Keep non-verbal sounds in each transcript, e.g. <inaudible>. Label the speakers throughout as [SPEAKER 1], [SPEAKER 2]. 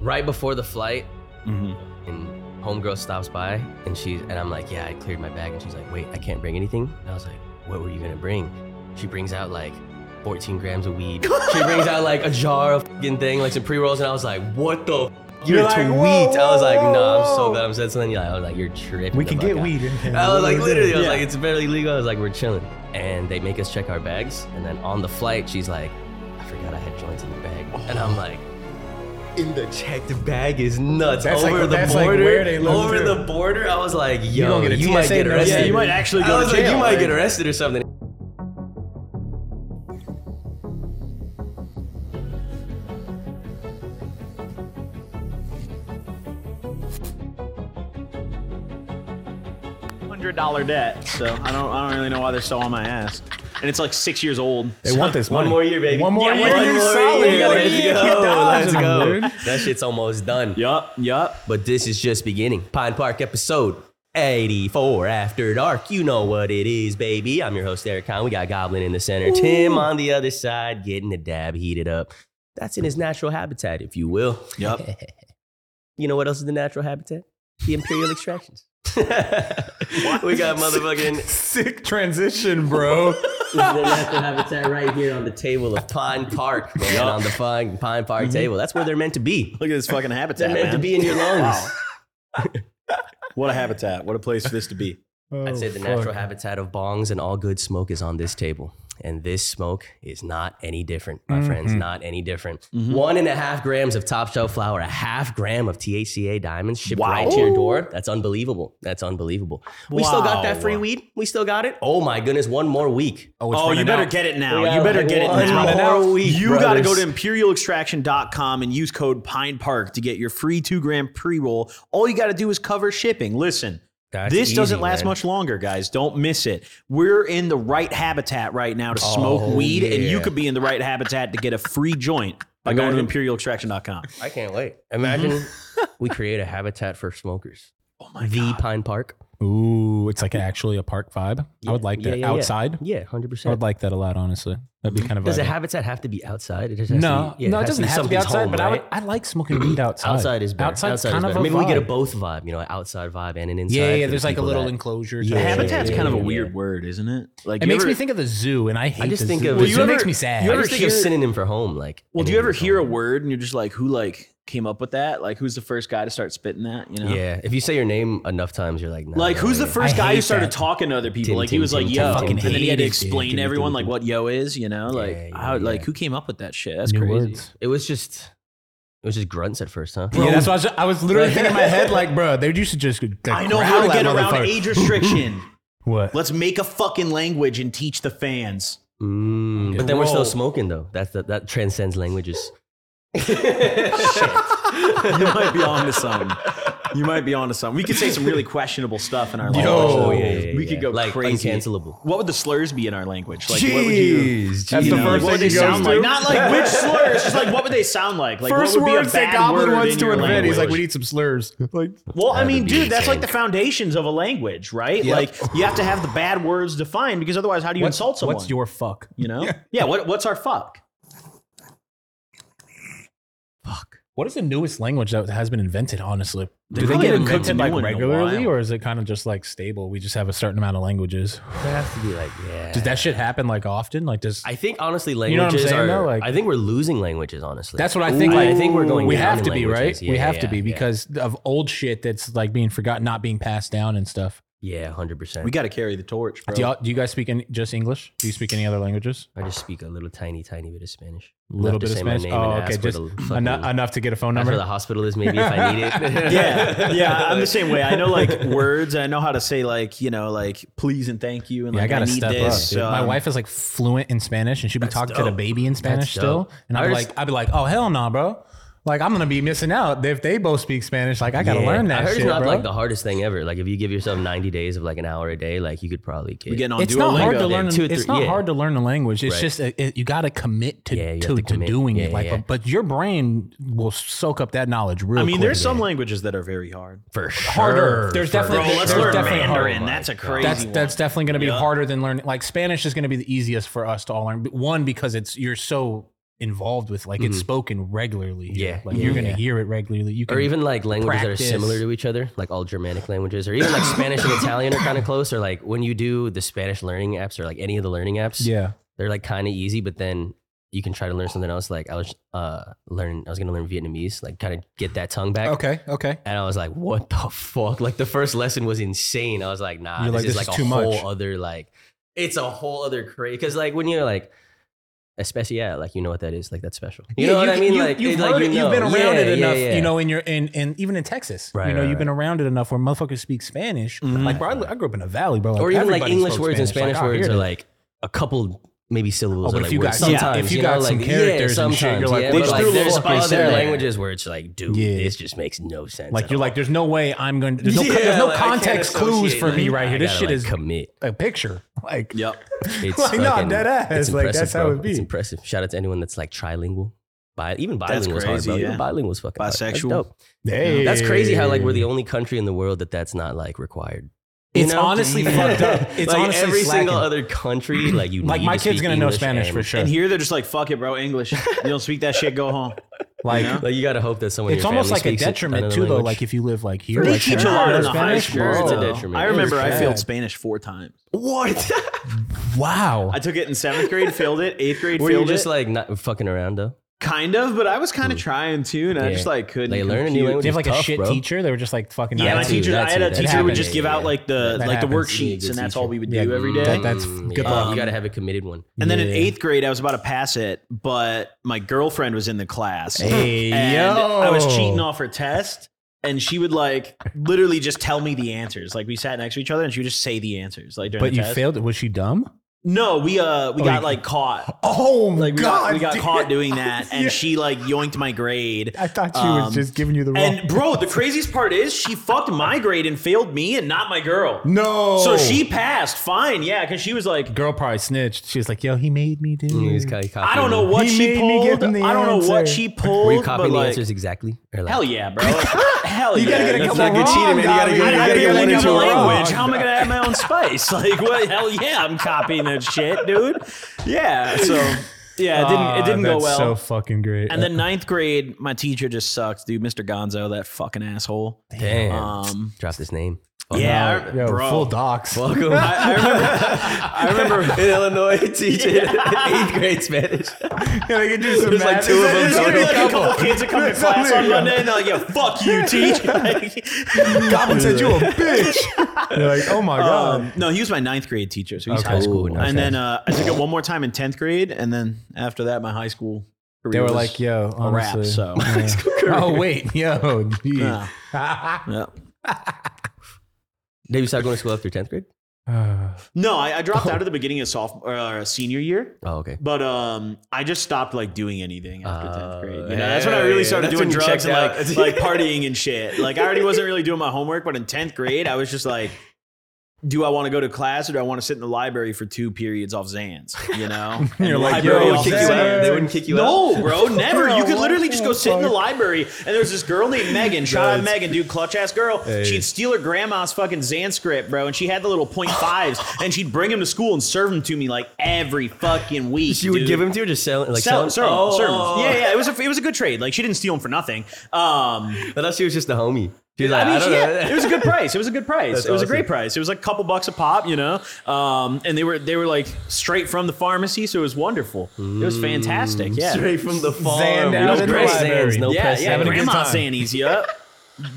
[SPEAKER 1] right before the flight,
[SPEAKER 2] hmm
[SPEAKER 1] and homegirl stops by, and she and I'm like, yeah, I cleared my bag, and she's like, wait, I can't bring anything. And I was like, what were you gonna bring? She brings out like 14 grams of weed. she brings out like a jar of fucking thing, like some pre rolls, and I was like, what the. f-"
[SPEAKER 3] You're like,
[SPEAKER 1] tweet.
[SPEAKER 3] "Whoa,
[SPEAKER 1] I was like,
[SPEAKER 3] whoa,
[SPEAKER 1] no, I'm so
[SPEAKER 3] whoa."
[SPEAKER 1] glad I'm said something. Yeah, I was like, you're tripping.
[SPEAKER 3] We
[SPEAKER 1] the
[SPEAKER 3] can
[SPEAKER 1] fuck
[SPEAKER 3] get
[SPEAKER 1] out."
[SPEAKER 3] weed in Canada.
[SPEAKER 1] I was like,
[SPEAKER 3] We're
[SPEAKER 1] literally, I was
[SPEAKER 3] good.
[SPEAKER 1] like, it's barely legal. I was like, we're chilling. And they make us check our bags. And then on the flight, she's like, I forgot I had joints in the bag. And I'm like, in the checked bag is nuts.
[SPEAKER 3] That's like-
[SPEAKER 1] over the
[SPEAKER 3] that's like
[SPEAKER 1] border,
[SPEAKER 3] where they look
[SPEAKER 1] over
[SPEAKER 3] through.
[SPEAKER 1] the border, I was like,
[SPEAKER 3] You
[SPEAKER 1] yo,
[SPEAKER 3] gonna
[SPEAKER 1] you,
[SPEAKER 3] get a
[SPEAKER 1] might
[SPEAKER 3] TSA
[SPEAKER 1] get
[SPEAKER 3] notice.
[SPEAKER 1] arrested.
[SPEAKER 3] Yeah, you might actually go
[SPEAKER 1] I
[SPEAKER 3] to
[SPEAKER 1] was like,
[SPEAKER 3] jail,
[SPEAKER 1] you might
[SPEAKER 3] like-
[SPEAKER 1] get arrested or something.
[SPEAKER 4] hundred dollar debt. So I don't I don't really know why they're so on my ass. And it's like six years old.
[SPEAKER 3] They want this
[SPEAKER 1] One
[SPEAKER 3] money.
[SPEAKER 1] more year, baby.
[SPEAKER 3] One more
[SPEAKER 4] Yeah,
[SPEAKER 3] year.
[SPEAKER 4] one
[SPEAKER 3] you
[SPEAKER 4] more
[SPEAKER 3] solid.
[SPEAKER 4] year.
[SPEAKER 3] One
[SPEAKER 1] Let's
[SPEAKER 3] year, keep
[SPEAKER 1] go. Let's
[SPEAKER 3] dodging,
[SPEAKER 1] go.
[SPEAKER 3] dude.
[SPEAKER 1] That shit's almost done.
[SPEAKER 4] Yup, yup.
[SPEAKER 1] But this is just beginning. Pine Park episode 84 After Dark. You know what it is, baby. I'm your host, Eric Khan. We got Goblin in the center, Tim on the other side, getting the dab heated up. That's in his natural habitat, if you will.
[SPEAKER 3] <laughs>
[SPEAKER 4] Yup.
[SPEAKER 1] You know what else is the natural habitat? The Imperial Extractions. <laughs> we got motherfucking
[SPEAKER 4] <laughs>
[SPEAKER 3] Sick transition,
[SPEAKER 1] <laughs>
[SPEAKER 3] bro.
[SPEAKER 1] this is the natural habitat right here on the table of Pine Park, man, on the fine Pine Park table. That's where they're meant to be.
[SPEAKER 4] Look at this fucking habitat.
[SPEAKER 1] They're meant
[SPEAKER 4] Mm-hmm. man.
[SPEAKER 1] to be in your lungs.
[SPEAKER 4] Wow. What a habitat. What a place for this to be.
[SPEAKER 3] Oh,
[SPEAKER 1] I'd say the natural habitat of bongs and all good smoke is on this table. And this smoke is not any different, my friends,
[SPEAKER 3] Mhm.
[SPEAKER 1] not any different.
[SPEAKER 4] Mm-hmm.
[SPEAKER 1] One and a half grams of top shelf flour, a half gram of THCA diamonds shipped
[SPEAKER 4] Wow.
[SPEAKER 1] right to your door. That's unbelievable. That's unbelievable. We still got that
[SPEAKER 4] Wow.
[SPEAKER 1] free weed. We still got it. Oh my goodness, one more week.
[SPEAKER 4] Oh, you better get it now.
[SPEAKER 1] Yeah,
[SPEAKER 4] you better
[SPEAKER 1] like
[SPEAKER 4] get it
[SPEAKER 1] one
[SPEAKER 4] now.
[SPEAKER 1] more week,
[SPEAKER 4] you got to go to
[SPEAKER 1] brothers.
[SPEAKER 4] imperialextraction.com and use code Pine Park to get your free two gram pre roll. All you got to do is cover shipping. Listen,
[SPEAKER 1] That's
[SPEAKER 4] this
[SPEAKER 1] easy,
[SPEAKER 4] doesn't last
[SPEAKER 1] man.
[SPEAKER 4] much longer, guys. Don't miss it. We're in the right habitat right now to smoke
[SPEAKER 1] Oh,
[SPEAKER 4] weed, and you
[SPEAKER 1] yeah.
[SPEAKER 4] could be in the right habitat to get a free joint by going to imperialextraction.com.
[SPEAKER 1] I can't wait. Imagine
[SPEAKER 3] Mm-hmm. <laughs>
[SPEAKER 1] we create a habitat for smokers.
[SPEAKER 4] Oh my
[SPEAKER 1] the Pine Park.
[SPEAKER 3] Ooh, it's like actually a park vibe. I would like
[SPEAKER 1] Yeah,
[SPEAKER 3] that
[SPEAKER 1] yeah, yeah.
[SPEAKER 3] outside.
[SPEAKER 1] Yeah, 100%.
[SPEAKER 3] I would like that a lot, honestly. That'd be kind of.
[SPEAKER 1] Does the
[SPEAKER 3] vibey.
[SPEAKER 1] habitat have to be outside? It just has
[SPEAKER 3] No,
[SPEAKER 1] to be, yeah,
[SPEAKER 3] no, it
[SPEAKER 1] has
[SPEAKER 3] doesn't have to be
[SPEAKER 1] something's
[SPEAKER 3] outside.
[SPEAKER 1] home,
[SPEAKER 3] but I would.
[SPEAKER 1] right?
[SPEAKER 3] I like smoking weed outside.
[SPEAKER 1] outside is better.
[SPEAKER 3] Outside's
[SPEAKER 1] Outside
[SPEAKER 3] kind
[SPEAKER 1] is
[SPEAKER 3] of
[SPEAKER 1] better.
[SPEAKER 3] a
[SPEAKER 1] Maybe we get a
[SPEAKER 3] vibe.
[SPEAKER 1] both vibe, you know, an outside vibe and an inside.
[SPEAKER 3] Yeah, yeah,
[SPEAKER 1] for
[SPEAKER 3] yeah.
[SPEAKER 1] the
[SPEAKER 3] There's like a
[SPEAKER 1] people
[SPEAKER 3] little
[SPEAKER 1] that-
[SPEAKER 3] enclosure.
[SPEAKER 1] Yeah,
[SPEAKER 3] type
[SPEAKER 1] yeah,
[SPEAKER 3] shit.
[SPEAKER 4] Habitat's
[SPEAKER 1] yeah,
[SPEAKER 4] kind of a
[SPEAKER 1] yeah.
[SPEAKER 4] weird word, isn't it? Like
[SPEAKER 3] It
[SPEAKER 4] you
[SPEAKER 3] makes
[SPEAKER 4] ever-
[SPEAKER 3] me think of the zoo, and I hate.
[SPEAKER 1] just
[SPEAKER 3] the
[SPEAKER 1] think
[SPEAKER 3] zoo.
[SPEAKER 1] of-
[SPEAKER 3] The
[SPEAKER 1] Well,
[SPEAKER 3] zoo
[SPEAKER 1] you ever-
[SPEAKER 3] makes me sad.
[SPEAKER 4] you
[SPEAKER 1] I
[SPEAKER 4] ever
[SPEAKER 1] just think of
[SPEAKER 4] hear-
[SPEAKER 1] synonym for home, like.
[SPEAKER 4] Well,
[SPEAKER 1] an
[SPEAKER 4] do you ever
[SPEAKER 1] English
[SPEAKER 4] hear a
[SPEAKER 1] home.
[SPEAKER 4] word and you're just like, who like came up with that? Like, who's the first guy to start spitting that? You know,
[SPEAKER 1] Yeah, if you say your name enough times, you're like, nah,
[SPEAKER 4] Like,
[SPEAKER 1] no
[SPEAKER 4] who's the
[SPEAKER 1] way.
[SPEAKER 4] first
[SPEAKER 3] I
[SPEAKER 4] guy
[SPEAKER 3] hate
[SPEAKER 4] who started
[SPEAKER 3] that.
[SPEAKER 4] talking to other people?
[SPEAKER 1] Tim,
[SPEAKER 4] like, he
[SPEAKER 1] Tim,
[SPEAKER 4] was
[SPEAKER 1] Tim,
[SPEAKER 4] like,
[SPEAKER 1] Tim,
[SPEAKER 4] yo,
[SPEAKER 1] Tim,
[SPEAKER 3] Fucking
[SPEAKER 4] and then he
[SPEAKER 3] hated
[SPEAKER 4] had to
[SPEAKER 3] it,
[SPEAKER 4] explain
[SPEAKER 1] dude.
[SPEAKER 4] to everyone like what yo is. You know, like
[SPEAKER 1] yeah,
[SPEAKER 4] how,
[SPEAKER 1] yeah.
[SPEAKER 4] like who came up with that shit? That's
[SPEAKER 3] New
[SPEAKER 4] crazy.
[SPEAKER 3] words.
[SPEAKER 1] It was just, it was just grunts at first, huh?
[SPEAKER 3] Yeah, that's why I was, I was literally thinking in my head, like, bro, they used to just. Like,
[SPEAKER 4] I know how to
[SPEAKER 3] growl at
[SPEAKER 4] get around
[SPEAKER 3] motherfucker.
[SPEAKER 4] age restriction.
[SPEAKER 3] What?
[SPEAKER 4] Let's make a fucking language and teach the fans. <laughs>
[SPEAKER 1] Mm, but then we're still
[SPEAKER 3] Roll.
[SPEAKER 1] smoking though. That's the, that transcends languages.
[SPEAKER 4] You might be onto something. You might be onto something. We could say some really questionable stuff in our language.
[SPEAKER 3] Oh,
[SPEAKER 4] though.
[SPEAKER 3] yeah,
[SPEAKER 4] we could go
[SPEAKER 1] like
[SPEAKER 4] crazy.
[SPEAKER 1] uncancelable.
[SPEAKER 4] What would the slurs be in our language? Like, what would you?
[SPEAKER 3] That's
[SPEAKER 4] You
[SPEAKER 3] the
[SPEAKER 4] know,
[SPEAKER 3] first
[SPEAKER 4] what
[SPEAKER 3] thing
[SPEAKER 4] would they
[SPEAKER 3] he goes
[SPEAKER 4] sound like?
[SPEAKER 3] to.
[SPEAKER 4] Not like which slurs, just like what would they sound like? Like
[SPEAKER 3] First
[SPEAKER 4] what would
[SPEAKER 3] words
[SPEAKER 4] be a
[SPEAKER 3] that
[SPEAKER 4] bad
[SPEAKER 3] Goblin
[SPEAKER 4] word
[SPEAKER 3] wants
[SPEAKER 4] in
[SPEAKER 3] to
[SPEAKER 4] your
[SPEAKER 3] invent. He's like,
[SPEAKER 4] language?
[SPEAKER 3] we need some
[SPEAKER 4] <laughs>
[SPEAKER 3] slurs. Like,
[SPEAKER 4] Well, I
[SPEAKER 1] That
[SPEAKER 4] mean,
[SPEAKER 1] would be
[SPEAKER 4] dude, that's like the
[SPEAKER 1] insane.
[SPEAKER 4] foundations of a language, right?
[SPEAKER 3] Yep.
[SPEAKER 4] Like you have to have the bad words defined because otherwise, how do you insult someone?
[SPEAKER 3] What's your fuck?
[SPEAKER 4] you know? Yeah. what, what's our fuck?
[SPEAKER 3] Fuck. What is the newest language that has been invented? Honestly,
[SPEAKER 4] They
[SPEAKER 3] do they
[SPEAKER 4] probably
[SPEAKER 3] get
[SPEAKER 4] haven't
[SPEAKER 3] invented like
[SPEAKER 4] invented a new one in a
[SPEAKER 3] regularly,
[SPEAKER 4] while.
[SPEAKER 3] or is it kind of just like stable? We just have a certain amount of languages.
[SPEAKER 1] It has to be like, yeah.
[SPEAKER 3] Does that shit happen like often? Like, does
[SPEAKER 1] I think honestly,
[SPEAKER 3] know what I'm
[SPEAKER 1] languages
[SPEAKER 3] saying,
[SPEAKER 1] are.
[SPEAKER 3] though? Like-
[SPEAKER 1] I think we're losing languages. Honestly,
[SPEAKER 3] That's what I think.
[SPEAKER 1] Ooh.
[SPEAKER 3] Like,
[SPEAKER 1] I think we're going
[SPEAKER 3] We
[SPEAKER 1] down
[SPEAKER 3] have
[SPEAKER 1] in
[SPEAKER 3] to be right.
[SPEAKER 1] languages.
[SPEAKER 3] we
[SPEAKER 1] Yeah,
[SPEAKER 3] have to
[SPEAKER 1] yeah,
[SPEAKER 3] be
[SPEAKER 1] yeah.
[SPEAKER 3] because of old shit that's like being forgotten, not being passed down and stuff.
[SPEAKER 1] Yeah, hundred percent.
[SPEAKER 4] We got to carry the torch, bro.
[SPEAKER 3] Do, y'all, do you guys speak any, just English? Do you speak any other languages?
[SPEAKER 1] I just speak a little tiny, tiny bit of Spanish.
[SPEAKER 3] A
[SPEAKER 1] Enough
[SPEAKER 3] little
[SPEAKER 1] to
[SPEAKER 3] bit of
[SPEAKER 1] say my
[SPEAKER 3] Spanish.
[SPEAKER 1] name and
[SPEAKER 3] Oh,
[SPEAKER 1] ask
[SPEAKER 3] okay.
[SPEAKER 1] where
[SPEAKER 3] Just
[SPEAKER 1] the
[SPEAKER 3] enough,
[SPEAKER 1] fucking- <laughs>
[SPEAKER 3] enough to get a phone
[SPEAKER 1] That's
[SPEAKER 3] number.
[SPEAKER 1] where the hospital is, maybe if I need
[SPEAKER 3] <laughs>
[SPEAKER 1] it.
[SPEAKER 4] yeah, yeah, I'm the same way. I know like words. I know how to say like you know like please and thank you and
[SPEAKER 3] yeah,
[SPEAKER 4] like
[SPEAKER 3] I gotta
[SPEAKER 4] need
[SPEAKER 3] step
[SPEAKER 4] this.
[SPEAKER 3] up. dude. My
[SPEAKER 4] um,
[SPEAKER 3] wife is like fluent in Spanish, and she'll be talking to the
[SPEAKER 1] dope.
[SPEAKER 3] baby in Spanish still.
[SPEAKER 1] dope.
[SPEAKER 3] And
[SPEAKER 1] I
[SPEAKER 3] I'm
[SPEAKER 1] just-
[SPEAKER 3] like, I'd be like, oh hell no, bro. Like I'm gonna be missing out if they both speak Spanish. Like I gotta learn that
[SPEAKER 1] I heard
[SPEAKER 3] shit,
[SPEAKER 1] it's not
[SPEAKER 3] bro.
[SPEAKER 1] like the hardest thing ever. Like if you give yourself 90 days of like an hour a day, like you could probably get.
[SPEAKER 4] we getting on
[SPEAKER 3] it's
[SPEAKER 4] Duolingo.
[SPEAKER 3] not hard to
[SPEAKER 4] dude.
[SPEAKER 3] learn.
[SPEAKER 1] Two,
[SPEAKER 3] it's
[SPEAKER 1] three-
[SPEAKER 3] not
[SPEAKER 1] yeah.
[SPEAKER 3] hard to learn a language. It's
[SPEAKER 1] Right.
[SPEAKER 3] just uh, it, you got to commit to
[SPEAKER 1] Yeah, you have
[SPEAKER 3] to,
[SPEAKER 1] to
[SPEAKER 3] to,
[SPEAKER 1] commit.
[SPEAKER 3] doing
[SPEAKER 1] Yeah,
[SPEAKER 3] it. Like,
[SPEAKER 1] yeah.
[SPEAKER 3] but, but your brain will soak up that knowledge real.
[SPEAKER 4] I mean, there's
[SPEAKER 3] quick.
[SPEAKER 4] some languages that are very hard.
[SPEAKER 1] for sure.
[SPEAKER 3] Harder. There's
[SPEAKER 1] For sure. Oh
[SPEAKER 3] definitely- Bro, let's There's learn definitely hard.
[SPEAKER 4] Mandarin. That's a crazy
[SPEAKER 3] That's
[SPEAKER 4] one.
[SPEAKER 3] that's definitely going to be
[SPEAKER 4] Yeah.
[SPEAKER 3] harder than learning. Like Spanish is going to be the easiest for us to all learn. One because it's you're so involved with. Like it's
[SPEAKER 1] Mhm.
[SPEAKER 3] spoken regularly.
[SPEAKER 1] Yeah.
[SPEAKER 3] Like
[SPEAKER 1] Yeah,
[SPEAKER 3] you're
[SPEAKER 1] yeah,
[SPEAKER 3] gonna
[SPEAKER 1] yeah.
[SPEAKER 3] hear it regularly. You can
[SPEAKER 1] or even like languages that
[SPEAKER 3] practice.
[SPEAKER 1] are similar to each other, like all Germanic languages, or even like Spanish
[SPEAKER 3] <laughs>
[SPEAKER 1] and Italian are kind of close. Or like when you do the Spanish learning apps, or like any of the learning apps,
[SPEAKER 3] yeah.
[SPEAKER 1] they're like kind of easy, but then you can try to learn something else. Like I was uh learning, I was gonna learn Vietnamese, like kind of get that tongue back.
[SPEAKER 3] Okay. Okay.
[SPEAKER 1] And I was like, what the fuck? Like the first lesson was insane. I was like, nah,
[SPEAKER 3] You're
[SPEAKER 1] this,
[SPEAKER 3] like,
[SPEAKER 1] is
[SPEAKER 3] this
[SPEAKER 1] like
[SPEAKER 3] is
[SPEAKER 1] a
[SPEAKER 3] too
[SPEAKER 1] whole
[SPEAKER 3] much.
[SPEAKER 1] other like, it's a whole other crazy. Because like when you're like, especially yeah, like you know what that is, like that's special. You
[SPEAKER 3] Yeah,
[SPEAKER 1] know what I
[SPEAKER 3] can-
[SPEAKER 1] mean?
[SPEAKER 3] You,
[SPEAKER 1] like
[SPEAKER 3] you've
[SPEAKER 1] it-
[SPEAKER 3] heard
[SPEAKER 1] like,
[SPEAKER 3] it. You've been
[SPEAKER 1] know.
[SPEAKER 3] around
[SPEAKER 1] Yeah,
[SPEAKER 3] it
[SPEAKER 1] yeah,
[SPEAKER 3] enough.
[SPEAKER 1] yeah.
[SPEAKER 3] You know, in your in and even in Texas,
[SPEAKER 1] Right,
[SPEAKER 3] you know,
[SPEAKER 1] right, Mm-hmm.
[SPEAKER 3] you've been around it enough where motherfuckers speak Spanish.
[SPEAKER 4] Mhm.
[SPEAKER 3] Like, bro, I, li- I grew up in a valley, bro.
[SPEAKER 1] or even like
[SPEAKER 3] everybody
[SPEAKER 1] English
[SPEAKER 3] spoke
[SPEAKER 1] words and Spanish
[SPEAKER 3] Spanish Like, I
[SPEAKER 1] words
[SPEAKER 3] heard
[SPEAKER 1] are
[SPEAKER 3] it.
[SPEAKER 1] like a couple maybe syllables.
[SPEAKER 3] Oh,
[SPEAKER 1] or
[SPEAKER 3] but
[SPEAKER 1] like
[SPEAKER 3] if you got
[SPEAKER 1] words.
[SPEAKER 3] some-
[SPEAKER 1] sometimes,
[SPEAKER 3] if you
[SPEAKER 1] know,
[SPEAKER 3] got
[SPEAKER 1] like,
[SPEAKER 3] some characters
[SPEAKER 1] yeah,
[SPEAKER 3] and shit,
[SPEAKER 1] sometimes,
[SPEAKER 3] you're like,
[SPEAKER 1] yeah,
[SPEAKER 3] they
[SPEAKER 1] but, like
[SPEAKER 4] threw a
[SPEAKER 1] there's
[SPEAKER 4] little fucking
[SPEAKER 1] other
[SPEAKER 4] there.
[SPEAKER 1] languages where it's like, dude,
[SPEAKER 3] Yeah.
[SPEAKER 1] this just makes no sense.
[SPEAKER 3] like
[SPEAKER 1] at
[SPEAKER 3] you're
[SPEAKER 1] all.
[SPEAKER 3] like, there's no way I'm going. to There's no,
[SPEAKER 1] Yeah,
[SPEAKER 3] there's no
[SPEAKER 1] like, I can't
[SPEAKER 3] context clues
[SPEAKER 1] associate,
[SPEAKER 3] for me
[SPEAKER 1] like,
[SPEAKER 3] right
[SPEAKER 1] I
[SPEAKER 3] here. This
[SPEAKER 1] gotta,
[SPEAKER 3] shit
[SPEAKER 1] like,
[SPEAKER 3] is
[SPEAKER 1] commit.
[SPEAKER 3] <laughs> a picture. Like,
[SPEAKER 4] Yep.
[SPEAKER 1] It's
[SPEAKER 3] Like, no,
[SPEAKER 1] fucking-
[SPEAKER 3] dead ass.
[SPEAKER 1] It's
[SPEAKER 3] Like,
[SPEAKER 1] impressive,
[SPEAKER 3] that's how
[SPEAKER 1] bro.
[SPEAKER 3] it be.
[SPEAKER 1] It's impressive. Shout out to anyone that's like trilingual. Bi- even
[SPEAKER 4] That's
[SPEAKER 1] bilingual was hard,
[SPEAKER 4] crazy,
[SPEAKER 1] bro. Even
[SPEAKER 4] yeah.
[SPEAKER 1] bilingual was fucking hard. That's
[SPEAKER 4] Bisexual.
[SPEAKER 1] dope.
[SPEAKER 3] hey.
[SPEAKER 1] That's crazy how like we're the only country in the world that that's not like required. You
[SPEAKER 3] It's
[SPEAKER 1] know? <laughs>
[SPEAKER 3] honestly fucked up. It's
[SPEAKER 1] like
[SPEAKER 3] honestly
[SPEAKER 1] every
[SPEAKER 3] slacking.
[SPEAKER 1] single other country, like you
[SPEAKER 3] <clears throat> Like
[SPEAKER 1] need
[SPEAKER 3] my
[SPEAKER 1] to
[SPEAKER 3] kid's
[SPEAKER 1] speak
[SPEAKER 3] gonna know
[SPEAKER 1] English
[SPEAKER 3] Spanish
[SPEAKER 1] and-
[SPEAKER 3] for sure.
[SPEAKER 1] <laughs>
[SPEAKER 4] And here they're just like, fuck it, bro, English. You don't speak that shit, go home.
[SPEAKER 3] Like,
[SPEAKER 4] you know?
[SPEAKER 1] Like you gotta hope that someone. in
[SPEAKER 3] it's
[SPEAKER 1] your
[SPEAKER 3] almost
[SPEAKER 1] family
[SPEAKER 3] like a
[SPEAKER 1] speaks
[SPEAKER 3] detriment
[SPEAKER 1] another
[SPEAKER 3] too, though.
[SPEAKER 1] language.
[SPEAKER 3] Like if you live like here,
[SPEAKER 4] They
[SPEAKER 3] like,
[SPEAKER 4] teach a
[SPEAKER 3] sure,
[SPEAKER 4] lot in the high
[SPEAKER 3] Spanish,
[SPEAKER 4] school.
[SPEAKER 1] It's a
[SPEAKER 4] though.
[SPEAKER 3] bro.
[SPEAKER 1] detriment.
[SPEAKER 4] I remember
[SPEAKER 3] It's
[SPEAKER 4] I failed
[SPEAKER 3] bad.
[SPEAKER 4] Spanish four times.
[SPEAKER 1] what?
[SPEAKER 3] Wow.
[SPEAKER 4] I took it in
[SPEAKER 1] <laughs>
[SPEAKER 4] seventh grade, failed it. Eighth grade,
[SPEAKER 1] Were you
[SPEAKER 4] failed
[SPEAKER 1] just
[SPEAKER 4] it.
[SPEAKER 1] like not fucking around though?
[SPEAKER 4] kind of, but I was kind of trying to, and I
[SPEAKER 1] Yeah.
[SPEAKER 4] just like couldn't.
[SPEAKER 1] Like, learn a new
[SPEAKER 4] compute.
[SPEAKER 1] language
[SPEAKER 3] They have
[SPEAKER 1] is
[SPEAKER 3] like a
[SPEAKER 1] tough,
[SPEAKER 3] shit
[SPEAKER 1] bro.
[SPEAKER 3] teacher. They were just like fucking.
[SPEAKER 4] Yeah,
[SPEAKER 1] That
[SPEAKER 4] my
[SPEAKER 1] too,
[SPEAKER 4] teacher.
[SPEAKER 1] that
[SPEAKER 4] I had
[SPEAKER 1] too,
[SPEAKER 4] a
[SPEAKER 1] that
[SPEAKER 4] teacher who would
[SPEAKER 3] happens.
[SPEAKER 4] just give out like the
[SPEAKER 3] That
[SPEAKER 4] like the
[SPEAKER 3] happens.
[SPEAKER 1] Really
[SPEAKER 4] worksheets,
[SPEAKER 1] good
[SPEAKER 4] and that's
[SPEAKER 1] teacher.
[SPEAKER 4] all we would do
[SPEAKER 3] Yeah,
[SPEAKER 4] every
[SPEAKER 3] that-
[SPEAKER 4] day.
[SPEAKER 3] that- that's
[SPEAKER 1] Mm,
[SPEAKER 3] good
[SPEAKER 1] yeah.
[SPEAKER 3] luck.
[SPEAKER 1] You gotta have a committed one.
[SPEAKER 4] and then in
[SPEAKER 3] Yeah.
[SPEAKER 4] eighth grade, I was about to pass it, but my girlfriend was in the class.
[SPEAKER 3] Hey,
[SPEAKER 4] and
[SPEAKER 3] yo.
[SPEAKER 4] I was cheating off her test, and she would like literally just tell me the answers. Like we sat next to each other, and she would just say the answers. Like during
[SPEAKER 3] But
[SPEAKER 4] the
[SPEAKER 3] you
[SPEAKER 4] test.
[SPEAKER 3] failed. it. Was she dumb?
[SPEAKER 4] No, we uh we
[SPEAKER 3] Oh,
[SPEAKER 4] got
[SPEAKER 3] you-
[SPEAKER 4] like caught.
[SPEAKER 3] Oh
[SPEAKER 4] Like we got, we got
[SPEAKER 3] dude.
[SPEAKER 4] caught doing that,
[SPEAKER 3] <laughs>
[SPEAKER 4] and
[SPEAKER 3] Yeah.
[SPEAKER 4] she like yoinked my grade.
[SPEAKER 3] I thought she
[SPEAKER 4] Um,
[SPEAKER 3] was just giving you the wrong.
[SPEAKER 4] And bro, the craziest part is she fucked my grade and failed me, and not my girl.
[SPEAKER 3] no.
[SPEAKER 4] So she passed, fine, yeah, because she was like,
[SPEAKER 3] girl probably snitched. She was like, "Yo, he made me do."
[SPEAKER 1] Mm, he's kinda
[SPEAKER 4] I
[SPEAKER 1] copying
[SPEAKER 4] don't know
[SPEAKER 1] you.
[SPEAKER 4] what
[SPEAKER 3] He
[SPEAKER 4] she
[SPEAKER 3] made me
[SPEAKER 4] pulled. I
[SPEAKER 3] give
[SPEAKER 4] don't
[SPEAKER 3] him the
[SPEAKER 4] know what
[SPEAKER 3] answer.
[SPEAKER 4] she pulled.
[SPEAKER 1] Were you
[SPEAKER 4] but
[SPEAKER 1] copying the
[SPEAKER 4] like,
[SPEAKER 1] answers exactly? Or like,
[SPEAKER 4] Hell yeah, bro!
[SPEAKER 3] <laughs>
[SPEAKER 4] hell yeah!
[SPEAKER 3] gotta get a
[SPEAKER 4] That's
[SPEAKER 3] couple
[SPEAKER 4] not good
[SPEAKER 3] wrong,
[SPEAKER 4] cheating, man. You
[SPEAKER 3] dog.
[SPEAKER 4] gotta get-
[SPEAKER 3] You
[SPEAKER 4] I
[SPEAKER 3] gotta
[SPEAKER 4] gotta
[SPEAKER 3] get
[SPEAKER 4] pick
[SPEAKER 3] one or
[SPEAKER 4] another
[SPEAKER 3] two wrong.
[SPEAKER 4] language. How am I gonna add my own spice? <laughs> Like what? Hell yeah! I'm copying that shit, dude.
[SPEAKER 3] <laughs>
[SPEAKER 4] Yeah. So yeah, it didn't it didn't go well.
[SPEAKER 3] Ah, So fucking great.
[SPEAKER 4] and then ninth grade, my teacher just sucked, dude. Mr. Gonzo, that fucking asshole.
[SPEAKER 1] Damn.
[SPEAKER 4] Um,
[SPEAKER 1] Drop this name. Oh,
[SPEAKER 4] yeah, I-
[SPEAKER 3] yo,
[SPEAKER 4] bro.
[SPEAKER 3] full docs. <laughs>
[SPEAKER 1] Welcome.
[SPEAKER 4] I remember. I
[SPEAKER 1] <laughs>
[SPEAKER 4] remember
[SPEAKER 1] in Illinois
[SPEAKER 3] <laughs>
[SPEAKER 1] teaching <laughs> eighth grade Spanish.
[SPEAKER 3] yeah, they could do some
[SPEAKER 1] There's like
[SPEAKER 3] math.
[SPEAKER 1] two of them
[SPEAKER 4] There's gonna be like a couple kids that come to
[SPEAKER 3] There's
[SPEAKER 4] class on
[SPEAKER 3] only-
[SPEAKER 4] Monday and they're like, "Yeah, fuck <laughs> you, teach."
[SPEAKER 3] Goblin said you a <laughs>
[SPEAKER 4] <laughs>
[SPEAKER 3] bitch. You're like, oh my god.
[SPEAKER 4] um, no, he was my ninth grade teacher, so he's
[SPEAKER 3] Okay.
[SPEAKER 4] high school.
[SPEAKER 1] Ooh,
[SPEAKER 4] And
[SPEAKER 1] okay.
[SPEAKER 4] then uh, I took it one more time in tenth grade, and then after that, my high school. Career
[SPEAKER 3] They were
[SPEAKER 4] was
[SPEAKER 3] like, yo,
[SPEAKER 4] a wrap.
[SPEAKER 3] honestly.
[SPEAKER 4] So
[SPEAKER 3] Yeah. <laughs> Oh wait, yo, geez. <sighs>
[SPEAKER 4] Yeah. Yeah.
[SPEAKER 1] Did you start going to school after tenth grade?
[SPEAKER 4] no, I,
[SPEAKER 3] <laughs>
[SPEAKER 4] I dropped out at the beginning of sophomore or uh, senior year.
[SPEAKER 1] Oh, okay.
[SPEAKER 4] But um, I just stopped like doing anything after
[SPEAKER 1] Oh,
[SPEAKER 4] tenth grade. You know,
[SPEAKER 1] yeah,
[SPEAKER 4] that's when I really
[SPEAKER 1] yeah,
[SPEAKER 4] started
[SPEAKER 1] that's
[SPEAKER 4] doing
[SPEAKER 1] when you
[SPEAKER 4] drugs and
[SPEAKER 1] checked
[SPEAKER 4] like,
[SPEAKER 1] out. <laughs>
[SPEAKER 4] like partying and shit. Like I already wasn't really doing my homework, but in tenth grade, I was just like, "Do I want to go to class or do I want to sit in the library for two periods off Zans?" You
[SPEAKER 1] <laughs>
[SPEAKER 4] know, And
[SPEAKER 3] You're
[SPEAKER 4] the
[SPEAKER 3] like,
[SPEAKER 4] library
[SPEAKER 3] yo,
[SPEAKER 4] would kick you
[SPEAKER 3] Xanax.
[SPEAKER 4] out.
[SPEAKER 1] They wouldn't kick you out. <laughs>
[SPEAKER 4] No, bro, never.
[SPEAKER 3] Bro,
[SPEAKER 4] You could
[SPEAKER 3] what
[SPEAKER 4] literally just go
[SPEAKER 3] the
[SPEAKER 4] sit in the
[SPEAKER 3] fuck?
[SPEAKER 4] library, and there was this girl named Megan. Shout out
[SPEAKER 3] Nice.
[SPEAKER 4] Megan, dude, clutch ass girl. She'd steal her grandma's fucking Xan script, bro, and she had the
[SPEAKER 1] <laughs>
[SPEAKER 4] little point fives, and she'd bring them to school and serve them to me like every fucking week.
[SPEAKER 1] She would
[SPEAKER 4] dude.
[SPEAKER 1] give him to you, just sell, like
[SPEAKER 4] Sell,
[SPEAKER 1] him?
[SPEAKER 4] serve 'em,
[SPEAKER 1] Oh.
[SPEAKER 4] serve 'em. Yeah, yeah, it was a it was a good trade. Like she didn't steal them for nothing. Um,
[SPEAKER 1] I thought she was just a homie. She was
[SPEAKER 4] I
[SPEAKER 1] like, I,
[SPEAKER 4] mean,
[SPEAKER 1] don't
[SPEAKER 4] yeah,
[SPEAKER 1] know.
[SPEAKER 4] it was a good price. It was a good price.
[SPEAKER 1] That's
[SPEAKER 4] it was a
[SPEAKER 1] awesome.
[SPEAKER 4] great price. It was like a couple bucks a pop, you know. Um, and they were they were like straight from the pharmacy, so it was wonderful. It was fantastic. Yeah,
[SPEAKER 1] Mm. Straight from the farm.
[SPEAKER 3] Xan down
[SPEAKER 1] no
[SPEAKER 3] in the
[SPEAKER 1] press
[SPEAKER 3] library.
[SPEAKER 1] Xans, no
[SPEAKER 4] yeah,
[SPEAKER 1] press
[SPEAKER 4] yeah.
[SPEAKER 1] Xans.
[SPEAKER 3] having a good
[SPEAKER 4] Grandma
[SPEAKER 3] time.
[SPEAKER 4] Sannies, yep.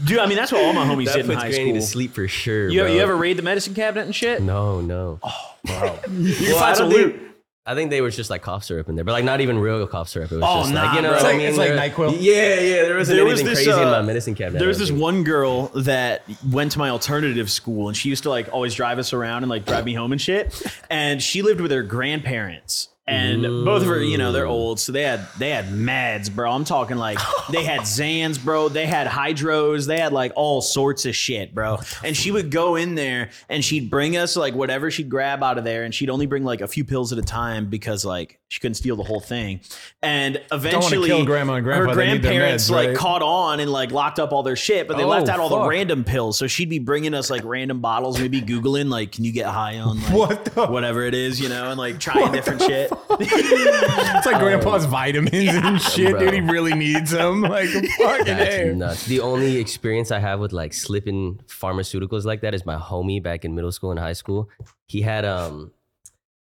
[SPEAKER 4] Dude, I mean that's what all my
[SPEAKER 1] <laughs>
[SPEAKER 4] homies
[SPEAKER 1] That
[SPEAKER 4] did in
[SPEAKER 1] puts
[SPEAKER 4] high
[SPEAKER 1] Granny
[SPEAKER 4] school.
[SPEAKER 1] to sleep for sure.
[SPEAKER 4] you,
[SPEAKER 1] bro.
[SPEAKER 4] you ever raid the medicine cabinet and shit?
[SPEAKER 1] No, no.
[SPEAKER 4] You
[SPEAKER 1] Well,
[SPEAKER 4] can
[SPEAKER 1] I
[SPEAKER 4] find some
[SPEAKER 1] don't
[SPEAKER 4] loot.
[SPEAKER 1] think- I think they was just like cough syrup in there, but like not even real cough syrup. It was
[SPEAKER 4] Oh,
[SPEAKER 1] just
[SPEAKER 4] nah,
[SPEAKER 1] like you know,
[SPEAKER 4] bro.
[SPEAKER 1] what I
[SPEAKER 3] It's
[SPEAKER 1] mean?
[SPEAKER 3] like- it's
[SPEAKER 1] There-
[SPEAKER 3] like NyQuil.
[SPEAKER 1] Yeah, yeah. There wasn't
[SPEAKER 4] There was
[SPEAKER 1] anything
[SPEAKER 4] this,
[SPEAKER 1] crazy in
[SPEAKER 4] uh,
[SPEAKER 1] my medicine cabinet. I
[SPEAKER 4] There was
[SPEAKER 1] don't
[SPEAKER 4] this
[SPEAKER 1] think.
[SPEAKER 4] one girl that went to my alternative school, and she used to like always drive us around and like drive me home and shit. And she lived with her grandparents, and both of her, you know, they're old, so they had they had meds, bro. I'm talking like they
[SPEAKER 3] <laughs>
[SPEAKER 4] had Zans, bro. They had hydros. They had like all sorts of shit, bro. And she would go in there and she'd bring us like whatever she'd grab out of there, and she'd only bring like a few pills at a time because like she couldn't steal the whole thing. And eventually,
[SPEAKER 3] kill grandma and grandpa,
[SPEAKER 4] her
[SPEAKER 3] they need their
[SPEAKER 4] grandparents
[SPEAKER 3] meds,
[SPEAKER 4] like
[SPEAKER 3] right?
[SPEAKER 4] caught on and like locked up all their shit, but they
[SPEAKER 3] Oh,
[SPEAKER 4] left out all the
[SPEAKER 3] fuck.
[SPEAKER 4] random pills. So she'd be bringing us like random bottles, maybe googling like, can you get high on like,
[SPEAKER 3] What the-
[SPEAKER 4] whatever it is, you know, and like trying different shit. <laughs>
[SPEAKER 3] It's like grandpa's vitamins and shit,
[SPEAKER 1] bro.
[SPEAKER 3] dude. He really needs them. Like fucking
[SPEAKER 1] That's
[SPEAKER 3] A.
[SPEAKER 1] nuts. The only experience I have with like slipping pharmaceuticals like that is my homie back in middle school and high school. He had um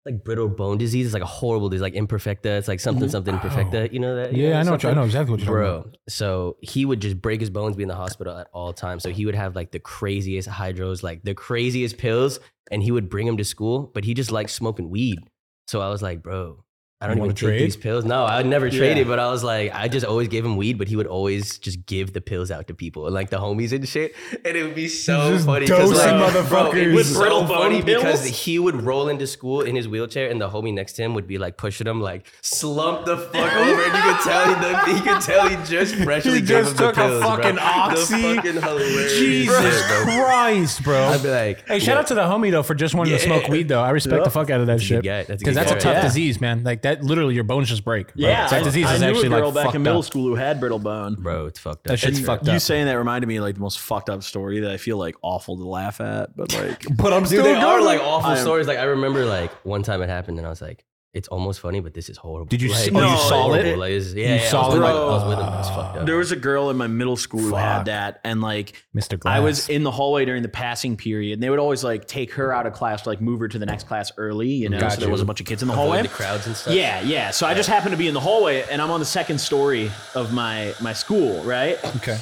[SPEAKER 1] like brittle bone disease. It's like a horrible disease, like imperfecta. It's like something something imperfecta. You know that? you
[SPEAKER 3] Mm-hmm. Yeah, I know. What you, I
[SPEAKER 1] something?
[SPEAKER 3] know exactly what you're talking about.
[SPEAKER 1] Bro, so he would just break his bones, be in the hospital at all times. So he would have like the craziest hydros, like the craziest pills, and he would bring them to school. But he just liked smoking weed. So I was like, bro, I don't
[SPEAKER 3] You wanna
[SPEAKER 1] even take
[SPEAKER 3] trade?
[SPEAKER 1] these pills. No, I would never trade
[SPEAKER 4] Yeah.
[SPEAKER 1] it. But I was like, I just always gave him weed, but he would always just give the pills out to people, and like the homies and shit. And it would be so
[SPEAKER 3] Just
[SPEAKER 1] funny. 'cause,
[SPEAKER 3] dosing
[SPEAKER 1] like, bro, it
[SPEAKER 3] motherfuckers.
[SPEAKER 1] was so
[SPEAKER 4] Brittle bone
[SPEAKER 1] funny because
[SPEAKER 4] pills?
[SPEAKER 1] he would roll into school in his wheelchair, and the homie next to him would be like pushing him, like slump the fuck over, and you could tell he, the, he could tell he just freshly
[SPEAKER 3] <laughs> He just
[SPEAKER 1] gave him the
[SPEAKER 3] took a
[SPEAKER 1] pills, bro.
[SPEAKER 3] fucking
[SPEAKER 1] The
[SPEAKER 3] oxy.
[SPEAKER 1] fucking hilarious
[SPEAKER 3] Jesus
[SPEAKER 1] shit, bro.
[SPEAKER 3] Christ, bro.
[SPEAKER 1] I'd be like,
[SPEAKER 3] Hey, shout
[SPEAKER 1] yeah.
[SPEAKER 3] out to the homie though for just wanting to smoke
[SPEAKER 1] Yeah.
[SPEAKER 3] weed though. I respect the fuck out of that
[SPEAKER 1] good
[SPEAKER 3] shit.
[SPEAKER 1] guy. That's a good
[SPEAKER 3] Because that's a
[SPEAKER 1] guy.
[SPEAKER 3] tough
[SPEAKER 4] Yeah.
[SPEAKER 3] disease, man. Like that, literally, your bones just break. bro.
[SPEAKER 4] Yeah,
[SPEAKER 3] that
[SPEAKER 4] I-
[SPEAKER 3] disease
[SPEAKER 4] I
[SPEAKER 3] is
[SPEAKER 4] knew
[SPEAKER 3] actually
[SPEAKER 4] a girl
[SPEAKER 3] like
[SPEAKER 4] back
[SPEAKER 3] fucked
[SPEAKER 4] in middle
[SPEAKER 3] up.
[SPEAKER 4] school who had brittle bone.
[SPEAKER 1] bro, it's fucked up.
[SPEAKER 3] That shit's
[SPEAKER 1] It's- <laughs>
[SPEAKER 3] fucked
[SPEAKER 4] You
[SPEAKER 3] up.
[SPEAKER 4] saying that reminded me of, like the most fucked up story that I feel like awful to laugh at, but like
[SPEAKER 3] <laughs> But I'm
[SPEAKER 1] Dude,
[SPEAKER 3] still
[SPEAKER 1] there are
[SPEAKER 3] going.
[SPEAKER 1] like awful
[SPEAKER 4] I am-
[SPEAKER 1] stories. Like I remember, like one time it happened, and I was like, "It's almost funny, but this is horrible."
[SPEAKER 3] Did you
[SPEAKER 1] like,
[SPEAKER 3] see- oh,
[SPEAKER 4] you
[SPEAKER 1] it's
[SPEAKER 4] saw it?
[SPEAKER 1] horrible. Like, it's- yeah,
[SPEAKER 3] You
[SPEAKER 1] yeah,
[SPEAKER 3] saw
[SPEAKER 1] I was with
[SPEAKER 4] it?
[SPEAKER 1] him. I was with him. It's fucked up.
[SPEAKER 4] there was a girl in my middle school who
[SPEAKER 3] Fuck.
[SPEAKER 4] had that, and like
[SPEAKER 3] Mr. Glass.
[SPEAKER 4] I was in the hallway during the passing period, and they would always like take her out of class to like move her to the next class early, you know.
[SPEAKER 3] Got
[SPEAKER 4] so there
[SPEAKER 3] you.
[SPEAKER 4] was a bunch of kids in the
[SPEAKER 1] Avoid
[SPEAKER 4] hallway.
[SPEAKER 1] the crowds and stuff.
[SPEAKER 4] Yeah, yeah. So I just happened to be in the hallway, and I'm on the second story of my my school, right?
[SPEAKER 3] okay.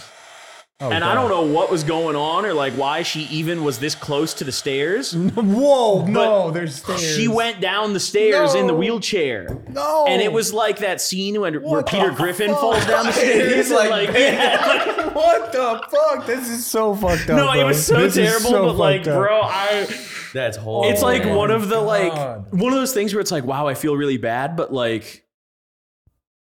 [SPEAKER 3] Oh,
[SPEAKER 4] and I don't know what was going on or like why she even was this close to the stairs.
[SPEAKER 3] God. Whoa, no, there's stairs.
[SPEAKER 4] She went down the stairs in the
[SPEAKER 3] No.
[SPEAKER 4] wheelchair.
[SPEAKER 3] No.
[SPEAKER 4] And it was like that scene when, where
[SPEAKER 3] What
[SPEAKER 4] Peter
[SPEAKER 3] the
[SPEAKER 4] Griffin
[SPEAKER 3] fuck?
[SPEAKER 4] falls
[SPEAKER 3] <laughs>
[SPEAKER 4] down the stairs.
[SPEAKER 3] He's
[SPEAKER 4] and,
[SPEAKER 3] like, <laughs>
[SPEAKER 4] yeah.
[SPEAKER 3] what the fuck? This is so fucked up.
[SPEAKER 4] <laughs> no, it
[SPEAKER 3] bro.
[SPEAKER 4] was so
[SPEAKER 3] This is
[SPEAKER 4] terrible,
[SPEAKER 3] so
[SPEAKER 4] but like,
[SPEAKER 3] fucked up.
[SPEAKER 4] bro, I
[SPEAKER 1] that's horrible.
[SPEAKER 4] it's like
[SPEAKER 1] man.
[SPEAKER 4] one of the like
[SPEAKER 3] Oh God.
[SPEAKER 4] one of those things where it's like, wow, I feel really bad, but like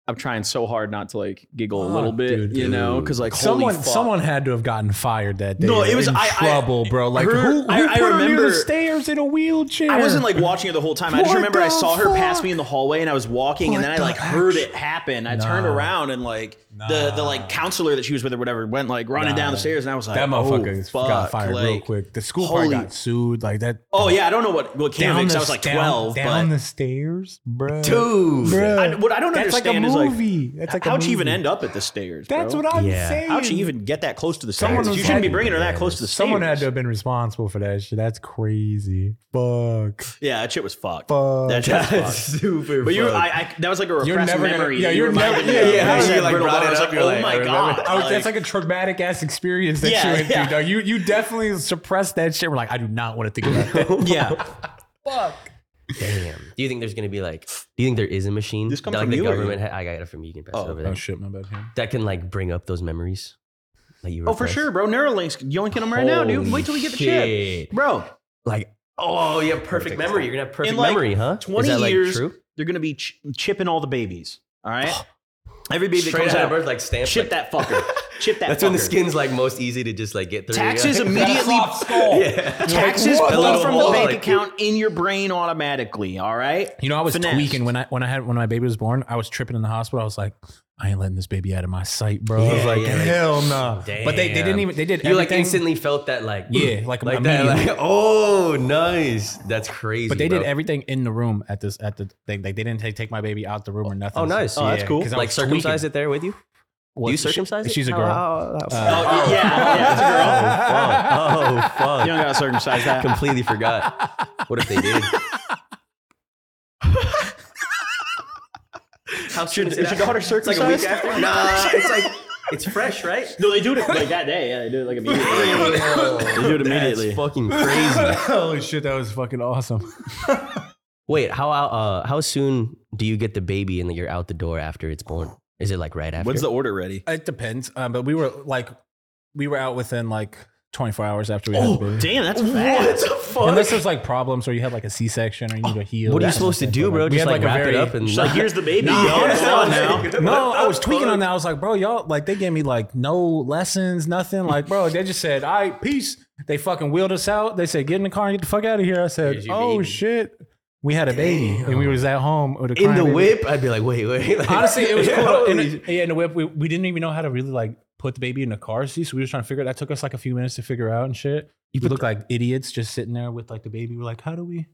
[SPEAKER 4] I'm trying so hard not to like giggle a
[SPEAKER 3] Fuck,
[SPEAKER 4] little bit,
[SPEAKER 3] dude.
[SPEAKER 4] you know, because like holy
[SPEAKER 3] Someone,
[SPEAKER 4] fuck.
[SPEAKER 3] someone had to have gotten fired that day.
[SPEAKER 4] No, it was-
[SPEAKER 3] in
[SPEAKER 4] I- I-
[SPEAKER 3] trouble, bro. Like
[SPEAKER 4] her-
[SPEAKER 3] who, who
[SPEAKER 4] I- I
[SPEAKER 3] put her near
[SPEAKER 4] remember-
[SPEAKER 3] the stairs in a wheelchair?
[SPEAKER 4] I wasn't like watching it the whole time. I just
[SPEAKER 3] What
[SPEAKER 4] remember I
[SPEAKER 3] the
[SPEAKER 4] saw her pass
[SPEAKER 3] fuck?
[SPEAKER 4] me in the hallway and I was walking and
[SPEAKER 3] What
[SPEAKER 4] then I
[SPEAKER 3] the
[SPEAKER 4] like
[SPEAKER 3] heck?
[SPEAKER 4] heard it happen. I turned
[SPEAKER 3] Nah.
[SPEAKER 4] around and like the the like counselor that she was with or whatever went like running
[SPEAKER 3] Nah.
[SPEAKER 4] down the stairs and I was like
[SPEAKER 3] that motherfucker
[SPEAKER 4] oh,
[SPEAKER 3] is-
[SPEAKER 4] fuck.
[SPEAKER 3] got fired real
[SPEAKER 4] Like,
[SPEAKER 3] quick. The school
[SPEAKER 4] holy-
[SPEAKER 3] probably got sued. Like that.
[SPEAKER 4] Oh yeah, I don't know what what came of it 'cause I was like
[SPEAKER 3] down-
[SPEAKER 4] 12,
[SPEAKER 3] down,
[SPEAKER 4] but
[SPEAKER 3] the stairs, bro.
[SPEAKER 1] Dude.
[SPEAKER 3] Bruh.
[SPEAKER 4] I, what I don't
[SPEAKER 3] That's like a
[SPEAKER 4] understand is like
[SPEAKER 3] movie. That's like a
[SPEAKER 4] how'd she even
[SPEAKER 3] movie.
[SPEAKER 4] end up at the stairs?
[SPEAKER 3] That's
[SPEAKER 4] bro?
[SPEAKER 3] what I'm
[SPEAKER 1] Yeah.
[SPEAKER 3] saying.
[SPEAKER 4] How'd she even get that close to the
[SPEAKER 3] Someone
[SPEAKER 4] stairs? You
[SPEAKER 3] was
[SPEAKER 4] shouldn't be
[SPEAKER 3] like-
[SPEAKER 4] bringing her that close to the stairs.
[SPEAKER 3] Someone had to have been responsible for that shit. That's crazy. Fuck.
[SPEAKER 4] Yeah, that shit was fucked.
[SPEAKER 3] Fuck.
[SPEAKER 4] That shit was <laughs>
[SPEAKER 1] That's
[SPEAKER 4] fucked.
[SPEAKER 1] super.
[SPEAKER 4] But you,
[SPEAKER 1] fucked.
[SPEAKER 4] I, I, that was like a repressed
[SPEAKER 3] never gonna-
[SPEAKER 4] memory.
[SPEAKER 3] yeah,
[SPEAKER 4] that
[SPEAKER 3] you're never-
[SPEAKER 4] reminded me
[SPEAKER 3] yeah, yeah,
[SPEAKER 4] of. When I
[SPEAKER 3] how
[SPEAKER 4] was
[SPEAKER 3] you,
[SPEAKER 4] at
[SPEAKER 1] like,
[SPEAKER 4] Brittle
[SPEAKER 1] brought
[SPEAKER 4] Bar,
[SPEAKER 1] it
[SPEAKER 4] I was
[SPEAKER 1] up,
[SPEAKER 4] like,
[SPEAKER 1] you're
[SPEAKER 4] oh
[SPEAKER 1] like, I
[SPEAKER 4] my
[SPEAKER 1] remember-
[SPEAKER 4] god.
[SPEAKER 3] I was,
[SPEAKER 4] Like,
[SPEAKER 3] that's like a traumatic ass experience that
[SPEAKER 4] Yeah,
[SPEAKER 3] you went
[SPEAKER 4] yeah.
[SPEAKER 3] through, dog. You you definitely suppressed that shit. We're like, I do not want to think
[SPEAKER 4] <laughs>
[SPEAKER 3] about that.
[SPEAKER 4] yeah.
[SPEAKER 1] Damn. Do you think there's gonna be like? Do you think there is a machine?
[SPEAKER 4] This comes
[SPEAKER 1] like
[SPEAKER 4] from
[SPEAKER 1] the
[SPEAKER 4] you or you?
[SPEAKER 1] government. Ha- I got it from you. You can pass it
[SPEAKER 4] Oh,
[SPEAKER 1] over there.
[SPEAKER 3] shit, my bad.
[SPEAKER 1] that can like bring up those memories. Like you.
[SPEAKER 4] Oh, for
[SPEAKER 1] repressed.
[SPEAKER 4] sure, bro. Neuralink's yoinking them right now, dude.
[SPEAKER 1] Holy
[SPEAKER 4] Wait till we get the chip, bro.
[SPEAKER 1] Like, oh, you have perfect memory. You're gonna have perfect
[SPEAKER 4] like,
[SPEAKER 1] memory, huh?
[SPEAKER 4] Twenty
[SPEAKER 1] is that, like,
[SPEAKER 4] years,
[SPEAKER 1] true?
[SPEAKER 4] they're gonna be ch- chipping all the babies. All right, every baby that
[SPEAKER 1] Straight
[SPEAKER 4] comes
[SPEAKER 1] out of
[SPEAKER 4] out,
[SPEAKER 1] birth, like stamp.
[SPEAKER 4] chip that <laughs> fucker. Chip that.
[SPEAKER 1] That's when the
[SPEAKER 4] fucker.
[SPEAKER 1] skin's like most easy to just like get through.
[SPEAKER 4] Taxes immediately.
[SPEAKER 1] <laughs> yeah.
[SPEAKER 4] Taxes
[SPEAKER 3] Like, what
[SPEAKER 4] pulled
[SPEAKER 1] the
[SPEAKER 4] from the
[SPEAKER 1] fuck?
[SPEAKER 4] bank
[SPEAKER 1] Like-
[SPEAKER 4] account in your brain automatically. All right.
[SPEAKER 3] You know, I was
[SPEAKER 4] Finesse.
[SPEAKER 3] tweaking when I when I had when my baby was born. I was tripping in the hospital. I was like, I ain't letting this baby out of my sight, bro. I was
[SPEAKER 1] Yeah,
[SPEAKER 3] like,
[SPEAKER 1] yeah.
[SPEAKER 3] hell no.
[SPEAKER 1] Damn.
[SPEAKER 3] But they, they didn't even they did
[SPEAKER 1] You like
[SPEAKER 3] everything-
[SPEAKER 1] instantly felt that like mm,
[SPEAKER 3] Yeah, like,
[SPEAKER 1] like that
[SPEAKER 3] immediately.
[SPEAKER 1] like oh nice that's crazy.
[SPEAKER 3] But they
[SPEAKER 1] bro.
[SPEAKER 3] did everything in the room at this at the thing. Like they didn't take, take my baby out the room or nothing.
[SPEAKER 1] Oh nice.
[SPEAKER 4] Oh, that's cool.
[SPEAKER 3] 'cause I
[SPEAKER 1] Like
[SPEAKER 3] was
[SPEAKER 1] circumcised
[SPEAKER 3] tweaking.
[SPEAKER 1] it there with you.
[SPEAKER 3] Well,
[SPEAKER 1] Do you
[SPEAKER 3] she-
[SPEAKER 1] circumcise it? Oh,
[SPEAKER 3] She's a
[SPEAKER 1] How-
[SPEAKER 3] girl.
[SPEAKER 1] how- how-
[SPEAKER 3] Uh, <laughs>
[SPEAKER 4] Oh, yeah, yeah, it's a girl.
[SPEAKER 1] Oh fuck. Oh fuck.
[SPEAKER 4] <laughs> You don't gotta circumcise that. <laughs>
[SPEAKER 1] Completely forgot. What if they did? <laughs> How soon
[SPEAKER 4] Should-
[SPEAKER 1] is it
[SPEAKER 4] should
[SPEAKER 1] after?
[SPEAKER 4] daughter
[SPEAKER 1] It's like a week
[SPEAKER 4] circumcised?
[SPEAKER 1] after. Nah, <laughs> it's like it's fresh, right?
[SPEAKER 4] No, they do it like that day. Yeah, they do it like immediately.
[SPEAKER 1] they
[SPEAKER 4] do it immediately.
[SPEAKER 1] That's fucking <laughs> crazy.
[SPEAKER 3] <laughs> Holy shit, that was fucking awesome.
[SPEAKER 1] Wait, how uh, how soon do you get the baby and you're out the door after it's born? Is it like right after?
[SPEAKER 4] When's the order ready?
[SPEAKER 3] It depends. Um, but we were like, we were out within like 24 hours after we had the
[SPEAKER 5] Oh,
[SPEAKER 3] baby.
[SPEAKER 4] damn, that's fast.
[SPEAKER 3] Unless there's like problems or you had like a C-section or you need to heal.
[SPEAKER 1] What are you
[SPEAKER 3] or something
[SPEAKER 1] supposed to
[SPEAKER 3] like
[SPEAKER 1] do,
[SPEAKER 3] that.
[SPEAKER 1] bro?
[SPEAKER 3] We
[SPEAKER 1] Just
[SPEAKER 3] had,
[SPEAKER 1] like,
[SPEAKER 3] a
[SPEAKER 1] wrap
[SPEAKER 3] very-
[SPEAKER 1] it up and
[SPEAKER 4] She's like, here's the baby.
[SPEAKER 1] <laughs>
[SPEAKER 3] No,
[SPEAKER 4] Yeah,
[SPEAKER 3] honestly,
[SPEAKER 4] come on now.
[SPEAKER 3] No, I was tweaking on that. I was like, bro, y'all like they gave me like no lessons, nothing. Like, bro, they just said, all right, peace. They fucking wheeled us out. They said, get in the car and get the fuck out of here. I said,
[SPEAKER 1] Here's your
[SPEAKER 3] oh
[SPEAKER 1] baby.
[SPEAKER 3] shit. We had a baby and we was at home with a
[SPEAKER 1] in
[SPEAKER 3] crying
[SPEAKER 1] the
[SPEAKER 3] baby.
[SPEAKER 1] whip. I'd be like, wait, wait.
[SPEAKER 3] <laughs>
[SPEAKER 1] Like- <laughs>
[SPEAKER 3] Honestly, it was
[SPEAKER 1] Yeah,
[SPEAKER 3] cool. though. In,
[SPEAKER 1] holy-
[SPEAKER 3] the- yeah, in the whip, we, we didn't even know how to really like put the baby in the car seat. So we were trying to figure it. That took us like a few minutes to figure out and shit. You look like idiots just sitting there with like the baby. We're like, how do we?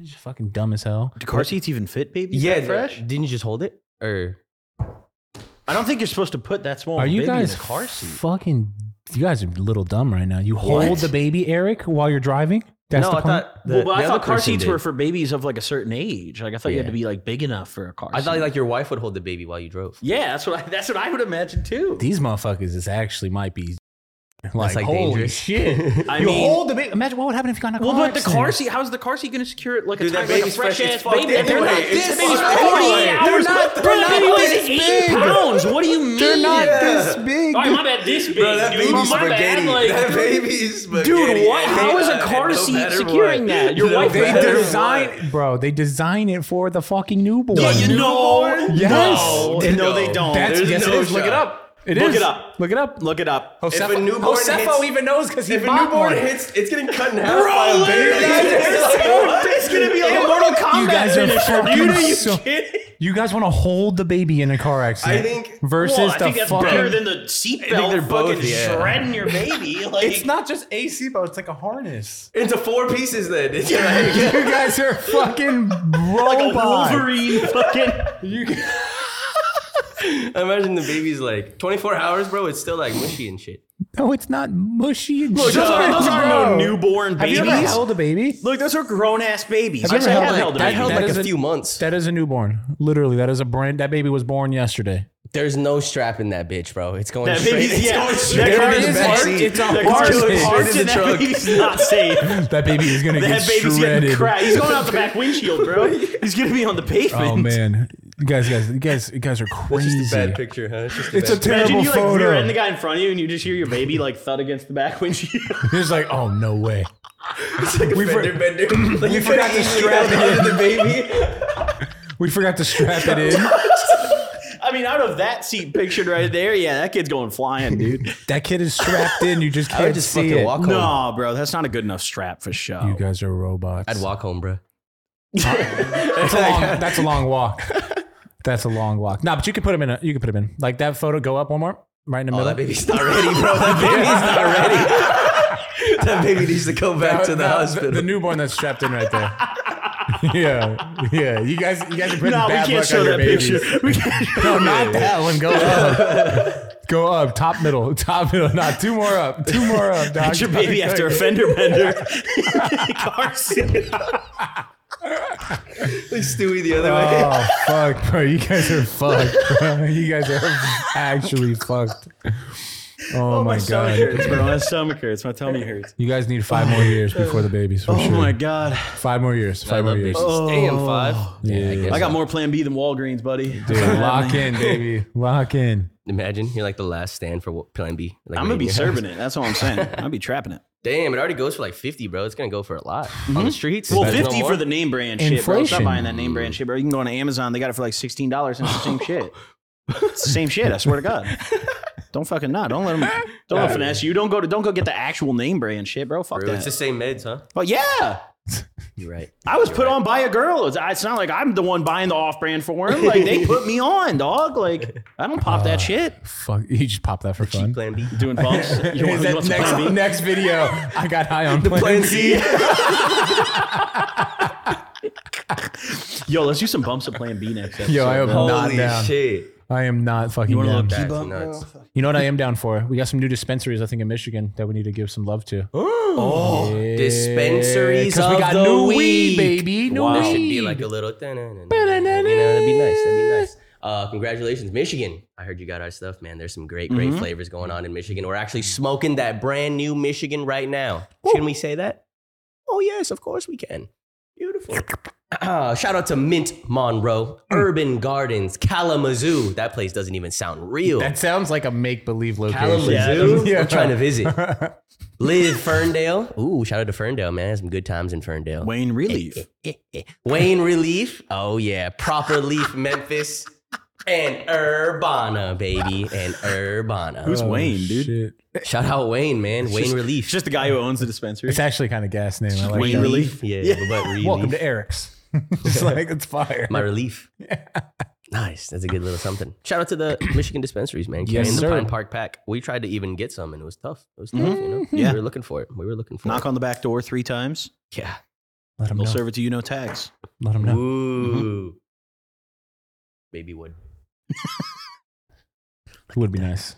[SPEAKER 3] It's fucking dumb as hell.
[SPEAKER 5] Do car seats even fit, baby? Is that fresh.
[SPEAKER 1] Didn't you just hold it? Or
[SPEAKER 5] I don't think you're supposed to put that small
[SPEAKER 3] Are you
[SPEAKER 5] baby
[SPEAKER 3] guys
[SPEAKER 5] in a car seat.
[SPEAKER 3] fucking? You guys are a little dumb right now. You hold
[SPEAKER 5] What?
[SPEAKER 3] the baby, Eric, while you're driving.
[SPEAKER 1] no, I
[SPEAKER 3] the point?
[SPEAKER 1] thought
[SPEAKER 5] well, but I
[SPEAKER 1] the
[SPEAKER 5] thought
[SPEAKER 1] other
[SPEAKER 5] car
[SPEAKER 1] person
[SPEAKER 5] seats
[SPEAKER 1] did.
[SPEAKER 5] were for babies of like a certain age. Like I thought you had
[SPEAKER 1] Yeah.
[SPEAKER 5] to be like big enough for a car.
[SPEAKER 1] I thought
[SPEAKER 5] seat.
[SPEAKER 1] like your wife would hold the baby while you drove.
[SPEAKER 5] yeah, that's what I, that's what I would imagine too.
[SPEAKER 3] These motherfuckers is actually might be like,
[SPEAKER 1] like,
[SPEAKER 3] holy
[SPEAKER 1] dangerous. <laughs>
[SPEAKER 3] <laughs> shit.
[SPEAKER 5] I
[SPEAKER 3] you
[SPEAKER 5] mean-
[SPEAKER 3] hold the baby. Imagine what would happen if you got in a car.
[SPEAKER 5] Well, but the
[SPEAKER 3] accident.
[SPEAKER 5] car seat, how's the car seat going to secure it? Like
[SPEAKER 4] Dude,
[SPEAKER 5] a
[SPEAKER 4] that
[SPEAKER 5] tiny, like a
[SPEAKER 4] baby's
[SPEAKER 5] fresh
[SPEAKER 4] fresh as
[SPEAKER 5] ass
[SPEAKER 4] fuck
[SPEAKER 5] baby.
[SPEAKER 4] anyway.
[SPEAKER 5] They're not
[SPEAKER 4] It's
[SPEAKER 5] this
[SPEAKER 4] fucked
[SPEAKER 5] baby's
[SPEAKER 4] anyway.
[SPEAKER 5] 48
[SPEAKER 4] They're
[SPEAKER 5] hours.
[SPEAKER 4] not-
[SPEAKER 5] Bro,
[SPEAKER 4] they're
[SPEAKER 5] that
[SPEAKER 4] not
[SPEAKER 5] baby weighs
[SPEAKER 4] this
[SPEAKER 5] 80
[SPEAKER 4] big.
[SPEAKER 5] pounds. What do you mean?
[SPEAKER 3] They're not this big.
[SPEAKER 5] All right, my bad. This big,
[SPEAKER 4] Bro, that
[SPEAKER 5] dude.
[SPEAKER 4] baby's
[SPEAKER 5] My
[SPEAKER 4] spaghetti.
[SPEAKER 5] bad. Like,
[SPEAKER 4] that baby's spaghetti.
[SPEAKER 5] dude, what?
[SPEAKER 4] And
[SPEAKER 5] How is a
[SPEAKER 4] uh,
[SPEAKER 5] car
[SPEAKER 4] no
[SPEAKER 5] seat
[SPEAKER 4] matter
[SPEAKER 3] <laughs>
[SPEAKER 5] securing
[SPEAKER 4] what.
[SPEAKER 5] that? Your
[SPEAKER 4] No
[SPEAKER 5] wife
[SPEAKER 3] They
[SPEAKER 4] matter
[SPEAKER 5] better-
[SPEAKER 4] what.
[SPEAKER 3] design, bro. They design it for the fucking newborn.
[SPEAKER 4] Yeah, you
[SPEAKER 5] No,
[SPEAKER 4] No.
[SPEAKER 3] Yes.
[SPEAKER 5] no,
[SPEAKER 1] Dude,
[SPEAKER 5] no, they
[SPEAKER 1] no.
[SPEAKER 5] don't.
[SPEAKER 3] That's-
[SPEAKER 5] There's
[SPEAKER 3] yes, it
[SPEAKER 5] no-
[SPEAKER 3] is.
[SPEAKER 5] Look it up. Look it up.
[SPEAKER 3] Look it up.
[SPEAKER 5] Look it up.
[SPEAKER 4] If a newborn
[SPEAKER 3] Josepho
[SPEAKER 4] hits-
[SPEAKER 3] even knows because he
[SPEAKER 4] If a
[SPEAKER 3] bought
[SPEAKER 4] newborn
[SPEAKER 3] one.
[SPEAKER 4] hits, it's getting cut in half by
[SPEAKER 5] Bro,
[SPEAKER 4] a baby.
[SPEAKER 5] it's gonna be like a Mortal Kombat
[SPEAKER 3] You guys are
[SPEAKER 5] finisher.
[SPEAKER 3] fucking
[SPEAKER 5] Dude, are you
[SPEAKER 3] so-
[SPEAKER 5] kidding?
[SPEAKER 3] You guys want to hold the baby in a car accident?
[SPEAKER 4] I think-
[SPEAKER 3] versus
[SPEAKER 5] Well, I
[SPEAKER 3] the
[SPEAKER 5] think that's
[SPEAKER 3] fucking.
[SPEAKER 5] better than the
[SPEAKER 3] <laughs>
[SPEAKER 5] seatbelt
[SPEAKER 1] they're
[SPEAKER 5] fucking
[SPEAKER 1] both, yeah.
[SPEAKER 5] shredding your baby. Like
[SPEAKER 3] it's not just a seatbelt. It's like a
[SPEAKER 5] <laughs>
[SPEAKER 3] harness.
[SPEAKER 4] Into four pieces then. It's like,
[SPEAKER 3] you guys are fucking
[SPEAKER 5] like a
[SPEAKER 3] robots.
[SPEAKER 5] <laughs> Wolverine fucking.
[SPEAKER 3] <laughs>
[SPEAKER 1] Imagine the baby's like 24 hours, bro. It's still like mushy and shit.
[SPEAKER 3] no, it's not mushy. And
[SPEAKER 5] Look, those are uh, those are no newborn
[SPEAKER 3] Have you ever
[SPEAKER 5] babies.
[SPEAKER 3] held a baby?
[SPEAKER 5] Look, those are grown ass babies.
[SPEAKER 3] Have you
[SPEAKER 5] Yes,
[SPEAKER 3] ever
[SPEAKER 5] I
[SPEAKER 3] held,
[SPEAKER 5] have
[SPEAKER 3] like,
[SPEAKER 5] held
[SPEAKER 3] that
[SPEAKER 5] a
[SPEAKER 1] That,
[SPEAKER 5] baby.
[SPEAKER 3] held, like,
[SPEAKER 1] is
[SPEAKER 3] a-
[SPEAKER 1] a few months.
[SPEAKER 3] That is a newborn. Literally, that is a brand. That baby was born yesterday.
[SPEAKER 1] There's no strap in that bitch, bro. It's going
[SPEAKER 5] That
[SPEAKER 1] straight.
[SPEAKER 5] baby's
[SPEAKER 1] <laughs> it's
[SPEAKER 5] yeah.
[SPEAKER 1] going
[SPEAKER 5] That
[SPEAKER 1] straight.
[SPEAKER 5] car
[SPEAKER 3] There
[SPEAKER 5] is
[SPEAKER 3] is
[SPEAKER 5] parked.
[SPEAKER 3] backseat.
[SPEAKER 5] It's a
[SPEAKER 3] That
[SPEAKER 5] hard
[SPEAKER 3] car is
[SPEAKER 5] <laughs> it's
[SPEAKER 3] parked
[SPEAKER 5] parked
[SPEAKER 1] in
[SPEAKER 5] and
[SPEAKER 1] the
[SPEAKER 3] <laughs>
[SPEAKER 5] that
[SPEAKER 1] trunk.
[SPEAKER 5] baby's not safe.
[SPEAKER 3] That baby is gonna get
[SPEAKER 5] That baby's
[SPEAKER 3] shredded.
[SPEAKER 5] getting cracked. He's going out
[SPEAKER 3] <laughs>
[SPEAKER 5] the back windshield, bro. He's gonna be on the pavement.
[SPEAKER 3] Oh man, you guys, guys, you guys, you guys are
[SPEAKER 1] It's
[SPEAKER 3] crazy.
[SPEAKER 1] just a bad picture, huh? It's just a
[SPEAKER 3] It's a
[SPEAKER 1] bad
[SPEAKER 3] terrible
[SPEAKER 5] Imagine you like
[SPEAKER 3] photo.
[SPEAKER 5] rear end the guy in front of you and you just hear your baby like thud against the back
[SPEAKER 3] <laughs>
[SPEAKER 5] windshield.
[SPEAKER 3] He's like, oh no way.
[SPEAKER 4] like
[SPEAKER 3] We
[SPEAKER 4] we
[SPEAKER 3] for-
[SPEAKER 4] fender bender. Like you could
[SPEAKER 3] forgot
[SPEAKER 4] have
[SPEAKER 3] to
[SPEAKER 5] <laughs>
[SPEAKER 4] easily
[SPEAKER 3] strap
[SPEAKER 4] got under the baby.
[SPEAKER 3] We forgot to strap
[SPEAKER 1] <laughs>
[SPEAKER 3] it in.
[SPEAKER 5] I mean, out of that seat pictured right there, yeah, that kid's going flying, dude.
[SPEAKER 3] that kid is strapped in. You just
[SPEAKER 1] I
[SPEAKER 3] can't
[SPEAKER 1] would just
[SPEAKER 3] see
[SPEAKER 1] fucking
[SPEAKER 3] it.
[SPEAKER 1] walk home.
[SPEAKER 5] no, bro, that's not a good enough strap for show.
[SPEAKER 3] You guys are robots.
[SPEAKER 1] I'd walk home, bro.
[SPEAKER 3] That's a long,
[SPEAKER 1] <laughs>
[SPEAKER 3] that's a long walk. That's a long walk. Nah, but you could put him in. A, you could put him in like that photo. Go up one more, right in the
[SPEAKER 1] Oh,
[SPEAKER 3] middle.
[SPEAKER 1] that baby's not ready, bro. That baby's not ready. <laughs> that baby needs to go back to the
[SPEAKER 3] Now,
[SPEAKER 1] hospital.
[SPEAKER 3] Uh, The newborn that's strapped in right there. <laughs> yeah, yeah. You guys, you guys are putting
[SPEAKER 5] no, we
[SPEAKER 3] bad
[SPEAKER 5] can't
[SPEAKER 3] luck on
[SPEAKER 5] show
[SPEAKER 3] your
[SPEAKER 5] that
[SPEAKER 3] babies.
[SPEAKER 5] picture. <laughs> We can't show
[SPEAKER 3] <laughs> No, not that one. Go up. <laughs> Go up. Top middle. Top middle. Not two more up. Two more up. Dog.
[SPEAKER 5] That's
[SPEAKER 3] <laughs>
[SPEAKER 5] your baby after a fender bender. Car seat.
[SPEAKER 4] Like Stewie the other way.
[SPEAKER 1] <laughs>
[SPEAKER 5] <laughs>
[SPEAKER 3] Oh fuck, bro! You guys are fucked. Bro. You guys are actually fucked. Oh, my god!
[SPEAKER 5] stomach hurts, bro. My stomach hurts. My tummy hurts.
[SPEAKER 3] You guys need five more years before the babies for
[SPEAKER 5] Oh
[SPEAKER 3] sure.
[SPEAKER 5] my god.
[SPEAKER 3] Five more years.
[SPEAKER 1] I
[SPEAKER 3] Five more
[SPEAKER 1] love
[SPEAKER 3] years.
[SPEAKER 1] babies. Damn, five. Yeah, I guess.
[SPEAKER 5] I got more Plan B than Walgreens, buddy.
[SPEAKER 3] Dude,
[SPEAKER 5] <laughs>
[SPEAKER 3] lock in, baby. Lock in.
[SPEAKER 1] Imagine you're like the last stand for what, Plan B. Like,
[SPEAKER 5] I'm gonna
[SPEAKER 1] right
[SPEAKER 5] be
[SPEAKER 1] here.
[SPEAKER 5] serving it. That's all I'm saying. i will be trapping it.
[SPEAKER 1] Damn, it already goes for like 50, bro. It's gonna go for a <laughs> lot on the streets.
[SPEAKER 5] Well,
[SPEAKER 1] There's no
[SPEAKER 5] 50
[SPEAKER 1] more.
[SPEAKER 5] for the name brand shit, bro. Stop
[SPEAKER 3] Inflation.
[SPEAKER 5] buying that name brand shit, bro. You can go on Amazon. They got it for like $16 and it's the
[SPEAKER 3] <laughs>
[SPEAKER 5] same shit. It's the same shit. I swear to God. Don't fucking not. Don't let them.
[SPEAKER 3] <laughs>
[SPEAKER 5] Don't let 'em finesse you. Don't go to. Don't go get the actual name brand shit, bro. Fuck
[SPEAKER 1] Bro, it's the
[SPEAKER 5] that.
[SPEAKER 1] same meds, huh?
[SPEAKER 5] Oh yeah,
[SPEAKER 1] You're right.
[SPEAKER 5] I was put on by a girl. It's, it's not like I'm the one buying the off-brand for him. Like they put me on, dog. Like I don't pop that shit.
[SPEAKER 3] Fuck, you just pop that for fun.
[SPEAKER 1] Plan B.
[SPEAKER 3] <laughs>
[SPEAKER 5] Doing bumps. You
[SPEAKER 3] Uh, Is
[SPEAKER 5] want, you
[SPEAKER 3] that
[SPEAKER 5] want some
[SPEAKER 3] next,
[SPEAKER 5] plan B?
[SPEAKER 3] next video, <laughs> I got high on the
[SPEAKER 1] Plan C.
[SPEAKER 5] Yo, let's do some bumps of Plan B next. Episode,
[SPEAKER 3] Yo, I am
[SPEAKER 5] bro.
[SPEAKER 3] not
[SPEAKER 1] Holy
[SPEAKER 3] down.
[SPEAKER 1] shit.
[SPEAKER 3] I am not fucking
[SPEAKER 5] wanna
[SPEAKER 3] down.
[SPEAKER 5] look
[SPEAKER 1] That's
[SPEAKER 5] bump,
[SPEAKER 1] nuts.
[SPEAKER 3] You know what I am down for? We got some new dispensaries, I think, in Michigan that we need to give some love to.
[SPEAKER 1] Oh,
[SPEAKER 3] Yeah,
[SPEAKER 1] dispensaries
[SPEAKER 3] 'cause
[SPEAKER 1] of
[SPEAKER 3] we got
[SPEAKER 1] the
[SPEAKER 3] new
[SPEAKER 1] week.
[SPEAKER 3] weed, baby. New
[SPEAKER 1] There
[SPEAKER 3] weed.
[SPEAKER 1] should be like a little. You know, that'd be nice. That'd be nice. Uh, congratulations, Michigan! I heard you got our stuff, man. There's some great, great flavors going on in Michigan. We're actually smoking that brand new Michigan right now. Can we say that? Oh yes, of course we can. Beautiful. Ah, shout out to Mint Monroe, Urban Gardens, Kalamazoo. That place doesn't even sound real.
[SPEAKER 3] that sounds like a make believe location.
[SPEAKER 1] Kalamazoo.
[SPEAKER 3] <laughs> Yeah.
[SPEAKER 1] I'm trying to visit. Live Ferndale. Ooh, shout out to Ferndale, man. Some good times in Ferndale.
[SPEAKER 5] Wayne Relief.
[SPEAKER 1] <laughs> Wayne Relief. Oh yeah, proper leaf Memphis and Urbana, baby, and Urbana.
[SPEAKER 5] Who's Wayne,
[SPEAKER 3] Oh,
[SPEAKER 5] dude?
[SPEAKER 3] Shit.
[SPEAKER 1] Shout out Wayne, man. Wayne Relief.
[SPEAKER 5] It's just the guy who owns the dispensary.
[SPEAKER 3] It's actually kind of gas name. I like
[SPEAKER 5] Wayne
[SPEAKER 3] that.
[SPEAKER 5] Relief.
[SPEAKER 1] Yeah,
[SPEAKER 5] <laughs>
[SPEAKER 1] but relief.
[SPEAKER 3] Welcome to Eric's. <laughs> it's like it's fire. <laughs>
[SPEAKER 1] My relief. Nice. That's a good little something. Shout out to
[SPEAKER 5] <clears throat>
[SPEAKER 1] the Michigan dispensaries, man.
[SPEAKER 3] Yes,
[SPEAKER 1] Carrying the
[SPEAKER 3] sir.
[SPEAKER 1] Pine Park pack. We tried to even get some, and it was tough. It was tough. You know,
[SPEAKER 5] Mm-hmm. Yeah.
[SPEAKER 1] we were looking for it. We were looking for
[SPEAKER 5] Knock
[SPEAKER 1] it.
[SPEAKER 5] on the back door three times.
[SPEAKER 1] Yeah.
[SPEAKER 3] Let them
[SPEAKER 5] They'll
[SPEAKER 3] know.
[SPEAKER 5] serve it to you, no tags.
[SPEAKER 3] Let them know.
[SPEAKER 1] Ooh.
[SPEAKER 5] Mm-hmm.
[SPEAKER 1] Maybe would.
[SPEAKER 3] Would be nice.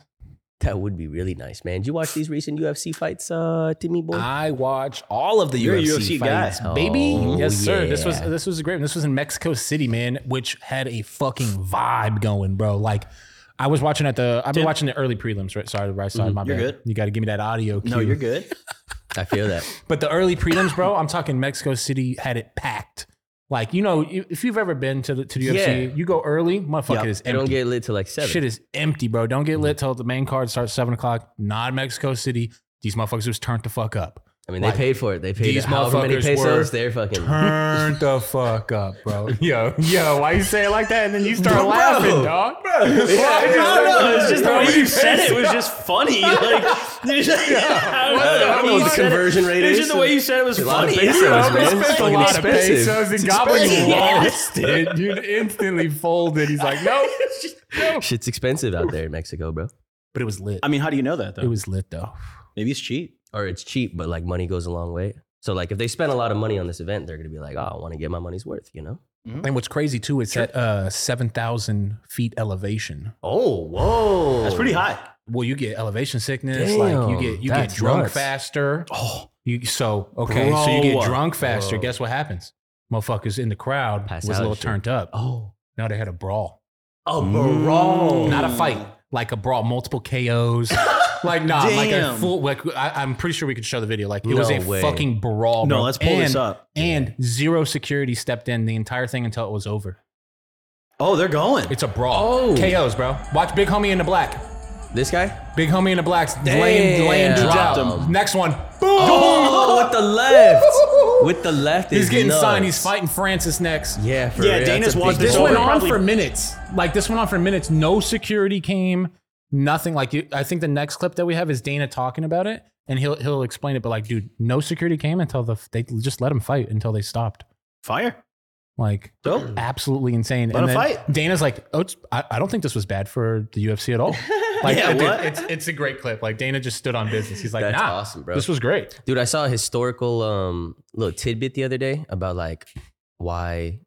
[SPEAKER 1] That would be really nice, man. Did you watch these recent UFC fights, uh, Timmy boy?
[SPEAKER 3] I watch all of the
[SPEAKER 5] You're a
[SPEAKER 3] UFC,
[SPEAKER 5] UFC guy.
[SPEAKER 3] fights, baby.
[SPEAKER 1] Oh,
[SPEAKER 3] yes, sir. This was
[SPEAKER 1] yeah.
[SPEAKER 3] this was great. one. This was in Mexico City, man, which had a fucking vibe going, bro. Like I was watching at the. I've been
[SPEAKER 5] Tim-
[SPEAKER 3] watching the early prelims, right? Sorry, the right side. my
[SPEAKER 5] Mm-hmm. You're
[SPEAKER 3] bad.
[SPEAKER 5] good.
[SPEAKER 3] You got to give me that audio. Cue.
[SPEAKER 5] No,
[SPEAKER 1] <laughs>
[SPEAKER 5] you're good.
[SPEAKER 1] I feel that.
[SPEAKER 3] But the early prelims,
[SPEAKER 5] <coughs>
[SPEAKER 3] bro. I'm talking Mexico City had it packed. Like you know, you- if you've ever been to the to the UFC,
[SPEAKER 1] Yeah.
[SPEAKER 3] you go early, motherfucker
[SPEAKER 5] Yup.
[SPEAKER 3] is
[SPEAKER 1] I
[SPEAKER 3] empty.
[SPEAKER 1] don't get lit till like seven.
[SPEAKER 3] Shit is empty, bro. Don't get
[SPEAKER 5] Mm-hmm.
[SPEAKER 3] lit till the main card starts seven o'clock. Not Mexico City. These motherfuckers was turned the fuck up.
[SPEAKER 1] I mean, they
[SPEAKER 3] like,
[SPEAKER 1] paid for it. They paid
[SPEAKER 3] these
[SPEAKER 1] however many
[SPEAKER 3] motherfuckers
[SPEAKER 1] pesos.
[SPEAKER 3] were
[SPEAKER 1] They're fucking. <laughs>
[SPEAKER 3] Turn the fuck up, bro. <laughs> Yo, yo, why you say it like that? And then you start
[SPEAKER 1] Bro.
[SPEAKER 3] laughing, dog. Bro,
[SPEAKER 5] I don't know. It's just the
[SPEAKER 3] Bro,
[SPEAKER 5] way
[SPEAKER 3] you
[SPEAKER 5] you said
[SPEAKER 3] pissed
[SPEAKER 5] it was just
[SPEAKER 1] <laughs>
[SPEAKER 5] funny. Like, I
[SPEAKER 1] I
[SPEAKER 5] don't
[SPEAKER 1] don't know
[SPEAKER 5] you
[SPEAKER 1] what the
[SPEAKER 5] said it-
[SPEAKER 1] conversion rate
[SPEAKER 5] It's
[SPEAKER 1] is.
[SPEAKER 5] just the way you said it was
[SPEAKER 1] A lot of
[SPEAKER 5] funny.
[SPEAKER 1] pesos,
[SPEAKER 5] Yeah.
[SPEAKER 1] man. It's
[SPEAKER 3] a
[SPEAKER 1] fucking
[SPEAKER 3] lot of
[SPEAKER 1] expensive.
[SPEAKER 3] pesos and
[SPEAKER 1] It's
[SPEAKER 3] Goblin
[SPEAKER 1] expensive.
[SPEAKER 3] lost it. You instantly folded. He's like, nope.
[SPEAKER 1] Shit's expensive out there in Mexico, bro.
[SPEAKER 3] But it was lit.
[SPEAKER 5] I mean, how do you know that
[SPEAKER 3] It
[SPEAKER 5] though?
[SPEAKER 3] was lit though.
[SPEAKER 5] Maybe it's cheap.
[SPEAKER 1] Or it's cheap, but like money goes a long way. So like, if they spend a lot of money on this event, they're gonna be like, "Oh, I want to get my money's worth," you know?
[SPEAKER 3] And what's crazy too, it's at uh, seven thousand feet elevation.
[SPEAKER 1] Oh, whoa,
[SPEAKER 5] That's pretty high.
[SPEAKER 3] Well, you get elevation sickness.
[SPEAKER 1] Damn,
[SPEAKER 3] like you get you get
[SPEAKER 1] that's
[SPEAKER 3] drunk
[SPEAKER 1] nuts.
[SPEAKER 3] faster.
[SPEAKER 5] Oh,
[SPEAKER 3] You so okay. so you
[SPEAKER 5] Bro.
[SPEAKER 3] get drunk faster.
[SPEAKER 1] Whoa.
[SPEAKER 3] Guess what happens? Motherfuckers in the crowd
[SPEAKER 1] Pass
[SPEAKER 3] was
[SPEAKER 1] out
[SPEAKER 3] a
[SPEAKER 1] and
[SPEAKER 3] little
[SPEAKER 1] shit.
[SPEAKER 3] turned up.
[SPEAKER 1] Oh,
[SPEAKER 3] Now they had a brawl,
[SPEAKER 1] a
[SPEAKER 5] Mm.
[SPEAKER 1] brawl.
[SPEAKER 3] not a fight, like a brawl,
[SPEAKER 1] <laughs>
[SPEAKER 3] multiple KOs. like nah, like a
[SPEAKER 5] Damn.
[SPEAKER 3] full. Like I, am pretty sure we could show the video. Like it was
[SPEAKER 1] No
[SPEAKER 3] a
[SPEAKER 1] way.
[SPEAKER 3] fucking brawl.
[SPEAKER 5] no,
[SPEAKER 3] bro.
[SPEAKER 5] let's pull
[SPEAKER 3] and,
[SPEAKER 5] this up.
[SPEAKER 3] And zero security stepped in the entire thing until it was over.
[SPEAKER 5] Oh, they're going.
[SPEAKER 3] It's a brawl.
[SPEAKER 1] Oh.
[SPEAKER 3] KOs, bro. Watch Big Homie in the Black.
[SPEAKER 1] This guy?
[SPEAKER 3] Big homie in the blacks.
[SPEAKER 1] Damn.
[SPEAKER 3] Lane, lane
[SPEAKER 1] He
[SPEAKER 3] dropped
[SPEAKER 1] dropped
[SPEAKER 3] him.
[SPEAKER 1] him.
[SPEAKER 3] Next one. Boom.
[SPEAKER 1] Oh, with the left. With the left,
[SPEAKER 3] he's
[SPEAKER 1] is
[SPEAKER 3] getting
[SPEAKER 1] nuts.
[SPEAKER 3] signed. He's fighting Francis next.
[SPEAKER 1] Yeah, for
[SPEAKER 5] Yeah,
[SPEAKER 1] real.
[SPEAKER 5] Dana's
[SPEAKER 1] That's a
[SPEAKER 5] watched
[SPEAKER 1] big
[SPEAKER 3] This
[SPEAKER 5] It's
[SPEAKER 1] deal.
[SPEAKER 3] went
[SPEAKER 5] over.
[SPEAKER 3] on
[SPEAKER 5] Probably-
[SPEAKER 3] for minutes. Like this went on for minutes. No security came. Nothing. Like you, I think the next clip that we have is Dana talking about it, and he'll he'll explain it. But like, dude, no security came until the they just let him fight until they stopped.
[SPEAKER 5] Fire.
[SPEAKER 3] Like
[SPEAKER 5] Dope.
[SPEAKER 3] absolutely insane.
[SPEAKER 5] Let him fight.
[SPEAKER 3] Dana's like, oh, it's, I, I don't think this was bad for the UFC at all. Like,
[SPEAKER 5] Yeah,
[SPEAKER 3] dude,
[SPEAKER 5] what?
[SPEAKER 3] it's it's a great clip. Like Dana just stood on business. He's like,
[SPEAKER 1] That's
[SPEAKER 3] nah,
[SPEAKER 1] awesome, bro.
[SPEAKER 3] this was great.
[SPEAKER 1] Dude, I saw a historical um little tidbit the other day about like why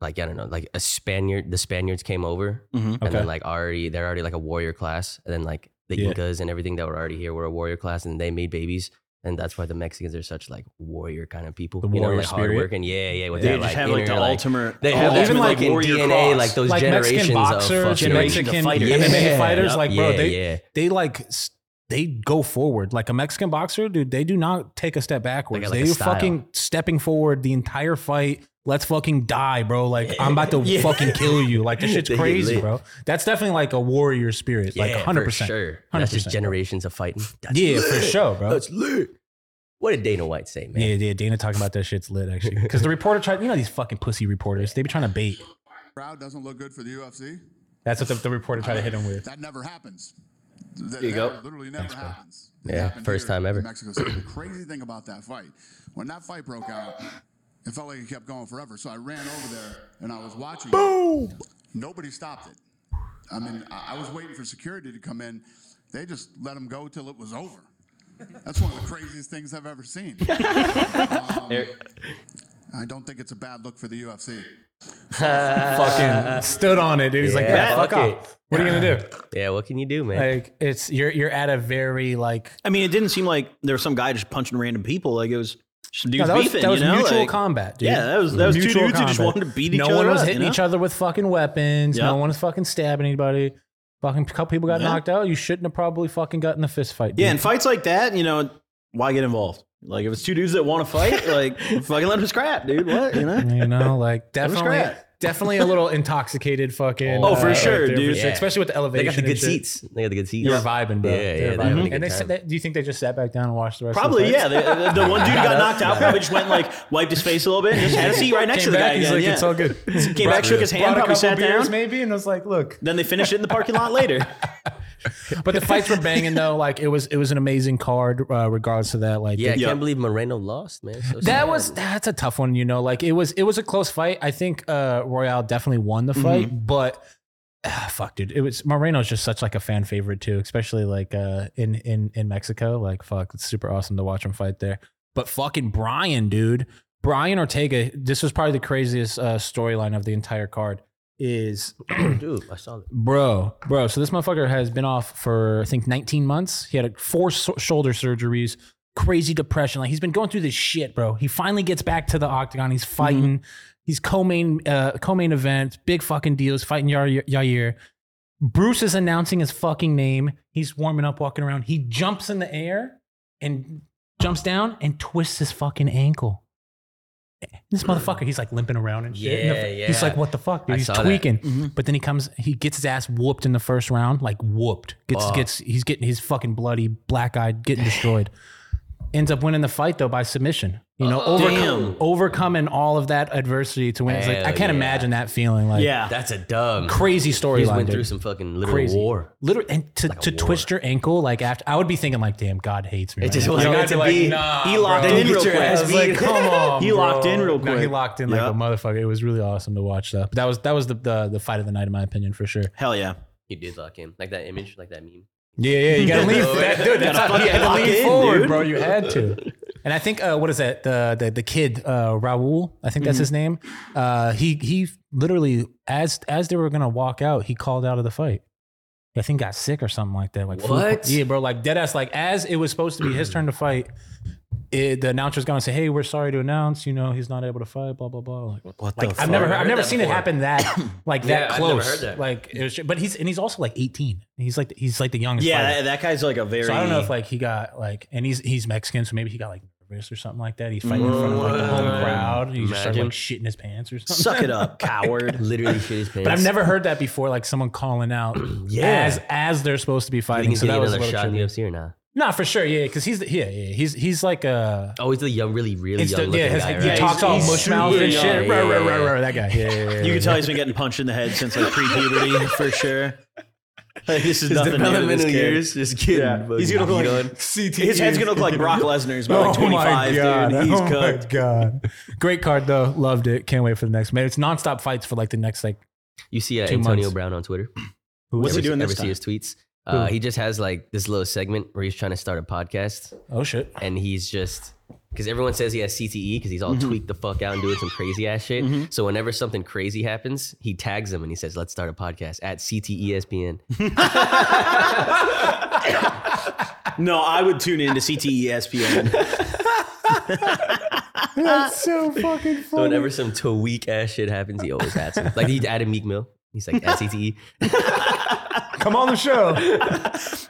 [SPEAKER 1] like I don't know, like a Spaniard the Spaniards came over
[SPEAKER 5] Mhm.
[SPEAKER 1] and
[SPEAKER 3] Okay.
[SPEAKER 1] then like already they're already like a warrior class and then like the
[SPEAKER 3] Yeah.
[SPEAKER 1] Incas and everything that were already here were a warrior class and they made babies and that's why the Mexicans are such like warrior kind of people.
[SPEAKER 3] The
[SPEAKER 1] you know,
[SPEAKER 3] warrior
[SPEAKER 1] like
[SPEAKER 3] spirit.
[SPEAKER 1] hardworking. Yeah, yeah, with
[SPEAKER 5] They
[SPEAKER 1] that
[SPEAKER 5] just
[SPEAKER 1] like,
[SPEAKER 5] have like the
[SPEAKER 1] inner, like
[SPEAKER 5] ultimate.
[SPEAKER 1] they have
[SPEAKER 5] ultimate,
[SPEAKER 1] even like, in
[SPEAKER 5] warrior
[SPEAKER 1] DNA,
[SPEAKER 5] cross.
[SPEAKER 1] like those
[SPEAKER 3] like
[SPEAKER 1] generations
[SPEAKER 3] Mexican
[SPEAKER 1] of
[SPEAKER 3] boxers,
[SPEAKER 1] fucking
[SPEAKER 5] generation
[SPEAKER 1] <laughs>
[SPEAKER 3] Mexican
[SPEAKER 5] of fighters.
[SPEAKER 3] fighters, MMA
[SPEAKER 1] Yeah.
[SPEAKER 3] fighters. Like, bro,
[SPEAKER 1] yeah,
[SPEAKER 3] they
[SPEAKER 1] yeah.
[SPEAKER 3] they like s- they go forward like a Mexican boxer, dude. They do not take a step backwards.
[SPEAKER 1] They got, like,
[SPEAKER 3] They,
[SPEAKER 1] a
[SPEAKER 3] are
[SPEAKER 1] style.
[SPEAKER 3] fucking stepping forward the entire fight. Let's fucking die, bro. Like I'm
[SPEAKER 1] <laughs>
[SPEAKER 3] about to
[SPEAKER 5] Yeah.
[SPEAKER 3] fucking kill you. Like this shit's
[SPEAKER 1] They get
[SPEAKER 3] crazy,
[SPEAKER 1] lit.
[SPEAKER 3] bro. That's definitely like a warrior spirit. like
[SPEAKER 1] Yeah,
[SPEAKER 3] 100.
[SPEAKER 1] For
[SPEAKER 3] percent
[SPEAKER 1] sure. That's just
[SPEAKER 3] 100%.
[SPEAKER 1] generations of fighting. That's
[SPEAKER 3] Yeah, for
[SPEAKER 1] <laughs> lit.
[SPEAKER 3] sure, bro.
[SPEAKER 1] That's lit. What did Dana White say, man?
[SPEAKER 3] Yeah, yeah. Dana talking about that shit's lit actually because the reporter tried. You know these fucking pussy reporters. They be trying to bait.
[SPEAKER 6] crowd doesn't look good for the UFC.
[SPEAKER 3] That's what the, the reporter tried to hit
[SPEAKER 1] <laughs>
[SPEAKER 3] him with.
[SPEAKER 6] That never happens. That
[SPEAKER 5] you go.
[SPEAKER 6] never- Literally never happens. It
[SPEAKER 1] Yeah,
[SPEAKER 6] happened
[SPEAKER 1] first
[SPEAKER 6] here
[SPEAKER 1] time
[SPEAKER 6] in
[SPEAKER 1] ever.
[SPEAKER 6] Mexico City. The crazy thing about that fight, when that fight broke out, it felt like it kept going forever. So I ran over there and I was watching. Boom! Nobody stopped it. I mean, I, I was waiting for security to come in. They just let him go till it was over. That's one of the craziest things I've ever seen.
[SPEAKER 1] <laughs>
[SPEAKER 6] Um, I don't think it's a bad look for the UFC.
[SPEAKER 3] fucking stood on it, dude. He's like,
[SPEAKER 1] Uh, Yeah,
[SPEAKER 3] yeah, fuck,
[SPEAKER 1] fuck it.
[SPEAKER 3] off. What are you gonna do?
[SPEAKER 1] <laughs> Yeah, what can you do, man?
[SPEAKER 3] Like it's you're you're at a very like
[SPEAKER 5] I mean, it didn't seem like there was some guy just punching random people. Like it was some dudes
[SPEAKER 3] No, that was,
[SPEAKER 5] beefing.
[SPEAKER 3] that was
[SPEAKER 5] you know?
[SPEAKER 3] mutual
[SPEAKER 5] like,
[SPEAKER 3] combat, dude.
[SPEAKER 5] Yeah, that was- that was two dudes who just wanted to beat each
[SPEAKER 3] no
[SPEAKER 5] other
[SPEAKER 3] one was
[SPEAKER 5] up,
[SPEAKER 3] hitting
[SPEAKER 5] you know?
[SPEAKER 3] each other with fucking weapons.
[SPEAKER 5] Yeah.
[SPEAKER 3] No one was fucking stabbing anybody. Fucking couple people got
[SPEAKER 5] Yeah.
[SPEAKER 3] knocked out. You shouldn't have probably fucking gotten a fist fight. Dude.
[SPEAKER 5] Yeah, in fights like that, you know, why get involved? Like if it's two dudes that want to fight,
[SPEAKER 3] <laughs>
[SPEAKER 5] like fucking let them scrap, dude. What you know?
[SPEAKER 3] you know,
[SPEAKER 5] <laughs>
[SPEAKER 3] like
[SPEAKER 5] was
[SPEAKER 3] definitely,
[SPEAKER 5] great.
[SPEAKER 3] definitely a
[SPEAKER 5] <laughs>
[SPEAKER 3] little intoxicated. Fucking.
[SPEAKER 1] Oh, for
[SPEAKER 5] sure,
[SPEAKER 3] there,
[SPEAKER 5] dude.
[SPEAKER 3] for
[SPEAKER 1] Yeah.
[SPEAKER 3] Especially with the
[SPEAKER 1] they
[SPEAKER 3] elevation.
[SPEAKER 1] got the
[SPEAKER 3] and
[SPEAKER 1] good
[SPEAKER 3] shit.
[SPEAKER 1] seats. They got the good seats.
[SPEAKER 3] They were vibing, bro.
[SPEAKER 1] Yeah,
[SPEAKER 3] They
[SPEAKER 1] yeah,
[SPEAKER 3] were
[SPEAKER 1] they were
[SPEAKER 3] vibing.
[SPEAKER 1] having a good
[SPEAKER 3] And they,
[SPEAKER 1] time.
[SPEAKER 3] said that- do you think they just sat back down and watched the rest? of
[SPEAKER 5] Probably,
[SPEAKER 3] the fight?
[SPEAKER 5] yeah. The, the- the one dude who got
[SPEAKER 3] Got
[SPEAKER 5] knocked out probably just went like wiped his face a little bit, and just had a seat right
[SPEAKER 3] <laughs>
[SPEAKER 5] next
[SPEAKER 3] Came
[SPEAKER 5] to the
[SPEAKER 3] back,
[SPEAKER 5] guy
[SPEAKER 3] he's
[SPEAKER 5] again.
[SPEAKER 3] like,
[SPEAKER 5] yeah.
[SPEAKER 3] it's all good.
[SPEAKER 5] <laughs> Came back, shook his hand,
[SPEAKER 3] Brought a couple
[SPEAKER 5] probably sat
[SPEAKER 3] beers
[SPEAKER 5] down.
[SPEAKER 3] maybe, and was like, look.
[SPEAKER 5] Then they finished it in the parking lot later.
[SPEAKER 3] But the fights were banging though. Like it was, it was an amazing card, uh, regardless of that. Like
[SPEAKER 1] Yeah, I
[SPEAKER 5] Yeah.
[SPEAKER 1] can't believe Moreno lost, man. So sad.
[SPEAKER 3] that was that's a tough one. You know, like it was, it was a close fight. I think uh, Royale definitely won the fight, but ah, fuck, dude, it was Moreno's just such like a fan favorite too, especially like uh, in in in Mexico. Like fuck, it's super awesome to watch him fight there. But fucking Brian, dude, Brian Ortega, this was probably the craziest uh, storyline of the entire card. Is
[SPEAKER 1] Dude, I saw it.
[SPEAKER 3] bro, bro. So this motherfucker has been off for I think 19 months. He had like, four so- shoulder surgeries, crazy depression. Like he's been going through this shit, bro. He finally gets back to the octagon.
[SPEAKER 1] Mm-hmm.
[SPEAKER 3] He's fighting. He's co-main uh, co-main event, big fucking deals, fighting Yair. Yair. Bruce is announcing his fucking name. He's warming up, walking around. He jumps in the air and jumps down and twists his fucking ankle. This motherfucker, he's like limping around and shit. And the-
[SPEAKER 1] Yeah,
[SPEAKER 3] He's
[SPEAKER 1] yeah.
[SPEAKER 3] like, what the fuck? dude?
[SPEAKER 1] I
[SPEAKER 3] he's
[SPEAKER 1] saw that.
[SPEAKER 3] tweaking. But then he comes, he gets his ass whooped in the first round, like whooped. Gets
[SPEAKER 1] Fuck.
[SPEAKER 3] gets he's getting his fucking bloody, black eyed, getting destroyed. Ends up winning the fight though by submission. You know, overcome,
[SPEAKER 1] Damn.
[SPEAKER 3] overcoming all of that adversity to win. It's like I
[SPEAKER 1] Hell
[SPEAKER 3] can't
[SPEAKER 1] yeah.
[SPEAKER 3] imagine that feeling. Like
[SPEAKER 5] yeah.
[SPEAKER 1] That's a dub.
[SPEAKER 3] crazy
[SPEAKER 1] He just
[SPEAKER 3] storyline.
[SPEAKER 1] went
[SPEAKER 3] dude.
[SPEAKER 1] through some fucking literal
[SPEAKER 3] Crazy.
[SPEAKER 1] war.
[SPEAKER 3] Literally, and to,
[SPEAKER 1] a
[SPEAKER 3] to
[SPEAKER 1] war.
[SPEAKER 3] twist your ankle like after, I would be thinking like, damn, God hates me.
[SPEAKER 1] It
[SPEAKER 3] right
[SPEAKER 1] just
[SPEAKER 3] now.
[SPEAKER 1] wasn't
[SPEAKER 3] Like,
[SPEAKER 1] meant
[SPEAKER 3] I'd
[SPEAKER 1] to
[SPEAKER 3] be like,
[SPEAKER 1] be.
[SPEAKER 3] Nah,
[SPEAKER 5] <laughs> He locked
[SPEAKER 3] bro.
[SPEAKER 5] in real
[SPEAKER 1] your
[SPEAKER 5] quick.
[SPEAKER 1] ass
[SPEAKER 3] I was like, come on.
[SPEAKER 5] He locked in real
[SPEAKER 3] No, he
[SPEAKER 5] quick.
[SPEAKER 3] locked in like
[SPEAKER 5] Yeah.
[SPEAKER 3] a motherfucker. It was really awesome to watch that. But that was that was the, the the fight of the night, in my opinion, for sure.
[SPEAKER 5] Hell yeah.
[SPEAKER 1] He did lock him. Like that image, like that meme.
[SPEAKER 3] Yeah, yeah, you gotta lean that dude. That's
[SPEAKER 5] Gotta
[SPEAKER 3] how you had to
[SPEAKER 5] fucking lock
[SPEAKER 3] lean
[SPEAKER 5] in,
[SPEAKER 3] forward,
[SPEAKER 5] dude.
[SPEAKER 3] bro. You had to. And I think uh, what is that? The the the kid uh, Raul, I think that's his name. Uh, he he literally as as they were gonna walk out, he called out of the fight. I think got sick or something like that. Like flu-
[SPEAKER 1] What?
[SPEAKER 3] Yeah, bro. Like dead ass. Like as it was supposed to be his turn to fight, it, the announcer's gonna say, "Hey, we're sorry to announce. You know, he's not able to fight. Blah blah blah." Like,
[SPEAKER 5] What
[SPEAKER 3] like, I've never, heard, I've
[SPEAKER 1] Heard
[SPEAKER 3] never
[SPEAKER 1] that
[SPEAKER 3] seen it
[SPEAKER 1] before.
[SPEAKER 3] happen that like
[SPEAKER 1] Yeah,
[SPEAKER 3] that
[SPEAKER 1] I've
[SPEAKER 3] close.
[SPEAKER 1] never heard that.
[SPEAKER 3] Like it was, but he's and he's also like 18. He's like he's like the youngest.
[SPEAKER 5] Yeah,
[SPEAKER 3] fighter.
[SPEAKER 5] that, that guy's like a very.
[SPEAKER 3] So I don't know if like <laughs> he got like, and he's he's Mexican, so maybe he got like nervous or something like that. He's fighting in front of like the home
[SPEAKER 1] Whoa.
[SPEAKER 3] crowd. He just started
[SPEAKER 1] Imagine.
[SPEAKER 3] like shitting his pants or something.
[SPEAKER 5] suck it up,
[SPEAKER 1] <laughs>
[SPEAKER 5] coward.
[SPEAKER 1] Literally shit his pants.
[SPEAKER 3] <laughs> But I've never heard that before. Like someone calling out
[SPEAKER 1] Yeah.
[SPEAKER 3] as as they're supposed to be
[SPEAKER 1] I
[SPEAKER 3] fighting.
[SPEAKER 1] think he's
[SPEAKER 3] So that
[SPEAKER 1] getting
[SPEAKER 3] was a
[SPEAKER 1] another
[SPEAKER 3] little
[SPEAKER 1] shot in the UFC
[SPEAKER 3] trippy.
[SPEAKER 1] or not?
[SPEAKER 3] Nah, for sure. Yeah, because he's the, yeah yeah he's he's like uh.
[SPEAKER 1] Oh, he's the young, really, really
[SPEAKER 3] It's
[SPEAKER 1] young
[SPEAKER 3] the,
[SPEAKER 1] looking
[SPEAKER 3] yeah, his,
[SPEAKER 1] guy,
[SPEAKER 3] he
[SPEAKER 1] right?
[SPEAKER 3] talks all
[SPEAKER 5] He's
[SPEAKER 3] mush mouth
[SPEAKER 5] super
[SPEAKER 3] and
[SPEAKER 5] young.
[SPEAKER 3] shit.
[SPEAKER 1] Yeah,
[SPEAKER 3] Ruh,
[SPEAKER 1] yeah,
[SPEAKER 3] ruh,
[SPEAKER 1] yeah.
[SPEAKER 3] ruh, ruh, that guy. Yeah, yeah, yeah,
[SPEAKER 5] You
[SPEAKER 3] yeah.
[SPEAKER 5] can tell <laughs> he's been getting punched in the head since like pre-puberty for sure. <laughs> Like, this
[SPEAKER 4] His
[SPEAKER 5] is nothing new to this
[SPEAKER 4] developmental
[SPEAKER 5] kid.
[SPEAKER 4] years just kidding.
[SPEAKER 5] Yeah. He's gonna look like
[SPEAKER 4] CT.
[SPEAKER 5] His head's gonna look <laughs> like Brock Lesnar's by like 25, dude. He's
[SPEAKER 3] oh
[SPEAKER 5] cooked.
[SPEAKER 3] my god! Great card though. Loved it. Can't wait for the next. Man, it's nonstop fights for like the next like.
[SPEAKER 1] You see uh,
[SPEAKER 3] Two
[SPEAKER 1] Antonio
[SPEAKER 3] months.
[SPEAKER 1] Brown on Twitter?
[SPEAKER 5] What's he
[SPEAKER 1] ever,
[SPEAKER 5] doing
[SPEAKER 1] ever
[SPEAKER 5] this
[SPEAKER 1] see
[SPEAKER 5] time?
[SPEAKER 1] his tweets? Uh, he just has like this little segment where he's trying to start a podcast,
[SPEAKER 3] Oh shit!
[SPEAKER 1] and he's just because everyone says he has CTE because he's all
[SPEAKER 3] Mm-hmm.
[SPEAKER 1] tweaked the fuck out and doing some crazy ass shit. So whenever something crazy happens, he tags him and he says, "Let's start a podcast at E
[SPEAKER 3] <laughs>
[SPEAKER 1] CTESPN."
[SPEAKER 5] No, I would tune in to E CTESPN.
[SPEAKER 3] That's so
[SPEAKER 1] <laughs>
[SPEAKER 3] fucking
[SPEAKER 1] so whenever some tweak ass shit happens, he always adds him.
[SPEAKER 3] <laughs>
[SPEAKER 1] Like he added Meek Mill. He's like at E." CTE.
[SPEAKER 3] Come on the show.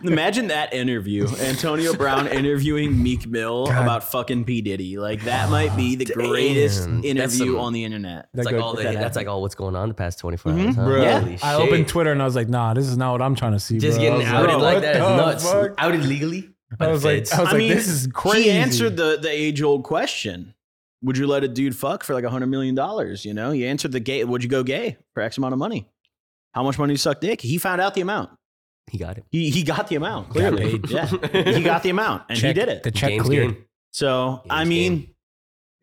[SPEAKER 5] Imagine
[SPEAKER 1] <laughs>
[SPEAKER 5] that interview. Antonio Brown interviewing Meek Mill about fucking P. Diddy. Like that might be the greatest
[SPEAKER 1] Damn. That's
[SPEAKER 5] interview
[SPEAKER 1] some-
[SPEAKER 5] on the internet.
[SPEAKER 1] It's like
[SPEAKER 3] go-
[SPEAKER 1] all
[SPEAKER 3] <laughs> that Mm-hmm,
[SPEAKER 1] the, that's like all what's going on the past twenty four hours. Huh?
[SPEAKER 5] Yeah.
[SPEAKER 1] Holy
[SPEAKER 3] I
[SPEAKER 1] shit.
[SPEAKER 3] opened Twitter and I was like, nah, this is not what I'm trying to see.
[SPEAKER 1] Just
[SPEAKER 3] bro. I
[SPEAKER 1] getting
[SPEAKER 3] was
[SPEAKER 1] outed
[SPEAKER 3] bro,
[SPEAKER 1] like
[SPEAKER 3] what
[SPEAKER 1] that is
[SPEAKER 3] the
[SPEAKER 1] nuts.
[SPEAKER 3] fuck?
[SPEAKER 1] Outed legally. by
[SPEAKER 3] I
[SPEAKER 1] the
[SPEAKER 3] was like,
[SPEAKER 1] feds.
[SPEAKER 3] I was like, this is crazy.
[SPEAKER 5] He answered the, the age old question. Would you let a dude fuck for like a hundred million dollars? You know, he answered the gay. Would you go gay for X amount of money? How much money you suck dick? He found out the amount.
[SPEAKER 1] he got it.
[SPEAKER 5] He he got the
[SPEAKER 3] <laughs>
[SPEAKER 5] amount. Clearly,
[SPEAKER 1] paid.
[SPEAKER 5] yeah, he got the amount and
[SPEAKER 3] Check-
[SPEAKER 5] he did it.
[SPEAKER 3] The check
[SPEAKER 1] Game's
[SPEAKER 3] cleared.
[SPEAKER 1] game.
[SPEAKER 5] So
[SPEAKER 1] Yeah,
[SPEAKER 5] I
[SPEAKER 1] it's
[SPEAKER 5] mean,
[SPEAKER 1] game.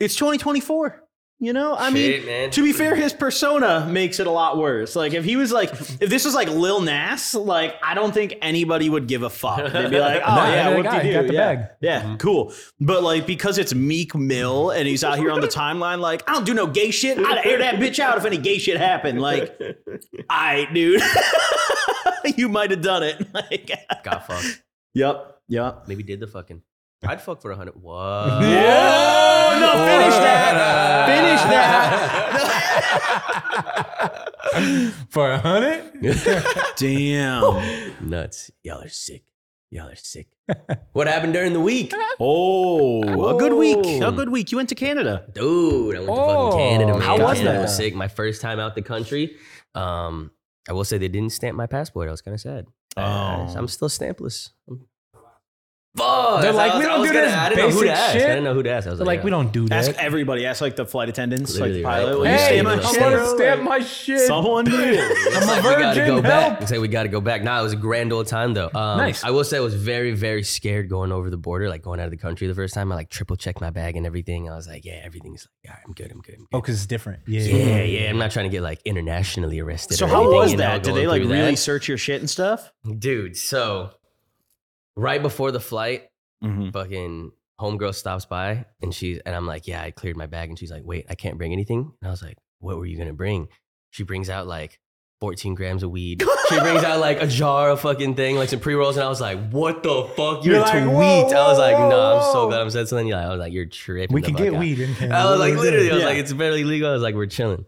[SPEAKER 5] it's 2024. You know, I mean,
[SPEAKER 1] Shit, man.
[SPEAKER 5] to
[SPEAKER 1] <laughs>
[SPEAKER 5] be fair, his persona makes it a lot worse. Like if he
[SPEAKER 3] <laughs>
[SPEAKER 5] was like, if this was like Lil Nas, like I don't think anybody would give
[SPEAKER 3] <laughs>
[SPEAKER 5] a fuck. They'd be like, oh
[SPEAKER 3] Nah, Mm-hmm.
[SPEAKER 5] yeah,
[SPEAKER 3] that
[SPEAKER 5] what
[SPEAKER 3] guy,
[SPEAKER 5] do
[SPEAKER 3] he
[SPEAKER 5] you
[SPEAKER 3] got the
[SPEAKER 5] yeah,
[SPEAKER 3] bag.
[SPEAKER 5] yeah, cool. But like because it's Meek Mill and he's out here on the timeline, like I don't do no gay shit. I'd air that bitch out if any gay shit happened. <laughs> Like, I dude, <laughs> you might have done it. Like,
[SPEAKER 1] got fucked.
[SPEAKER 5] yep, yep.
[SPEAKER 1] Maybe did the fucking. I'd fuck for a hundred. What?
[SPEAKER 5] Oh, no, finish that. Finish that.
[SPEAKER 3] <laughs> For a hundred?
[SPEAKER 5] Damn.
[SPEAKER 1] Nuts. Y'all are sick. Y'all are sick. what happened during the week,
[SPEAKER 5] Oh, a good week. A good week. You went to Canada.
[SPEAKER 1] dude? I went to
[SPEAKER 3] Oh,
[SPEAKER 1] fucking Canada. Man.
[SPEAKER 5] how was
[SPEAKER 1] Canada
[SPEAKER 5] that?
[SPEAKER 1] Was sick. My first time out the country. Um, I will say they didn't stamp my passport. I was kind of sad. Uh,
[SPEAKER 5] Oh.
[SPEAKER 1] I'm still stampless. Fuck.
[SPEAKER 3] They're
[SPEAKER 1] I
[SPEAKER 3] like,
[SPEAKER 1] was-
[SPEAKER 3] we
[SPEAKER 1] I
[SPEAKER 3] don't
[SPEAKER 1] was
[SPEAKER 3] do
[SPEAKER 1] gonna-
[SPEAKER 3] this
[SPEAKER 1] I didn't know who to
[SPEAKER 3] basic
[SPEAKER 1] ask.
[SPEAKER 3] shit.
[SPEAKER 1] I didn't know who to ask. I was
[SPEAKER 3] They're like, we
[SPEAKER 1] yeah.
[SPEAKER 3] don't do
[SPEAKER 5] Ask
[SPEAKER 3] that.
[SPEAKER 5] everilody. Ask like the flight attendants,
[SPEAKER 1] Literally,
[SPEAKER 5] like the pilot.
[SPEAKER 1] right.
[SPEAKER 5] "Will you
[SPEAKER 3] Hey, I
[SPEAKER 5] stay in
[SPEAKER 1] I'm
[SPEAKER 5] my
[SPEAKER 1] gonna
[SPEAKER 3] <laughs>
[SPEAKER 5] shit,
[SPEAKER 1] stamp
[SPEAKER 3] want to stamp
[SPEAKER 5] bro?" Like,
[SPEAKER 3] my shit.
[SPEAKER 5] Someone did <laughs>
[SPEAKER 3] I'm
[SPEAKER 5] it.
[SPEAKER 3] a
[SPEAKER 1] Looks like we
[SPEAKER 3] virgin.
[SPEAKER 1] gotta go
[SPEAKER 3] Help.
[SPEAKER 1] back. Looks like we gotta go back. Nah, it was a grand old time though. Um,
[SPEAKER 3] Nice.
[SPEAKER 1] I will say I was very, very scared going over the border, like going out of the country the first time. I like triple checked my bag and everything. I was like, yeah, everything's like, all right, I'm good, I'm good, I'm
[SPEAKER 3] Oh,
[SPEAKER 1] good.
[SPEAKER 3] because it's different.
[SPEAKER 1] Yeah, yeah. I'm not trying to get like internationally arrested.
[SPEAKER 5] So
[SPEAKER 1] or
[SPEAKER 5] how
[SPEAKER 1] anything,
[SPEAKER 5] was
[SPEAKER 1] you know,
[SPEAKER 5] that? Did
[SPEAKER 1] going
[SPEAKER 5] they like
[SPEAKER 1] through
[SPEAKER 5] really
[SPEAKER 1] that.
[SPEAKER 5] search your shit and stuff?
[SPEAKER 1] Dude, so right before the flight,
[SPEAKER 5] Mm-hmm.
[SPEAKER 1] fucking homegirl stops by and she's and I'm like, yeah, I cleared my bag. And she's like, wait, I can't bring anything. And I was like, what were you gonna bring? She brings out like 14 grams of weed. she brings out like a jar of fucking thing, like some pre rolls. And I was like, what the fuck? You're,
[SPEAKER 5] You're like,
[SPEAKER 1] tweet.
[SPEAKER 5] whoa,
[SPEAKER 1] I was like,
[SPEAKER 5] whoa,
[SPEAKER 1] no, I'm so
[SPEAKER 5] whoa.
[SPEAKER 1] glad I'm said something. Yeah, I was like, you're tripping.
[SPEAKER 3] We
[SPEAKER 1] the
[SPEAKER 3] can
[SPEAKER 1] fuck
[SPEAKER 3] get
[SPEAKER 1] out.
[SPEAKER 3] weed in Canada.
[SPEAKER 1] I was like,
[SPEAKER 3] We're
[SPEAKER 1] literally, I was
[SPEAKER 5] Yeah.
[SPEAKER 1] like, it's barely legal. I was like, we're chilling.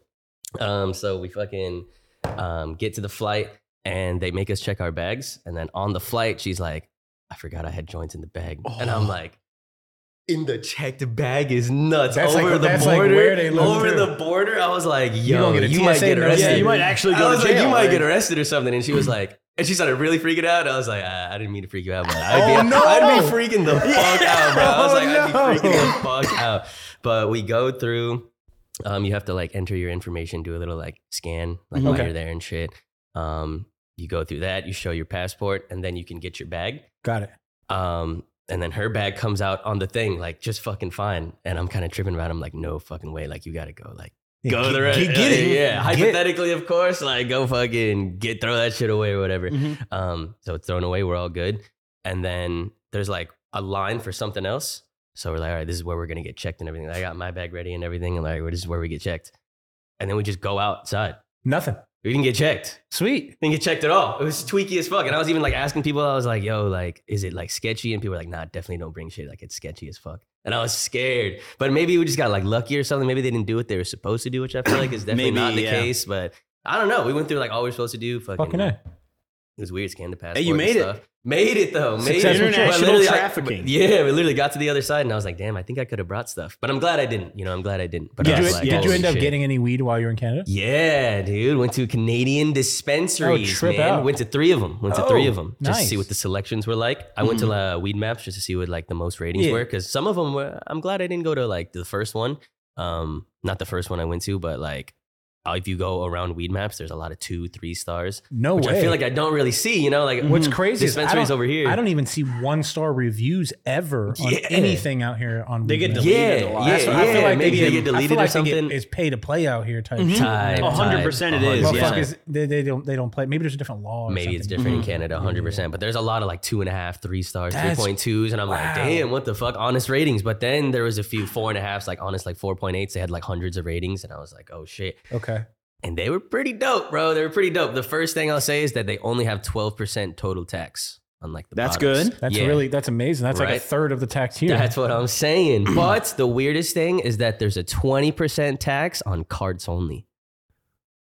[SPEAKER 1] Um, so we fucking um, get to the flight and they make us check our bags. And then on the flight, she's like, I forgot I had joints in the bag. And I'm like, Oh. in the checked bag is nuts.
[SPEAKER 3] That's like-
[SPEAKER 1] over the
[SPEAKER 3] that's like
[SPEAKER 1] border.
[SPEAKER 3] where they live
[SPEAKER 1] over
[SPEAKER 3] too.
[SPEAKER 1] the border, I was like, yo, you,
[SPEAKER 3] gonna get a
[SPEAKER 1] might
[SPEAKER 3] TSA
[SPEAKER 1] get
[SPEAKER 3] notice.
[SPEAKER 1] arrested.
[SPEAKER 5] Yeah, you might actually
[SPEAKER 1] I
[SPEAKER 5] go
[SPEAKER 1] was
[SPEAKER 5] to
[SPEAKER 1] like,
[SPEAKER 5] jail.
[SPEAKER 1] you might get
[SPEAKER 5] like-
[SPEAKER 1] arrested or something. And she was like, and she started really freaking out. I was like, I, I didn't mean to freak you out, but I'd,
[SPEAKER 3] Oh,
[SPEAKER 1] be,
[SPEAKER 3] no!
[SPEAKER 1] I'd be freaking
[SPEAKER 3] <laughs>
[SPEAKER 1] the fuck out, bro. I was
[SPEAKER 3] Oh,
[SPEAKER 1] like, I'd be
[SPEAKER 3] no.
[SPEAKER 1] freaking the fuck out. But we go through. Um, you have to like enter your information, do a little like scan, like while
[SPEAKER 3] Mm-hmm. Okay.
[SPEAKER 1] you're there and shit. Um, you go through that, you show your passport, and then you can get your bag.
[SPEAKER 3] Got it.
[SPEAKER 1] Um, and then her bag comes out on the thing, like just fucking fine. And I'm kind of tripping around. I'm like, no fucking way. Like you gotta go. Like
[SPEAKER 3] Yeah,
[SPEAKER 1] go
[SPEAKER 3] get-
[SPEAKER 1] to the rest.
[SPEAKER 3] Get, get it.
[SPEAKER 1] Yeah,
[SPEAKER 3] Get-
[SPEAKER 1] hypothetically, of course, like go fucking get throw that shit away or whatever.
[SPEAKER 3] Mm-hmm.
[SPEAKER 1] Um, so it's thrown away. We're all good. And then there's like a line for something else. So we're like, all right, this is where we're gonna get checked and everything. I got my bag ready and everything, and like, this is where we get checked. And then we just go outside.
[SPEAKER 3] Nothing.
[SPEAKER 1] We didn't get checked.
[SPEAKER 3] Sweet.
[SPEAKER 1] Didn't get checked at all. It was tweaky as fuck. And I was even like asking people, I was like, yo, like, is it like sketchy? And people were like, nah, definitely don't bring shit. Like, it's sketchy as fuck. And I was scared. But maybe we just got like lucky or something. Maybe they didn't do what they were supposed to do, which I feel
[SPEAKER 5] <coughs>
[SPEAKER 1] like is definitely
[SPEAKER 5] Maybe,
[SPEAKER 1] not the
[SPEAKER 5] yeah.
[SPEAKER 1] case. But I don't know. We went through like all we are supposed to do. Fucking,
[SPEAKER 3] Fucking
[SPEAKER 1] it
[SPEAKER 3] A.
[SPEAKER 1] was weird. Scanned the passport.
[SPEAKER 5] Hey, you
[SPEAKER 1] and
[SPEAKER 5] made it.
[SPEAKER 1] stuff. Made it though. Made it.
[SPEAKER 5] Successful
[SPEAKER 1] But
[SPEAKER 5] trip.
[SPEAKER 1] literally, I-
[SPEAKER 5] Trafficking.
[SPEAKER 1] but yeah, we literally got to the other side and I was like, damn, I think I could have brought stuff. But I'm glad I didn't. You know, I'm glad I didn't. But I
[SPEAKER 3] Did
[SPEAKER 1] was
[SPEAKER 3] you,
[SPEAKER 1] like,
[SPEAKER 3] did you
[SPEAKER 1] holy
[SPEAKER 3] end up
[SPEAKER 1] shit.
[SPEAKER 3] getting any weed while you were in Canada?
[SPEAKER 1] Yeah, dude. Went to Canadian dispensaries,
[SPEAKER 3] Oh, trip
[SPEAKER 1] man.
[SPEAKER 3] out.
[SPEAKER 1] Went to three of them. Went to
[SPEAKER 3] Oh,
[SPEAKER 1] three of them just to
[SPEAKER 3] nice.
[SPEAKER 1] see what the selections were like. I went to uh, Weed Maps just to see what like the most ratings
[SPEAKER 3] Yeah.
[SPEAKER 1] were because some of them were. I'm glad I didn't go to like the first one. Um, not the first one I went to, but like uh, if you go around Weed Maps, there's a lot of two, three stars,
[SPEAKER 3] No
[SPEAKER 1] which
[SPEAKER 3] way.
[SPEAKER 1] I feel like I don't really see. You know, like
[SPEAKER 3] What's crazy is I
[SPEAKER 1] dispensaries
[SPEAKER 3] don't-
[SPEAKER 1] over here.
[SPEAKER 3] I don't even see one star reviews ever on
[SPEAKER 1] Yeah.
[SPEAKER 3] anything out here on
[SPEAKER 5] They
[SPEAKER 3] Weed
[SPEAKER 5] get
[SPEAKER 3] Maps.
[SPEAKER 5] deleted
[SPEAKER 1] yeah,
[SPEAKER 5] a lot.
[SPEAKER 1] yeah,
[SPEAKER 5] That's what
[SPEAKER 1] yeah.
[SPEAKER 5] I feel like
[SPEAKER 1] maybe
[SPEAKER 5] they
[SPEAKER 1] they
[SPEAKER 5] get-
[SPEAKER 1] get deleted
[SPEAKER 3] I
[SPEAKER 1] or
[SPEAKER 3] feel like they get-
[SPEAKER 1] something. Mm-hmm.
[SPEAKER 3] It's pay to play out here type.
[SPEAKER 5] Mhm.
[SPEAKER 3] shit.
[SPEAKER 1] Time,
[SPEAKER 5] A hundred
[SPEAKER 1] time,
[SPEAKER 5] percent
[SPEAKER 1] a
[SPEAKER 5] it is,
[SPEAKER 1] hundred
[SPEAKER 5] yeah.
[SPEAKER 1] percent.
[SPEAKER 3] Motherfuckers, they, they don't they don't play. Maybe there's a different law. or
[SPEAKER 1] Maybe it's
[SPEAKER 3] something.
[SPEAKER 1] different
[SPEAKER 5] Mm-hmm.
[SPEAKER 1] in Canada, 100%. But there's a lot of like two and a half, three stars,
[SPEAKER 3] That's-
[SPEAKER 1] 3.2s. And I'm like,
[SPEAKER 3] wow.
[SPEAKER 1] damn, what the fuck? Honest ratings. But then there was a few four and a halfs, like honest, like 4.8s. They had like hundreds of ratings. And I was like, oh shit.
[SPEAKER 3] Okay.
[SPEAKER 1] And they were pretty dope, bro. They were pretty dope. The first thing I'll say is that they only have 12% total tax. Unlike the
[SPEAKER 5] That's
[SPEAKER 1] bottoms.
[SPEAKER 5] good.
[SPEAKER 3] That's
[SPEAKER 1] Yeah.
[SPEAKER 3] really that's amazing. That's like
[SPEAKER 1] Right?
[SPEAKER 3] a third of the tax
[SPEAKER 1] <laughs>
[SPEAKER 3] here.
[SPEAKER 1] That's what I'm <clears throat> saying. But the weirdest thing is that there's a 20% tax on cards only.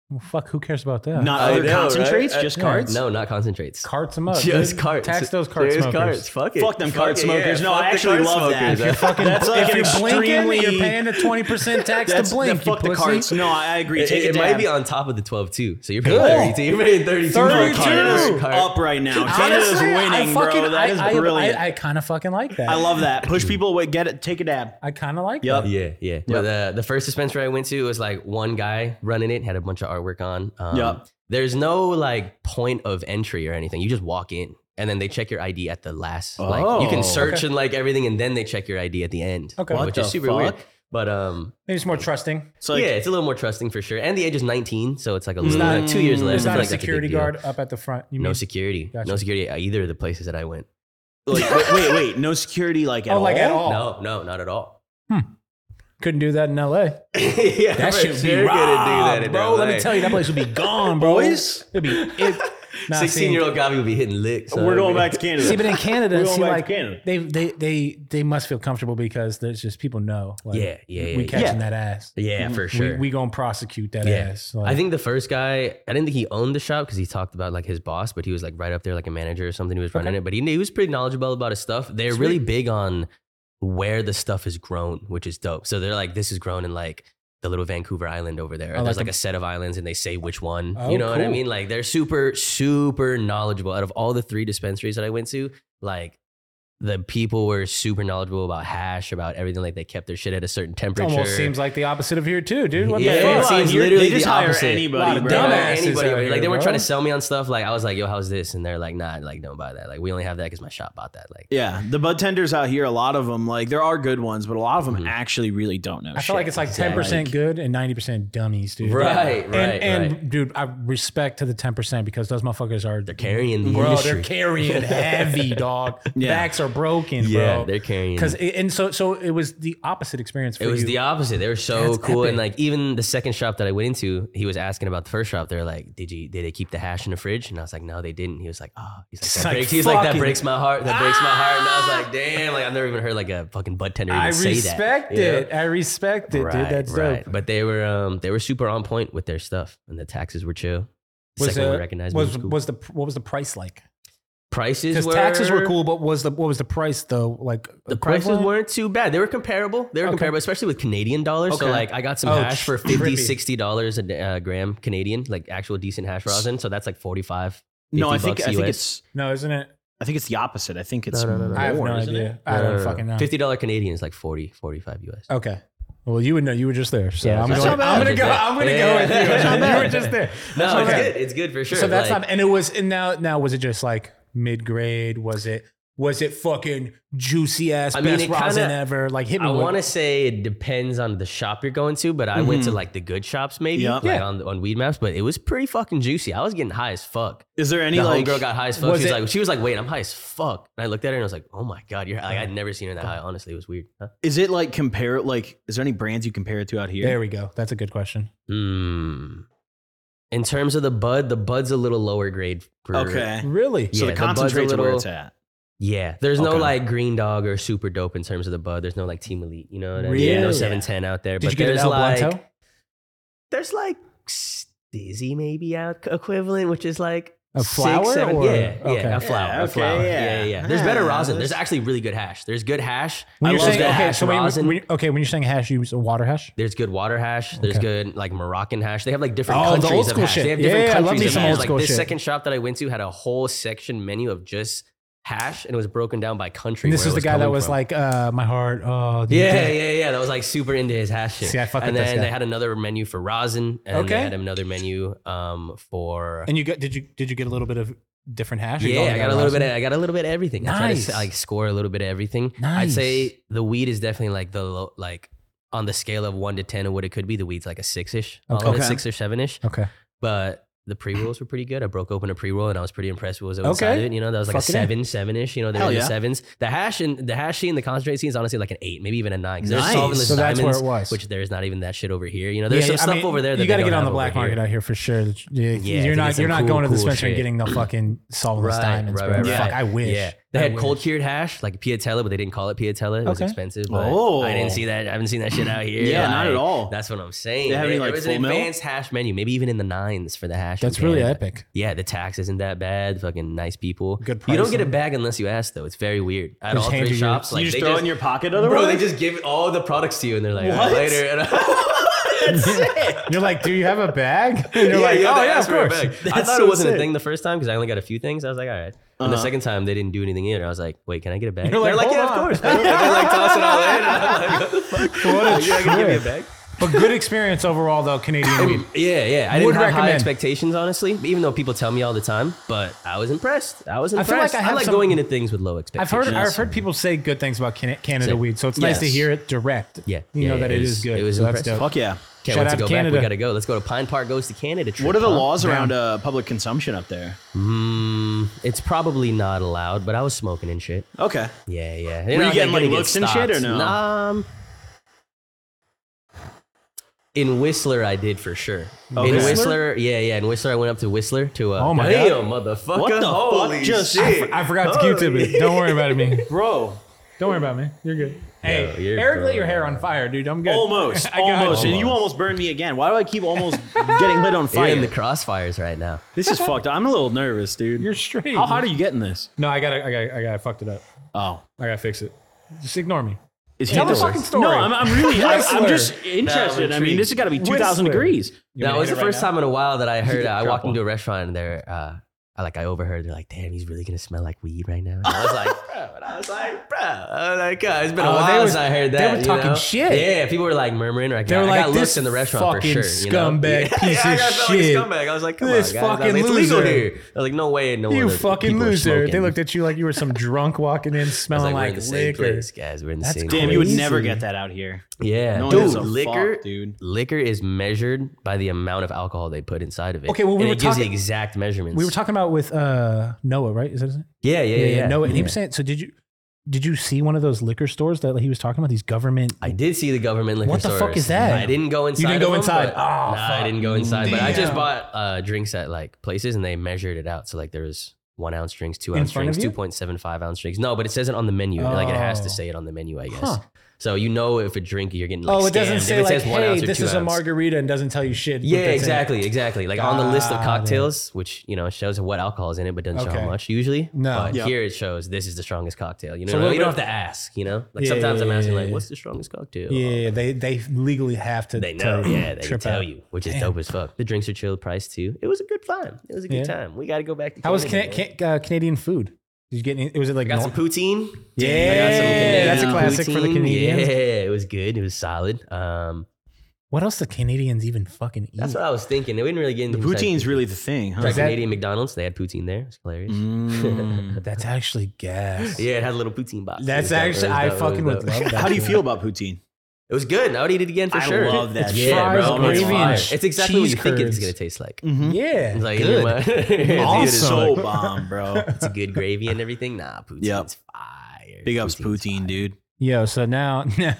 [SPEAKER 3] well, fuck. Who cares about that?
[SPEAKER 5] Not
[SPEAKER 1] I
[SPEAKER 5] other
[SPEAKER 1] know, right?
[SPEAKER 5] concentrates,
[SPEAKER 1] Uh,
[SPEAKER 5] just
[SPEAKER 3] yeah.
[SPEAKER 5] cards.
[SPEAKER 1] No, not concentrates.
[SPEAKER 3] Cart them up.
[SPEAKER 1] Just
[SPEAKER 3] dude.
[SPEAKER 1] cards.
[SPEAKER 3] Tax those card
[SPEAKER 1] There's
[SPEAKER 3] smokers.
[SPEAKER 1] cards. Fuck it.
[SPEAKER 5] Fuck them card
[SPEAKER 1] it,
[SPEAKER 5] smokers. No,
[SPEAKER 1] Fuck
[SPEAKER 5] I
[SPEAKER 1] the
[SPEAKER 5] actually
[SPEAKER 1] card
[SPEAKER 5] love
[SPEAKER 1] smokers.
[SPEAKER 5] that. If
[SPEAKER 1] <laughs>
[SPEAKER 5] you're
[SPEAKER 3] Fucking,
[SPEAKER 5] That's like
[SPEAKER 3] if
[SPEAKER 5] an
[SPEAKER 3] you're blinking,
[SPEAKER 5] extremely-
[SPEAKER 3] you're paying a twenty percent tax
[SPEAKER 5] That's
[SPEAKER 3] to blink.
[SPEAKER 5] the fuck
[SPEAKER 3] you
[SPEAKER 5] the
[SPEAKER 3] pussy.
[SPEAKER 5] cards. No, I agree.
[SPEAKER 1] It,
[SPEAKER 5] Take
[SPEAKER 1] it
[SPEAKER 5] a
[SPEAKER 1] might
[SPEAKER 5] dab.
[SPEAKER 1] be on top of the 12 too. So you're paying
[SPEAKER 3] Good.
[SPEAKER 1] 32. You're paying 32. for a
[SPEAKER 5] Dude,
[SPEAKER 1] card.
[SPEAKER 3] 32.
[SPEAKER 5] Canada's
[SPEAKER 1] Card.
[SPEAKER 5] up right now. Canada's
[SPEAKER 3] Honestly, I
[SPEAKER 5] winning,
[SPEAKER 3] fucking-
[SPEAKER 5] bro. That is
[SPEAKER 3] I, I,
[SPEAKER 5] brilliant.
[SPEAKER 3] I,
[SPEAKER 5] I,
[SPEAKER 3] I kind of fucking like that.
[SPEAKER 5] love that. Push people away. Get it. Take a dab.
[SPEAKER 3] I kind of like
[SPEAKER 5] Yup.
[SPEAKER 3] that.
[SPEAKER 1] Yeah, yeah. But the, the first dispensary I went to was like one guy running it, had a bunch of artwork on. Um,
[SPEAKER 5] Yup.
[SPEAKER 1] There's no like point of entry or anything. You just walk in and then they check your ID at the last. Like you
[SPEAKER 5] Oh.
[SPEAKER 1] can search and like everything and then they check your ID at the end.
[SPEAKER 3] Okay.
[SPEAKER 1] Which
[SPEAKER 3] What
[SPEAKER 1] is
[SPEAKER 5] the
[SPEAKER 1] super
[SPEAKER 5] fuck?
[SPEAKER 1] weird. But um,
[SPEAKER 3] Maybe it's more trusting.
[SPEAKER 5] So like,
[SPEAKER 1] yeah, it's a little more trusting for sure. And the age is 19, so it's like a little
[SPEAKER 5] not-
[SPEAKER 1] like two years less.
[SPEAKER 3] There's
[SPEAKER 1] I feel
[SPEAKER 3] not a
[SPEAKER 1] like that's big
[SPEAKER 3] security
[SPEAKER 1] deal.
[SPEAKER 3] guard up at the front. You
[SPEAKER 1] No
[SPEAKER 3] mean?
[SPEAKER 1] security. No
[SPEAKER 3] Gotcha.
[SPEAKER 1] security at either of the places that I went.
[SPEAKER 5] like wait, wait, wait. No security, like at
[SPEAKER 3] Oh, like
[SPEAKER 5] all?
[SPEAKER 3] at all?
[SPEAKER 1] No, no, not at all. <laughs>
[SPEAKER 3] Couldn't do that in L.A.
[SPEAKER 1] yeah,
[SPEAKER 3] That
[SPEAKER 1] for
[SPEAKER 3] should be
[SPEAKER 1] sure gonna do that
[SPEAKER 3] robbed,
[SPEAKER 1] in
[SPEAKER 3] bro. Let
[SPEAKER 1] LA. <laughs>
[SPEAKER 3] me tell you, that place would be gone, bro.
[SPEAKER 5] Boys?
[SPEAKER 3] it'd be it. Nah, see-
[SPEAKER 1] 16 year old Gabi will be hitting licks. uh,
[SPEAKER 5] We're going back to
[SPEAKER 3] See, but
[SPEAKER 5] Canada.
[SPEAKER 3] in Canada,
[SPEAKER 5] going
[SPEAKER 3] see,
[SPEAKER 5] back to
[SPEAKER 3] like
[SPEAKER 5] Canada.
[SPEAKER 3] they they they they must feel comfortable because there's just people know. Like,
[SPEAKER 1] Yeah, yeah, yeah,
[SPEAKER 3] we
[SPEAKER 1] yeah.
[SPEAKER 3] catching that ass.
[SPEAKER 1] Yeah, for sure.
[SPEAKER 3] We, we gonna prosecute that
[SPEAKER 1] Yeah.
[SPEAKER 3] ass. Like,
[SPEAKER 1] I think the first guy, I didn't think he owned the shop because he talked about like his boss, but he was like right up there, like a manager or something. He was running it, but he, knew, he was pretty knowledgeable about his stuff. They're really big on where the stuff is grown, which is dope. So they're like, this is grown in like the little Vancouver island over there.
[SPEAKER 3] Oh,
[SPEAKER 1] There's like
[SPEAKER 3] like the-
[SPEAKER 1] a set of islands and they say which one.
[SPEAKER 3] Oh,
[SPEAKER 1] you know what I
[SPEAKER 3] cool.
[SPEAKER 1] mean? Like they're super, super knowledgeable. Out of all the three dispensaries that I went to, like the people were super knowledgeable about hash, about everything. Like they kept their shit at a certain
[SPEAKER 3] it
[SPEAKER 1] temperature.
[SPEAKER 3] almost seems like the opposite of here too, dude. What
[SPEAKER 1] Yeah,
[SPEAKER 3] the
[SPEAKER 1] it
[SPEAKER 3] fuck?
[SPEAKER 1] seems
[SPEAKER 5] Fuck, you're-
[SPEAKER 1] literally
[SPEAKER 5] they just
[SPEAKER 1] the
[SPEAKER 5] hire
[SPEAKER 1] opposite.
[SPEAKER 5] anybody,
[SPEAKER 3] Lot of
[SPEAKER 5] bro.
[SPEAKER 1] Yeah,
[SPEAKER 3] dumbass. dumbasses
[SPEAKER 1] anybody.
[SPEAKER 3] out
[SPEAKER 1] over here. like they
[SPEAKER 3] here,
[SPEAKER 1] were
[SPEAKER 3] bro.
[SPEAKER 1] trying to sell me on stuff. Like I was like, "Yo, how's this?" And they're like, "Nah, like don't buy that. Like we only have that because my shop bought that." Like
[SPEAKER 5] Yeah, the bud tenders out here, a lot of them, like there are good ones, but a lot of them
[SPEAKER 1] Mhm.
[SPEAKER 5] actually really don't know.
[SPEAKER 3] I feel like it's like ten percent good and ninety percent dummies, dude.
[SPEAKER 1] Right,
[SPEAKER 3] And-
[SPEAKER 1] right,
[SPEAKER 3] and
[SPEAKER 1] right.
[SPEAKER 3] dude, I respect to the ten percent because those motherfuckers are
[SPEAKER 1] they're carrying the
[SPEAKER 3] Bro, <laughs>
[SPEAKER 1] industry.
[SPEAKER 3] they're carrying heavy, dog.
[SPEAKER 5] Yeah.
[SPEAKER 3] Backs are are broken,
[SPEAKER 1] Yeah,
[SPEAKER 3] bro.
[SPEAKER 1] they're carrying.
[SPEAKER 3] Because and so so it was the opposite experience for
[SPEAKER 1] It was
[SPEAKER 3] you.
[SPEAKER 1] the opposite. They were so
[SPEAKER 3] That's
[SPEAKER 1] cool, and
[SPEAKER 3] epic.
[SPEAKER 1] like even the second shop that I went into, he was asking about the first shop. They're like, "Did you? Did they keep the hash in the fridge?" And I was like, "No, they didn't." He was like, "Oh, he's like,
[SPEAKER 3] It's
[SPEAKER 1] that
[SPEAKER 3] like,
[SPEAKER 1] breaks." He's like, "That
[SPEAKER 3] fucking-
[SPEAKER 1] breaks my heart. That breaks my heart." And I was like, "Damn!" Like I've never even heard like a fucking butt tender even
[SPEAKER 3] I
[SPEAKER 1] say
[SPEAKER 3] respect
[SPEAKER 1] that. you know?
[SPEAKER 3] it. I respect it, dude. That's dope.
[SPEAKER 1] But they were um they were super on point with their stuff, and the taxes were chill.
[SPEAKER 3] Was
[SPEAKER 1] Second one
[SPEAKER 3] the-
[SPEAKER 1] recognized me
[SPEAKER 3] was
[SPEAKER 1] was cool.
[SPEAKER 3] was the what was the price like?
[SPEAKER 1] prices
[SPEAKER 3] Because
[SPEAKER 1] were
[SPEAKER 3] taxes were cool, but was the what was the price though? Like
[SPEAKER 1] The prices
[SPEAKER 3] equivalent?
[SPEAKER 1] weren't too bad. They were comparable. They were
[SPEAKER 3] Okay.
[SPEAKER 1] comparable, especially with Canadian dollars. So
[SPEAKER 3] Okay.
[SPEAKER 1] like I got some
[SPEAKER 3] Oh,
[SPEAKER 1] hash for
[SPEAKER 3] tr-
[SPEAKER 1] 50
[SPEAKER 3] trippy.
[SPEAKER 1] 60 dollars a d- uh, gram Canadian, like actual decent hash rosin. So that's like 45.
[SPEAKER 5] No,
[SPEAKER 1] 50
[SPEAKER 5] I think
[SPEAKER 1] bucks
[SPEAKER 5] I think
[SPEAKER 1] US.
[SPEAKER 5] it's
[SPEAKER 3] No, isn't it?
[SPEAKER 5] I think it's the opposite. I think it's
[SPEAKER 1] no, no, no.
[SPEAKER 5] more,
[SPEAKER 3] I have no
[SPEAKER 5] isn't it?
[SPEAKER 3] idea. I don't fucking know.
[SPEAKER 1] $50 Canadian is like 40 45 US.
[SPEAKER 3] Okay. Well, you would know. You were just there, so
[SPEAKER 1] Yeah,
[SPEAKER 3] I'm
[SPEAKER 1] that's
[SPEAKER 3] going.
[SPEAKER 1] not bad.
[SPEAKER 3] I'm going to go. I'm going to go with
[SPEAKER 1] Yeah. That's not
[SPEAKER 3] you.
[SPEAKER 1] bad.
[SPEAKER 3] you were just there.
[SPEAKER 1] No, it's
[SPEAKER 3] Okay.
[SPEAKER 1] good. It's good for sure.
[SPEAKER 3] So that's
[SPEAKER 1] Like,
[SPEAKER 3] not. And it was. And now, now was it just like mid grade? Was it? Was it fucking juicy ass
[SPEAKER 1] I mean,
[SPEAKER 3] best
[SPEAKER 1] it
[SPEAKER 3] rosin
[SPEAKER 1] kinda-
[SPEAKER 3] ever? Like hit me.
[SPEAKER 1] I
[SPEAKER 3] with-
[SPEAKER 1] want to say it depends on the shop you're going to, but I went to like the good shops maybe,
[SPEAKER 5] Yeah.
[SPEAKER 1] like
[SPEAKER 3] Yeah.
[SPEAKER 1] on on weed maps, but it was pretty fucking juicy. I was getting high as fuck.
[SPEAKER 5] Is there any
[SPEAKER 1] the
[SPEAKER 5] like
[SPEAKER 1] homegirl got high as fuck.
[SPEAKER 3] Was
[SPEAKER 1] She was
[SPEAKER 3] it-
[SPEAKER 1] like, she was like, wait, I'm high as fuck. And I looked at her and I was like, oh my god, you're like, I'd never seen her that high. Honestly, it was weird. Huh?
[SPEAKER 5] Is it like compare like is there any brands you compare it to out here?
[SPEAKER 3] There we go. That's a good question.
[SPEAKER 1] Hmm. In terms of the bud, the bud's a little lower grade. For,
[SPEAKER 5] okay.
[SPEAKER 3] Really?
[SPEAKER 1] Yeah,
[SPEAKER 5] so
[SPEAKER 1] the bud's
[SPEAKER 5] the
[SPEAKER 1] a
[SPEAKER 5] concentrate's where
[SPEAKER 1] little-
[SPEAKER 5] it's at.
[SPEAKER 1] Yeah. There's no
[SPEAKER 5] Okay.
[SPEAKER 1] like green dog or super dope in terms of the bud. There's no like team elite. You know what I mean?
[SPEAKER 3] Really?
[SPEAKER 1] No seven ten out there.
[SPEAKER 3] Did
[SPEAKER 1] but
[SPEAKER 3] you get an
[SPEAKER 1] there's
[SPEAKER 3] El
[SPEAKER 1] like
[SPEAKER 3] Blanco?
[SPEAKER 1] there's like Stizzy maybe out equivalent, which is like
[SPEAKER 3] A flower
[SPEAKER 1] six, seven,
[SPEAKER 3] or-
[SPEAKER 1] yeah,
[SPEAKER 3] okay.
[SPEAKER 1] yeah, a flower,
[SPEAKER 5] Yeah,
[SPEAKER 1] a
[SPEAKER 5] okay,
[SPEAKER 1] flower,
[SPEAKER 5] yeah.
[SPEAKER 1] yeah, yeah. yeah. There's better
[SPEAKER 5] Ah,
[SPEAKER 1] rosin.
[SPEAKER 5] that's-
[SPEAKER 1] There's actually really good hash. There's good hash.
[SPEAKER 3] When
[SPEAKER 1] I
[SPEAKER 3] you're
[SPEAKER 1] love
[SPEAKER 3] saying
[SPEAKER 1] good
[SPEAKER 3] okay,
[SPEAKER 1] hash
[SPEAKER 3] so when,
[SPEAKER 1] rosin.
[SPEAKER 3] when you- okay, when you're saying hash, you use a water hash.
[SPEAKER 1] There's good water hash. There's
[SPEAKER 3] Okay.
[SPEAKER 1] good like Moroccan hash. They have like different
[SPEAKER 3] Oh, the
[SPEAKER 1] countries
[SPEAKER 3] old
[SPEAKER 1] of
[SPEAKER 3] school
[SPEAKER 1] hash.
[SPEAKER 3] shit.
[SPEAKER 1] They have different
[SPEAKER 3] Yeah, I love
[SPEAKER 1] countries
[SPEAKER 3] me
[SPEAKER 1] of
[SPEAKER 3] some
[SPEAKER 1] hash.
[SPEAKER 3] old
[SPEAKER 1] like
[SPEAKER 3] school
[SPEAKER 1] this
[SPEAKER 3] shit.
[SPEAKER 1] second shop that I went to had a whole section menu of just hash, and it was broken down by country.
[SPEAKER 3] And this
[SPEAKER 1] where
[SPEAKER 3] is
[SPEAKER 1] it
[SPEAKER 3] the guy that
[SPEAKER 1] coming
[SPEAKER 3] was
[SPEAKER 1] from.
[SPEAKER 3] like, uh, my heart. Oh, the
[SPEAKER 1] Yeah,
[SPEAKER 3] day.
[SPEAKER 1] yeah, yeah. That was like super into his hash shit.
[SPEAKER 3] See, I fuck
[SPEAKER 1] and
[SPEAKER 3] with this
[SPEAKER 1] then
[SPEAKER 3] guy.
[SPEAKER 1] they had another menu for rosin, and
[SPEAKER 3] Okay.
[SPEAKER 1] they had another menu um for
[SPEAKER 3] And you got? Did you? Did you get a little bit of different hash? or you
[SPEAKER 1] yeah,
[SPEAKER 3] only
[SPEAKER 1] I got a little
[SPEAKER 3] rosin?
[SPEAKER 1] bit. Of, I got a little bit of everything. I try to
[SPEAKER 3] Nice.
[SPEAKER 1] s- like score a little bit of everything. I'd
[SPEAKER 3] Nice.
[SPEAKER 1] say the weed is definitely like the low, like on the scale of one to ten of what it could be. The weed's like a six ish,
[SPEAKER 3] Okay.
[SPEAKER 1] six or seven ish.
[SPEAKER 3] Okay.
[SPEAKER 1] But the pre rolls were pretty good. I broke open a pre roll and I was pretty impressed with what was
[SPEAKER 3] Okay.
[SPEAKER 1] inside of it. You know, that was like
[SPEAKER 3] Fuck it
[SPEAKER 1] a
[SPEAKER 3] in.
[SPEAKER 1] seven, seven ish. You know, they
[SPEAKER 5] Hell
[SPEAKER 1] were in
[SPEAKER 5] yeah.
[SPEAKER 1] the sevens. The hash and the hash scene, the concentrate scene is honestly like an eight, maybe even a nine. 'cause
[SPEAKER 5] Nice.
[SPEAKER 1] They're solving the
[SPEAKER 3] So that's
[SPEAKER 1] diamonds,
[SPEAKER 3] where it was.
[SPEAKER 1] which there's not even that shit over here. You know, there's some
[SPEAKER 3] Yeah, yeah, I
[SPEAKER 1] stuff
[SPEAKER 3] mean,
[SPEAKER 1] over there that
[SPEAKER 3] you got
[SPEAKER 1] to
[SPEAKER 3] to get on the black market
[SPEAKER 1] Here.
[SPEAKER 3] out here for sure. Yeah,
[SPEAKER 1] Yeah, I
[SPEAKER 3] you're
[SPEAKER 1] think
[SPEAKER 3] not
[SPEAKER 1] it's
[SPEAKER 3] you're
[SPEAKER 1] some
[SPEAKER 3] not
[SPEAKER 1] cool,
[SPEAKER 3] going to
[SPEAKER 1] cool
[SPEAKER 3] the dispensary
[SPEAKER 1] shit.
[SPEAKER 3] and getting the fucking solventless
[SPEAKER 1] Right,
[SPEAKER 3] diamonds,
[SPEAKER 1] right,
[SPEAKER 3] bro.
[SPEAKER 1] right,
[SPEAKER 3] Fuck,
[SPEAKER 1] right.
[SPEAKER 3] I wish.
[SPEAKER 1] Yeah. They had
[SPEAKER 3] I
[SPEAKER 1] cold
[SPEAKER 3] wish.
[SPEAKER 1] cured hash, like Piatella, but they didn't call it Piatella. It was
[SPEAKER 3] Okay.
[SPEAKER 1] expensive. But
[SPEAKER 5] Oh.
[SPEAKER 1] I didn't see that. I haven't seen that shit
[SPEAKER 3] <laughs>
[SPEAKER 1] out here.
[SPEAKER 5] Yeah, not
[SPEAKER 1] Like,
[SPEAKER 5] at all.
[SPEAKER 1] That's what I'm saying.
[SPEAKER 5] They have any,
[SPEAKER 1] There-
[SPEAKER 5] like,
[SPEAKER 1] there was
[SPEAKER 5] full
[SPEAKER 1] an
[SPEAKER 5] mill?
[SPEAKER 1] advanced hash menu, maybe even in the nines for the hash. in
[SPEAKER 3] That's really
[SPEAKER 1] Canada.
[SPEAKER 3] epic.
[SPEAKER 1] Yeah, the tax isn't that bad. Fucking nice people.
[SPEAKER 3] Good
[SPEAKER 1] You don't get a
[SPEAKER 3] pricing.
[SPEAKER 1] bag unless you ask, though. It's very weird. At
[SPEAKER 3] Just
[SPEAKER 1] all
[SPEAKER 3] hand
[SPEAKER 1] three
[SPEAKER 3] you your-
[SPEAKER 1] shops, like
[SPEAKER 5] you just
[SPEAKER 1] they
[SPEAKER 5] throw it
[SPEAKER 1] just,
[SPEAKER 5] in your pocket
[SPEAKER 1] bro, they
[SPEAKER 5] otherwise?
[SPEAKER 1] just give all the products to you, and they're like,
[SPEAKER 5] What?
[SPEAKER 1] "All right, later. <laughs> And That's it.
[SPEAKER 3] You're like, do you have a bag? And you're like,
[SPEAKER 1] you have
[SPEAKER 3] oh
[SPEAKER 1] to
[SPEAKER 3] yeah, of
[SPEAKER 1] ask for it
[SPEAKER 3] <laughs> course.
[SPEAKER 1] back. I
[SPEAKER 5] That's
[SPEAKER 1] thought
[SPEAKER 5] so
[SPEAKER 1] it wasn't
[SPEAKER 5] sick.
[SPEAKER 1] a thing the first time because I only got a few things. I was like, all right. And the
[SPEAKER 5] Uh-huh.
[SPEAKER 1] second time, they didn't do anything either. I was like, wait, can I get a bag?
[SPEAKER 3] You're
[SPEAKER 1] They're
[SPEAKER 3] like,
[SPEAKER 1] like, yeah, of
[SPEAKER 3] hold on. <laughs>
[SPEAKER 1] course. man. They like toss it all in. <laughs> And I'm like,
[SPEAKER 3] What a
[SPEAKER 1] "You gonna give me a
[SPEAKER 3] trip.
[SPEAKER 1] bag?
[SPEAKER 3] But good experience overall, though. Canadian weed.
[SPEAKER 1] Yeah, yeah. I didn't
[SPEAKER 3] Would
[SPEAKER 1] have high
[SPEAKER 3] recommend.
[SPEAKER 1] expectations, honestly, even though people tell me all the time. But I was impressed. I was
[SPEAKER 3] feel like
[SPEAKER 1] impressed. I,
[SPEAKER 3] I have
[SPEAKER 1] like
[SPEAKER 3] some-
[SPEAKER 1] going into things with low
[SPEAKER 3] I've
[SPEAKER 1] expectations.
[SPEAKER 3] heard I've heard people say good things about Can- Canada
[SPEAKER 1] Same.
[SPEAKER 3] weed, so it's nice to
[SPEAKER 1] Yes.
[SPEAKER 3] hear it direct.
[SPEAKER 1] Yeah,
[SPEAKER 3] you
[SPEAKER 1] yeah,
[SPEAKER 3] know
[SPEAKER 1] yeah,
[SPEAKER 3] that
[SPEAKER 1] it
[SPEAKER 3] it is
[SPEAKER 1] was-
[SPEAKER 3] good.
[SPEAKER 1] it was
[SPEAKER 3] so that's
[SPEAKER 1] impressive.
[SPEAKER 3] dope.
[SPEAKER 5] Fuck yeah.
[SPEAKER 1] Can't
[SPEAKER 3] Shout
[SPEAKER 1] wait
[SPEAKER 3] out
[SPEAKER 1] to go
[SPEAKER 3] Canada.
[SPEAKER 1] back. We gotta go. Let's go to Pine Park Goes to Canada. Trip,
[SPEAKER 5] What are the
[SPEAKER 1] huh?
[SPEAKER 5] laws around uh, public consumption up there?
[SPEAKER 1] Mm, it's probably not allowed, but I was smoking and shit.
[SPEAKER 5] Okay.
[SPEAKER 1] Yeah, yeah. Were
[SPEAKER 5] you getting, like, looks and shit or no?
[SPEAKER 1] Um, in Whistler, I did for sure.
[SPEAKER 5] Okay.
[SPEAKER 1] In
[SPEAKER 5] Whistler?
[SPEAKER 1] Whistler, yeah, yeah. In Whistler, I went up to Whistler to uh,
[SPEAKER 3] Oh my
[SPEAKER 1] damn, motherfucker!
[SPEAKER 5] What the
[SPEAKER 1] Holy
[SPEAKER 5] fuck just
[SPEAKER 1] shit.
[SPEAKER 5] shit.
[SPEAKER 3] I forgot to keep to it. Don't worry about it, me.
[SPEAKER 5] Bro,
[SPEAKER 3] Don't worry about me. You're good. Hey,
[SPEAKER 1] you're
[SPEAKER 3] Eric, lit
[SPEAKER 1] good.
[SPEAKER 3] your hair on fire, dude. I'm good.
[SPEAKER 5] almost,
[SPEAKER 3] I got
[SPEAKER 5] almost,
[SPEAKER 3] you.
[SPEAKER 5] and you almost burned me again. Why do I keep almost getting lit on
[SPEAKER 1] You're
[SPEAKER 5] fire?
[SPEAKER 1] in the crossfires right now.
[SPEAKER 5] this is fucked. up. I'm a little nervous, dude.
[SPEAKER 3] You're straight.
[SPEAKER 5] How hard are you getting this?
[SPEAKER 3] No, I gotta, I gotta, I gotta, fucked it up.
[SPEAKER 5] Oh,
[SPEAKER 3] I gotta fix it. Just ignore me.
[SPEAKER 5] is
[SPEAKER 3] Tell
[SPEAKER 5] he
[SPEAKER 3] the
[SPEAKER 5] the
[SPEAKER 3] fucking story.
[SPEAKER 5] No, I'm, I'm really. I'm, I'm
[SPEAKER 3] Whistler.
[SPEAKER 5] just interested. I mean, this has got to be 2,000
[SPEAKER 3] Whistler.
[SPEAKER 5] degrees.
[SPEAKER 1] That was the first time in a while that I heard.
[SPEAKER 5] get
[SPEAKER 1] I
[SPEAKER 5] in
[SPEAKER 1] walked
[SPEAKER 5] trouble.
[SPEAKER 1] into a restaurant and they're uh, I, like I overheard. They're like, "Damn, he's really gonna smell like weed right now." And I was
[SPEAKER 3] <laughs>
[SPEAKER 1] like, "Bro," and I was like, "Bro," I was like, "God, it's been a
[SPEAKER 3] Oh, they
[SPEAKER 1] while
[SPEAKER 3] were-
[SPEAKER 1] since I heard
[SPEAKER 3] they
[SPEAKER 1] that."
[SPEAKER 3] were
[SPEAKER 1] you
[SPEAKER 3] talking
[SPEAKER 1] know?
[SPEAKER 3] shit.
[SPEAKER 1] Yeah, people were like murmuring. Or I got,
[SPEAKER 3] They were
[SPEAKER 1] I
[SPEAKER 3] like,
[SPEAKER 1] got
[SPEAKER 3] "This
[SPEAKER 1] looks in the restaurant
[SPEAKER 3] fucking
[SPEAKER 1] for sure." you know?
[SPEAKER 3] scumbag
[SPEAKER 1] Yeah, <laughs>
[SPEAKER 3] piece
[SPEAKER 1] yeah,
[SPEAKER 3] of
[SPEAKER 1] I felt like a
[SPEAKER 3] shit.
[SPEAKER 1] scumbag. I was like, "Come
[SPEAKER 3] This
[SPEAKER 1] on, guys." I was
[SPEAKER 3] fucking
[SPEAKER 1] like, it's legal
[SPEAKER 3] loser.
[SPEAKER 1] here. I was like, "No way, no."
[SPEAKER 3] You
[SPEAKER 1] other
[SPEAKER 3] fucking
[SPEAKER 1] people are
[SPEAKER 3] loser. They
[SPEAKER 1] smoking.
[SPEAKER 3] looked at you like you were some drunk walking
[SPEAKER 1] <laughs>
[SPEAKER 3] in
[SPEAKER 1] I was like,
[SPEAKER 3] smelling
[SPEAKER 1] we're
[SPEAKER 3] like,
[SPEAKER 1] in the same
[SPEAKER 3] liquor.
[SPEAKER 1] place, guys. We're in the
[SPEAKER 3] That's
[SPEAKER 1] same.
[SPEAKER 3] crazy.
[SPEAKER 5] Damn, you would
[SPEAKER 1] place.
[SPEAKER 5] never get that out here.
[SPEAKER 1] Yeah,
[SPEAKER 5] No one
[SPEAKER 1] dude.
[SPEAKER 5] gives a
[SPEAKER 1] liquor,
[SPEAKER 5] fuck, dude.
[SPEAKER 1] Liquor is measured by the amount of alcohol they put inside of it.
[SPEAKER 3] Okay, well, we
[SPEAKER 1] and
[SPEAKER 3] were
[SPEAKER 1] it gives the
[SPEAKER 3] talking-
[SPEAKER 1] exact measurements.
[SPEAKER 3] We were talking about with uh, Noah, right? Is that his name?
[SPEAKER 1] Yeah, yeah, yeah. yeah.
[SPEAKER 3] Noah, and he was saying, so did you? did you see one of those liquor stores that he was talking about? These government.
[SPEAKER 1] I did see the government liquor
[SPEAKER 3] What the fuck
[SPEAKER 1] stores.
[SPEAKER 3] is that?
[SPEAKER 1] I didn't go inside.
[SPEAKER 3] didn't
[SPEAKER 1] of
[SPEAKER 3] go
[SPEAKER 1] them,
[SPEAKER 3] inside.
[SPEAKER 1] but-
[SPEAKER 3] Oh,
[SPEAKER 1] nah, I
[SPEAKER 3] fuck.
[SPEAKER 1] didn't go inside. But I just
[SPEAKER 3] Damn.
[SPEAKER 1] bought uh, drinks at like places, and they measured it out. So like there was one ounce drinks, two
[SPEAKER 3] In
[SPEAKER 1] ounce
[SPEAKER 3] front of
[SPEAKER 1] drinks,
[SPEAKER 3] you?
[SPEAKER 1] two point seven five ounce drinks. No, but it says it on the menu. Like it has
[SPEAKER 3] Oh.
[SPEAKER 1] to say it on the menu, I guess.
[SPEAKER 3] Huh.
[SPEAKER 1] So you know if a drink you're getting. Like,
[SPEAKER 3] oh, it doesn't
[SPEAKER 1] scammed.
[SPEAKER 3] say
[SPEAKER 1] if it
[SPEAKER 3] like,
[SPEAKER 1] says one
[SPEAKER 3] hey,
[SPEAKER 1] ounce or
[SPEAKER 3] this
[SPEAKER 1] two
[SPEAKER 3] is a
[SPEAKER 1] ounce.
[SPEAKER 3] margarita and doesn't tell you shit. but
[SPEAKER 1] Yeah,
[SPEAKER 3] that's in it.
[SPEAKER 1] exactly, exactly. Like on the list of
[SPEAKER 3] Got it.
[SPEAKER 1] cocktails, which you know shows what alcohol is in it, but doesn't show
[SPEAKER 3] Okay.
[SPEAKER 1] how much usually.
[SPEAKER 3] No.
[SPEAKER 1] but
[SPEAKER 5] Yeah.
[SPEAKER 1] here it shows this is the strongest cocktail. You know,
[SPEAKER 3] So a little
[SPEAKER 1] you don't
[SPEAKER 3] bit-
[SPEAKER 1] have to ask. You know, like
[SPEAKER 3] Yeah,
[SPEAKER 1] sometimes
[SPEAKER 3] yeah,
[SPEAKER 1] I'm asking
[SPEAKER 3] yeah,
[SPEAKER 1] like,
[SPEAKER 3] yeah.
[SPEAKER 1] what's the strongest cocktail?
[SPEAKER 3] Yeah, they they legally have to.
[SPEAKER 1] They know,
[SPEAKER 3] tell you,
[SPEAKER 1] yeah, they
[SPEAKER 3] trip
[SPEAKER 1] tell
[SPEAKER 3] out.
[SPEAKER 1] you, which is dope as fuck. The drinks are chill, price too. It was a good time. It was a good
[SPEAKER 3] Yeah.
[SPEAKER 1] time. We got to go back to
[SPEAKER 3] How was
[SPEAKER 1] Canada,
[SPEAKER 3] can,
[SPEAKER 1] man.
[SPEAKER 3] can, uh, Canadian food? Did you get? Any, was it like
[SPEAKER 1] Got
[SPEAKER 3] nor-
[SPEAKER 1] some poutine. I got
[SPEAKER 3] Yeah, that's a
[SPEAKER 1] some Canadian
[SPEAKER 3] classic for the
[SPEAKER 1] poutine.
[SPEAKER 3] Canadians.
[SPEAKER 1] Yeah, it was good. It was solid. Um,
[SPEAKER 3] What else do Canadians even fucking eat?
[SPEAKER 1] that's what I was thinking. They didn't really get
[SPEAKER 5] The
[SPEAKER 1] into
[SPEAKER 5] poutine's really the thing, huh?
[SPEAKER 1] Like
[SPEAKER 3] that-
[SPEAKER 1] Canadian McDonald's, they had poutine there. It's hilarious.
[SPEAKER 3] <laughs>
[SPEAKER 5] Mm.
[SPEAKER 3] That's actually gas.
[SPEAKER 1] Yeah, it had a little poutine box. It
[SPEAKER 3] That's
[SPEAKER 1] was dope. It
[SPEAKER 3] actually
[SPEAKER 1] was
[SPEAKER 3] I
[SPEAKER 1] dope. It was
[SPEAKER 3] fucking would
[SPEAKER 1] dope. <laughs>
[SPEAKER 3] love that.
[SPEAKER 5] How do you
[SPEAKER 3] shit.
[SPEAKER 5] feel about poutine?
[SPEAKER 1] It was good. I would eat it again for
[SPEAKER 5] I
[SPEAKER 1] sure.
[SPEAKER 5] love that
[SPEAKER 1] It's
[SPEAKER 5] shit,
[SPEAKER 3] fries,
[SPEAKER 1] bro. It's
[SPEAKER 3] gravy,
[SPEAKER 1] fire.
[SPEAKER 3] and
[SPEAKER 1] It's exactly what you
[SPEAKER 3] cheese
[SPEAKER 1] think
[SPEAKER 3] curds.
[SPEAKER 1] it's gonna taste like.
[SPEAKER 5] Mm.
[SPEAKER 3] Yeah,
[SPEAKER 1] It's like,
[SPEAKER 3] good.
[SPEAKER 1] <laughs> it's
[SPEAKER 5] It's
[SPEAKER 3] Awesome.
[SPEAKER 5] so bomb, bro.
[SPEAKER 1] It's good gravy and everything. Nah, poutine's
[SPEAKER 5] Yep.
[SPEAKER 1] fire.
[SPEAKER 5] <laughs> Big ups,
[SPEAKER 1] Poutine's
[SPEAKER 5] poutine, dude.
[SPEAKER 3] Yo, so now <laughs>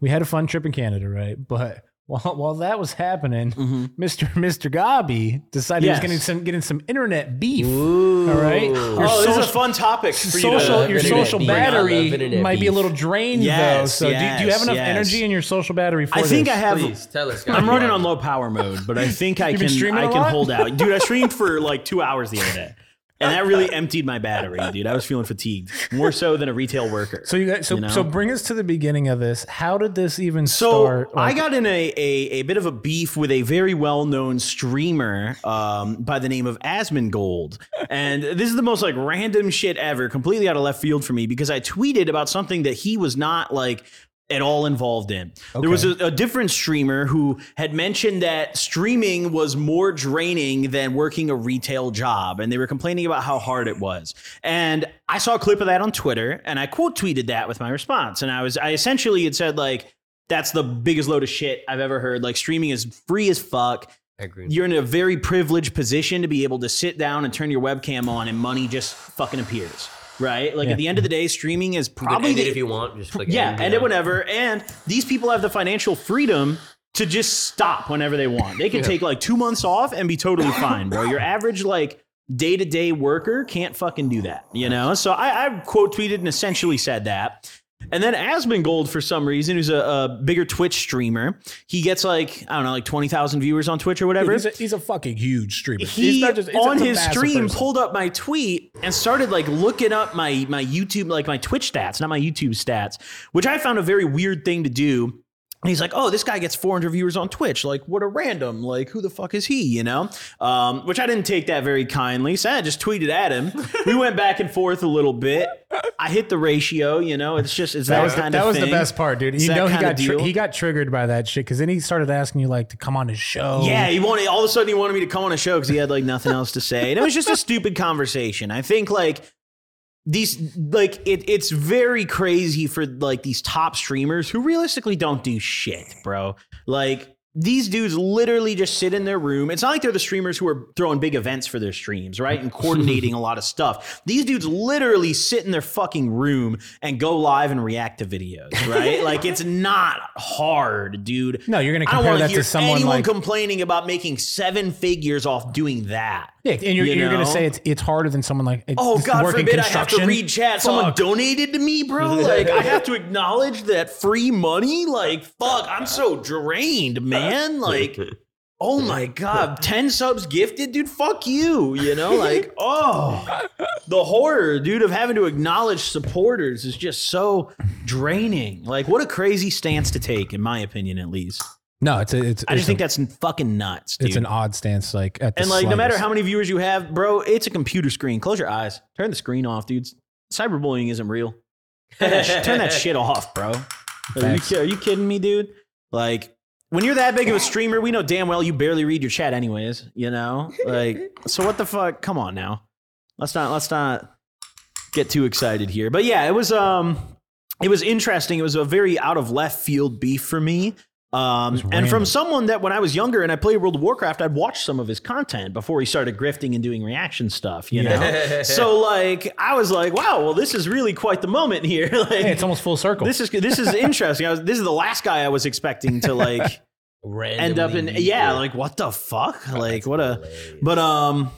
[SPEAKER 3] we had a fun trip in Canada, right? But while, while that was happening, <laughs> Mr. Mr. Gabi decided
[SPEAKER 5] Yes.
[SPEAKER 3] he was going to get in some internet beef.
[SPEAKER 1] Ooh.
[SPEAKER 3] All right. Your
[SPEAKER 5] oh, this is a
[SPEAKER 3] social-
[SPEAKER 5] fun topic. For you to-
[SPEAKER 3] Social, your
[SPEAKER 1] internet
[SPEAKER 3] social
[SPEAKER 1] beef. I
[SPEAKER 3] battery
[SPEAKER 1] love internet
[SPEAKER 3] might be a
[SPEAKER 1] beef.
[SPEAKER 3] little drained though.
[SPEAKER 5] Yes,
[SPEAKER 3] So do, do you
[SPEAKER 5] yes,
[SPEAKER 3] have enough
[SPEAKER 5] yes.
[SPEAKER 3] energy in your social battery for
[SPEAKER 5] I think I
[SPEAKER 3] this?
[SPEAKER 5] have.
[SPEAKER 1] Please tell us. guys.
[SPEAKER 5] I'm running on low power mode, but I think I
[SPEAKER 3] You've been
[SPEAKER 5] can.
[SPEAKER 3] streaming
[SPEAKER 5] I
[SPEAKER 3] a
[SPEAKER 5] can
[SPEAKER 3] lot?
[SPEAKER 5] hold out, dude. I
[SPEAKER 3] <laughs>
[SPEAKER 5] streamed for like two hours the other day, and that really emptied my battery, dude. I was feeling fatigued, more so than a retail worker.
[SPEAKER 3] So you guys, so
[SPEAKER 5] You know?
[SPEAKER 3] so bring us to the beginning of this. How did this even
[SPEAKER 5] So
[SPEAKER 3] start?
[SPEAKER 5] I
[SPEAKER 3] Like,
[SPEAKER 5] got in a, a, a bit of a beef with a very well known streamer um, by the name of Asmongold. And this is the most like random shit ever, completely out of left field for me because I tweeted about something that he was not like at all involved in. There was a, a different streamer who had mentioned that streaming was more draining than working a retail job and they were complaining about how hard it was. And I saw a clip of that on Twitter and I quote tweeted that with my response and I was I essentially had said like that's the biggest load of shit I've ever heard. Like streaming is free as fuck. You're in a very privileged position to be able to sit down and turn your webcam on and money just fucking appears. Right? Like
[SPEAKER 3] Yeah.
[SPEAKER 5] at the end of the day, streaming is probably
[SPEAKER 1] Probably
[SPEAKER 5] the-
[SPEAKER 1] if you want. Just click
[SPEAKER 5] yeah,
[SPEAKER 1] end, you
[SPEAKER 5] end it
[SPEAKER 1] know?
[SPEAKER 5] whenever. And these people have the financial freedom to just stop whenever they want. They can take like two months off and be
[SPEAKER 1] <laughs>
[SPEAKER 5] totally fine, bro. Your average like day to day worker can't fucking do that, you know. So I, I quote tweeted and essentially said that. And then Asmongold, for some reason, who's a, a bigger Twitch streamer, he gets like I don't know, like twenty thousand viewers on Twitch or whatever
[SPEAKER 3] he's a, he's a fucking huge streamer.
[SPEAKER 5] he
[SPEAKER 3] he's not just, he's
[SPEAKER 5] on
[SPEAKER 3] a
[SPEAKER 5] his
[SPEAKER 3] massive
[SPEAKER 5] stream
[SPEAKER 3] person.
[SPEAKER 5] pulled up my tweet and started like looking up my my YouTube like my Twitch stats, not my YouTube stats, which I found a very weird thing to do. And he's like, "Oh, this guy gets 400 viewers on Twitch. Like, what a random. Like, who the fuck is he? You know?" Um, which I didn't take that very kindly, so I just tweeted at him. we went back and forth a little bit. I hit the ratio. You know, it's just it's that,
[SPEAKER 3] That was,
[SPEAKER 5] kind
[SPEAKER 3] that
[SPEAKER 5] of
[SPEAKER 3] was the
[SPEAKER 5] thing.
[SPEAKER 3] best part, dude.
[SPEAKER 5] It's
[SPEAKER 3] You
[SPEAKER 5] that
[SPEAKER 3] know he
[SPEAKER 5] kinda
[SPEAKER 3] got tri-
[SPEAKER 5] deal.
[SPEAKER 3] he got triggered by that shit because then he started asking you like to come on his show.
[SPEAKER 5] Yeah, he wanted all of a sudden he wanted me to come on a show because he had like nothing else to say, and it was just a stupid conversation. I think like these like it it's very crazy for like these top streamers who realistically don't do shit, bro. Like these dudes literally just sit in their room. It's not like they're the streamers who are throwing big events for their streams, right? And coordinating a lot of stuff. These dudes literally sit in their fucking room and go live and react to videos,
[SPEAKER 3] <laughs>
[SPEAKER 5] right? like it's not hard, dude.
[SPEAKER 3] No, you're gonna
[SPEAKER 5] I don't
[SPEAKER 3] compare
[SPEAKER 5] wanna
[SPEAKER 3] that to
[SPEAKER 5] hear
[SPEAKER 3] someone
[SPEAKER 5] anyone
[SPEAKER 3] like-
[SPEAKER 5] complaining about making seven figures off doing that.
[SPEAKER 3] Yeah, and you're,
[SPEAKER 5] You
[SPEAKER 3] you are going
[SPEAKER 5] know?
[SPEAKER 3] to say it's it's harder than someone like it-
[SPEAKER 5] Oh
[SPEAKER 3] this
[SPEAKER 5] God
[SPEAKER 3] work in
[SPEAKER 5] forbid I have to
[SPEAKER 3] construction.
[SPEAKER 5] read chat. Someone donated to me, <laughs> bro. Like I have to acknowledge that free money. Like fuck, I'm so drained, man. Like oh my God, ten subs gifted, dude. Fuck you. You know, <laughs> like oh, the horror, dude, of having to acknowledge supporters is just so draining. Like what a crazy stance to take, in my opinion, at least.
[SPEAKER 3] No, it's a, it's
[SPEAKER 5] I just
[SPEAKER 3] it's
[SPEAKER 5] think
[SPEAKER 3] a-
[SPEAKER 5] that's fucking nuts, dude.
[SPEAKER 3] it's an odd stance. Like at the
[SPEAKER 5] And like, no matter
[SPEAKER 3] slightest.
[SPEAKER 5] how many viewers you have, bro, it's a computer screen. Close your eyes. Turn the screen off, dudes. Cyberbullying isn't real. Turn that, sh- turn that shit off, bro. Are you,
[SPEAKER 3] Facts.
[SPEAKER 5] ki- are you kidding me, dude? Like, when you're that big of a streamer, we know damn well you barely read your chat, anyways. You know, like, so what the fuck? Come on now. Let's not. Let's not get too excited here. But yeah, it was um, it was interesting. It was a very out of left field beef for me. Um, and from someone that when I was younger and I played World of Warcraft, I'd watch some of his content before he started grifting and doing reaction stuff, you know? <laughs> so like, I was like, wow, well, this is really quite the moment here. <laughs> like,
[SPEAKER 3] Hey, it's almost full circle.
[SPEAKER 5] this is, this is interesting. I was, this is the last guy I was expecting to like
[SPEAKER 1] Randomly
[SPEAKER 5] <laughs> end up in.
[SPEAKER 1] used
[SPEAKER 5] Yeah. Oh,
[SPEAKER 1] it.
[SPEAKER 5] Like what the fuck? Like what a,
[SPEAKER 1] Hilarious.
[SPEAKER 5] but, um,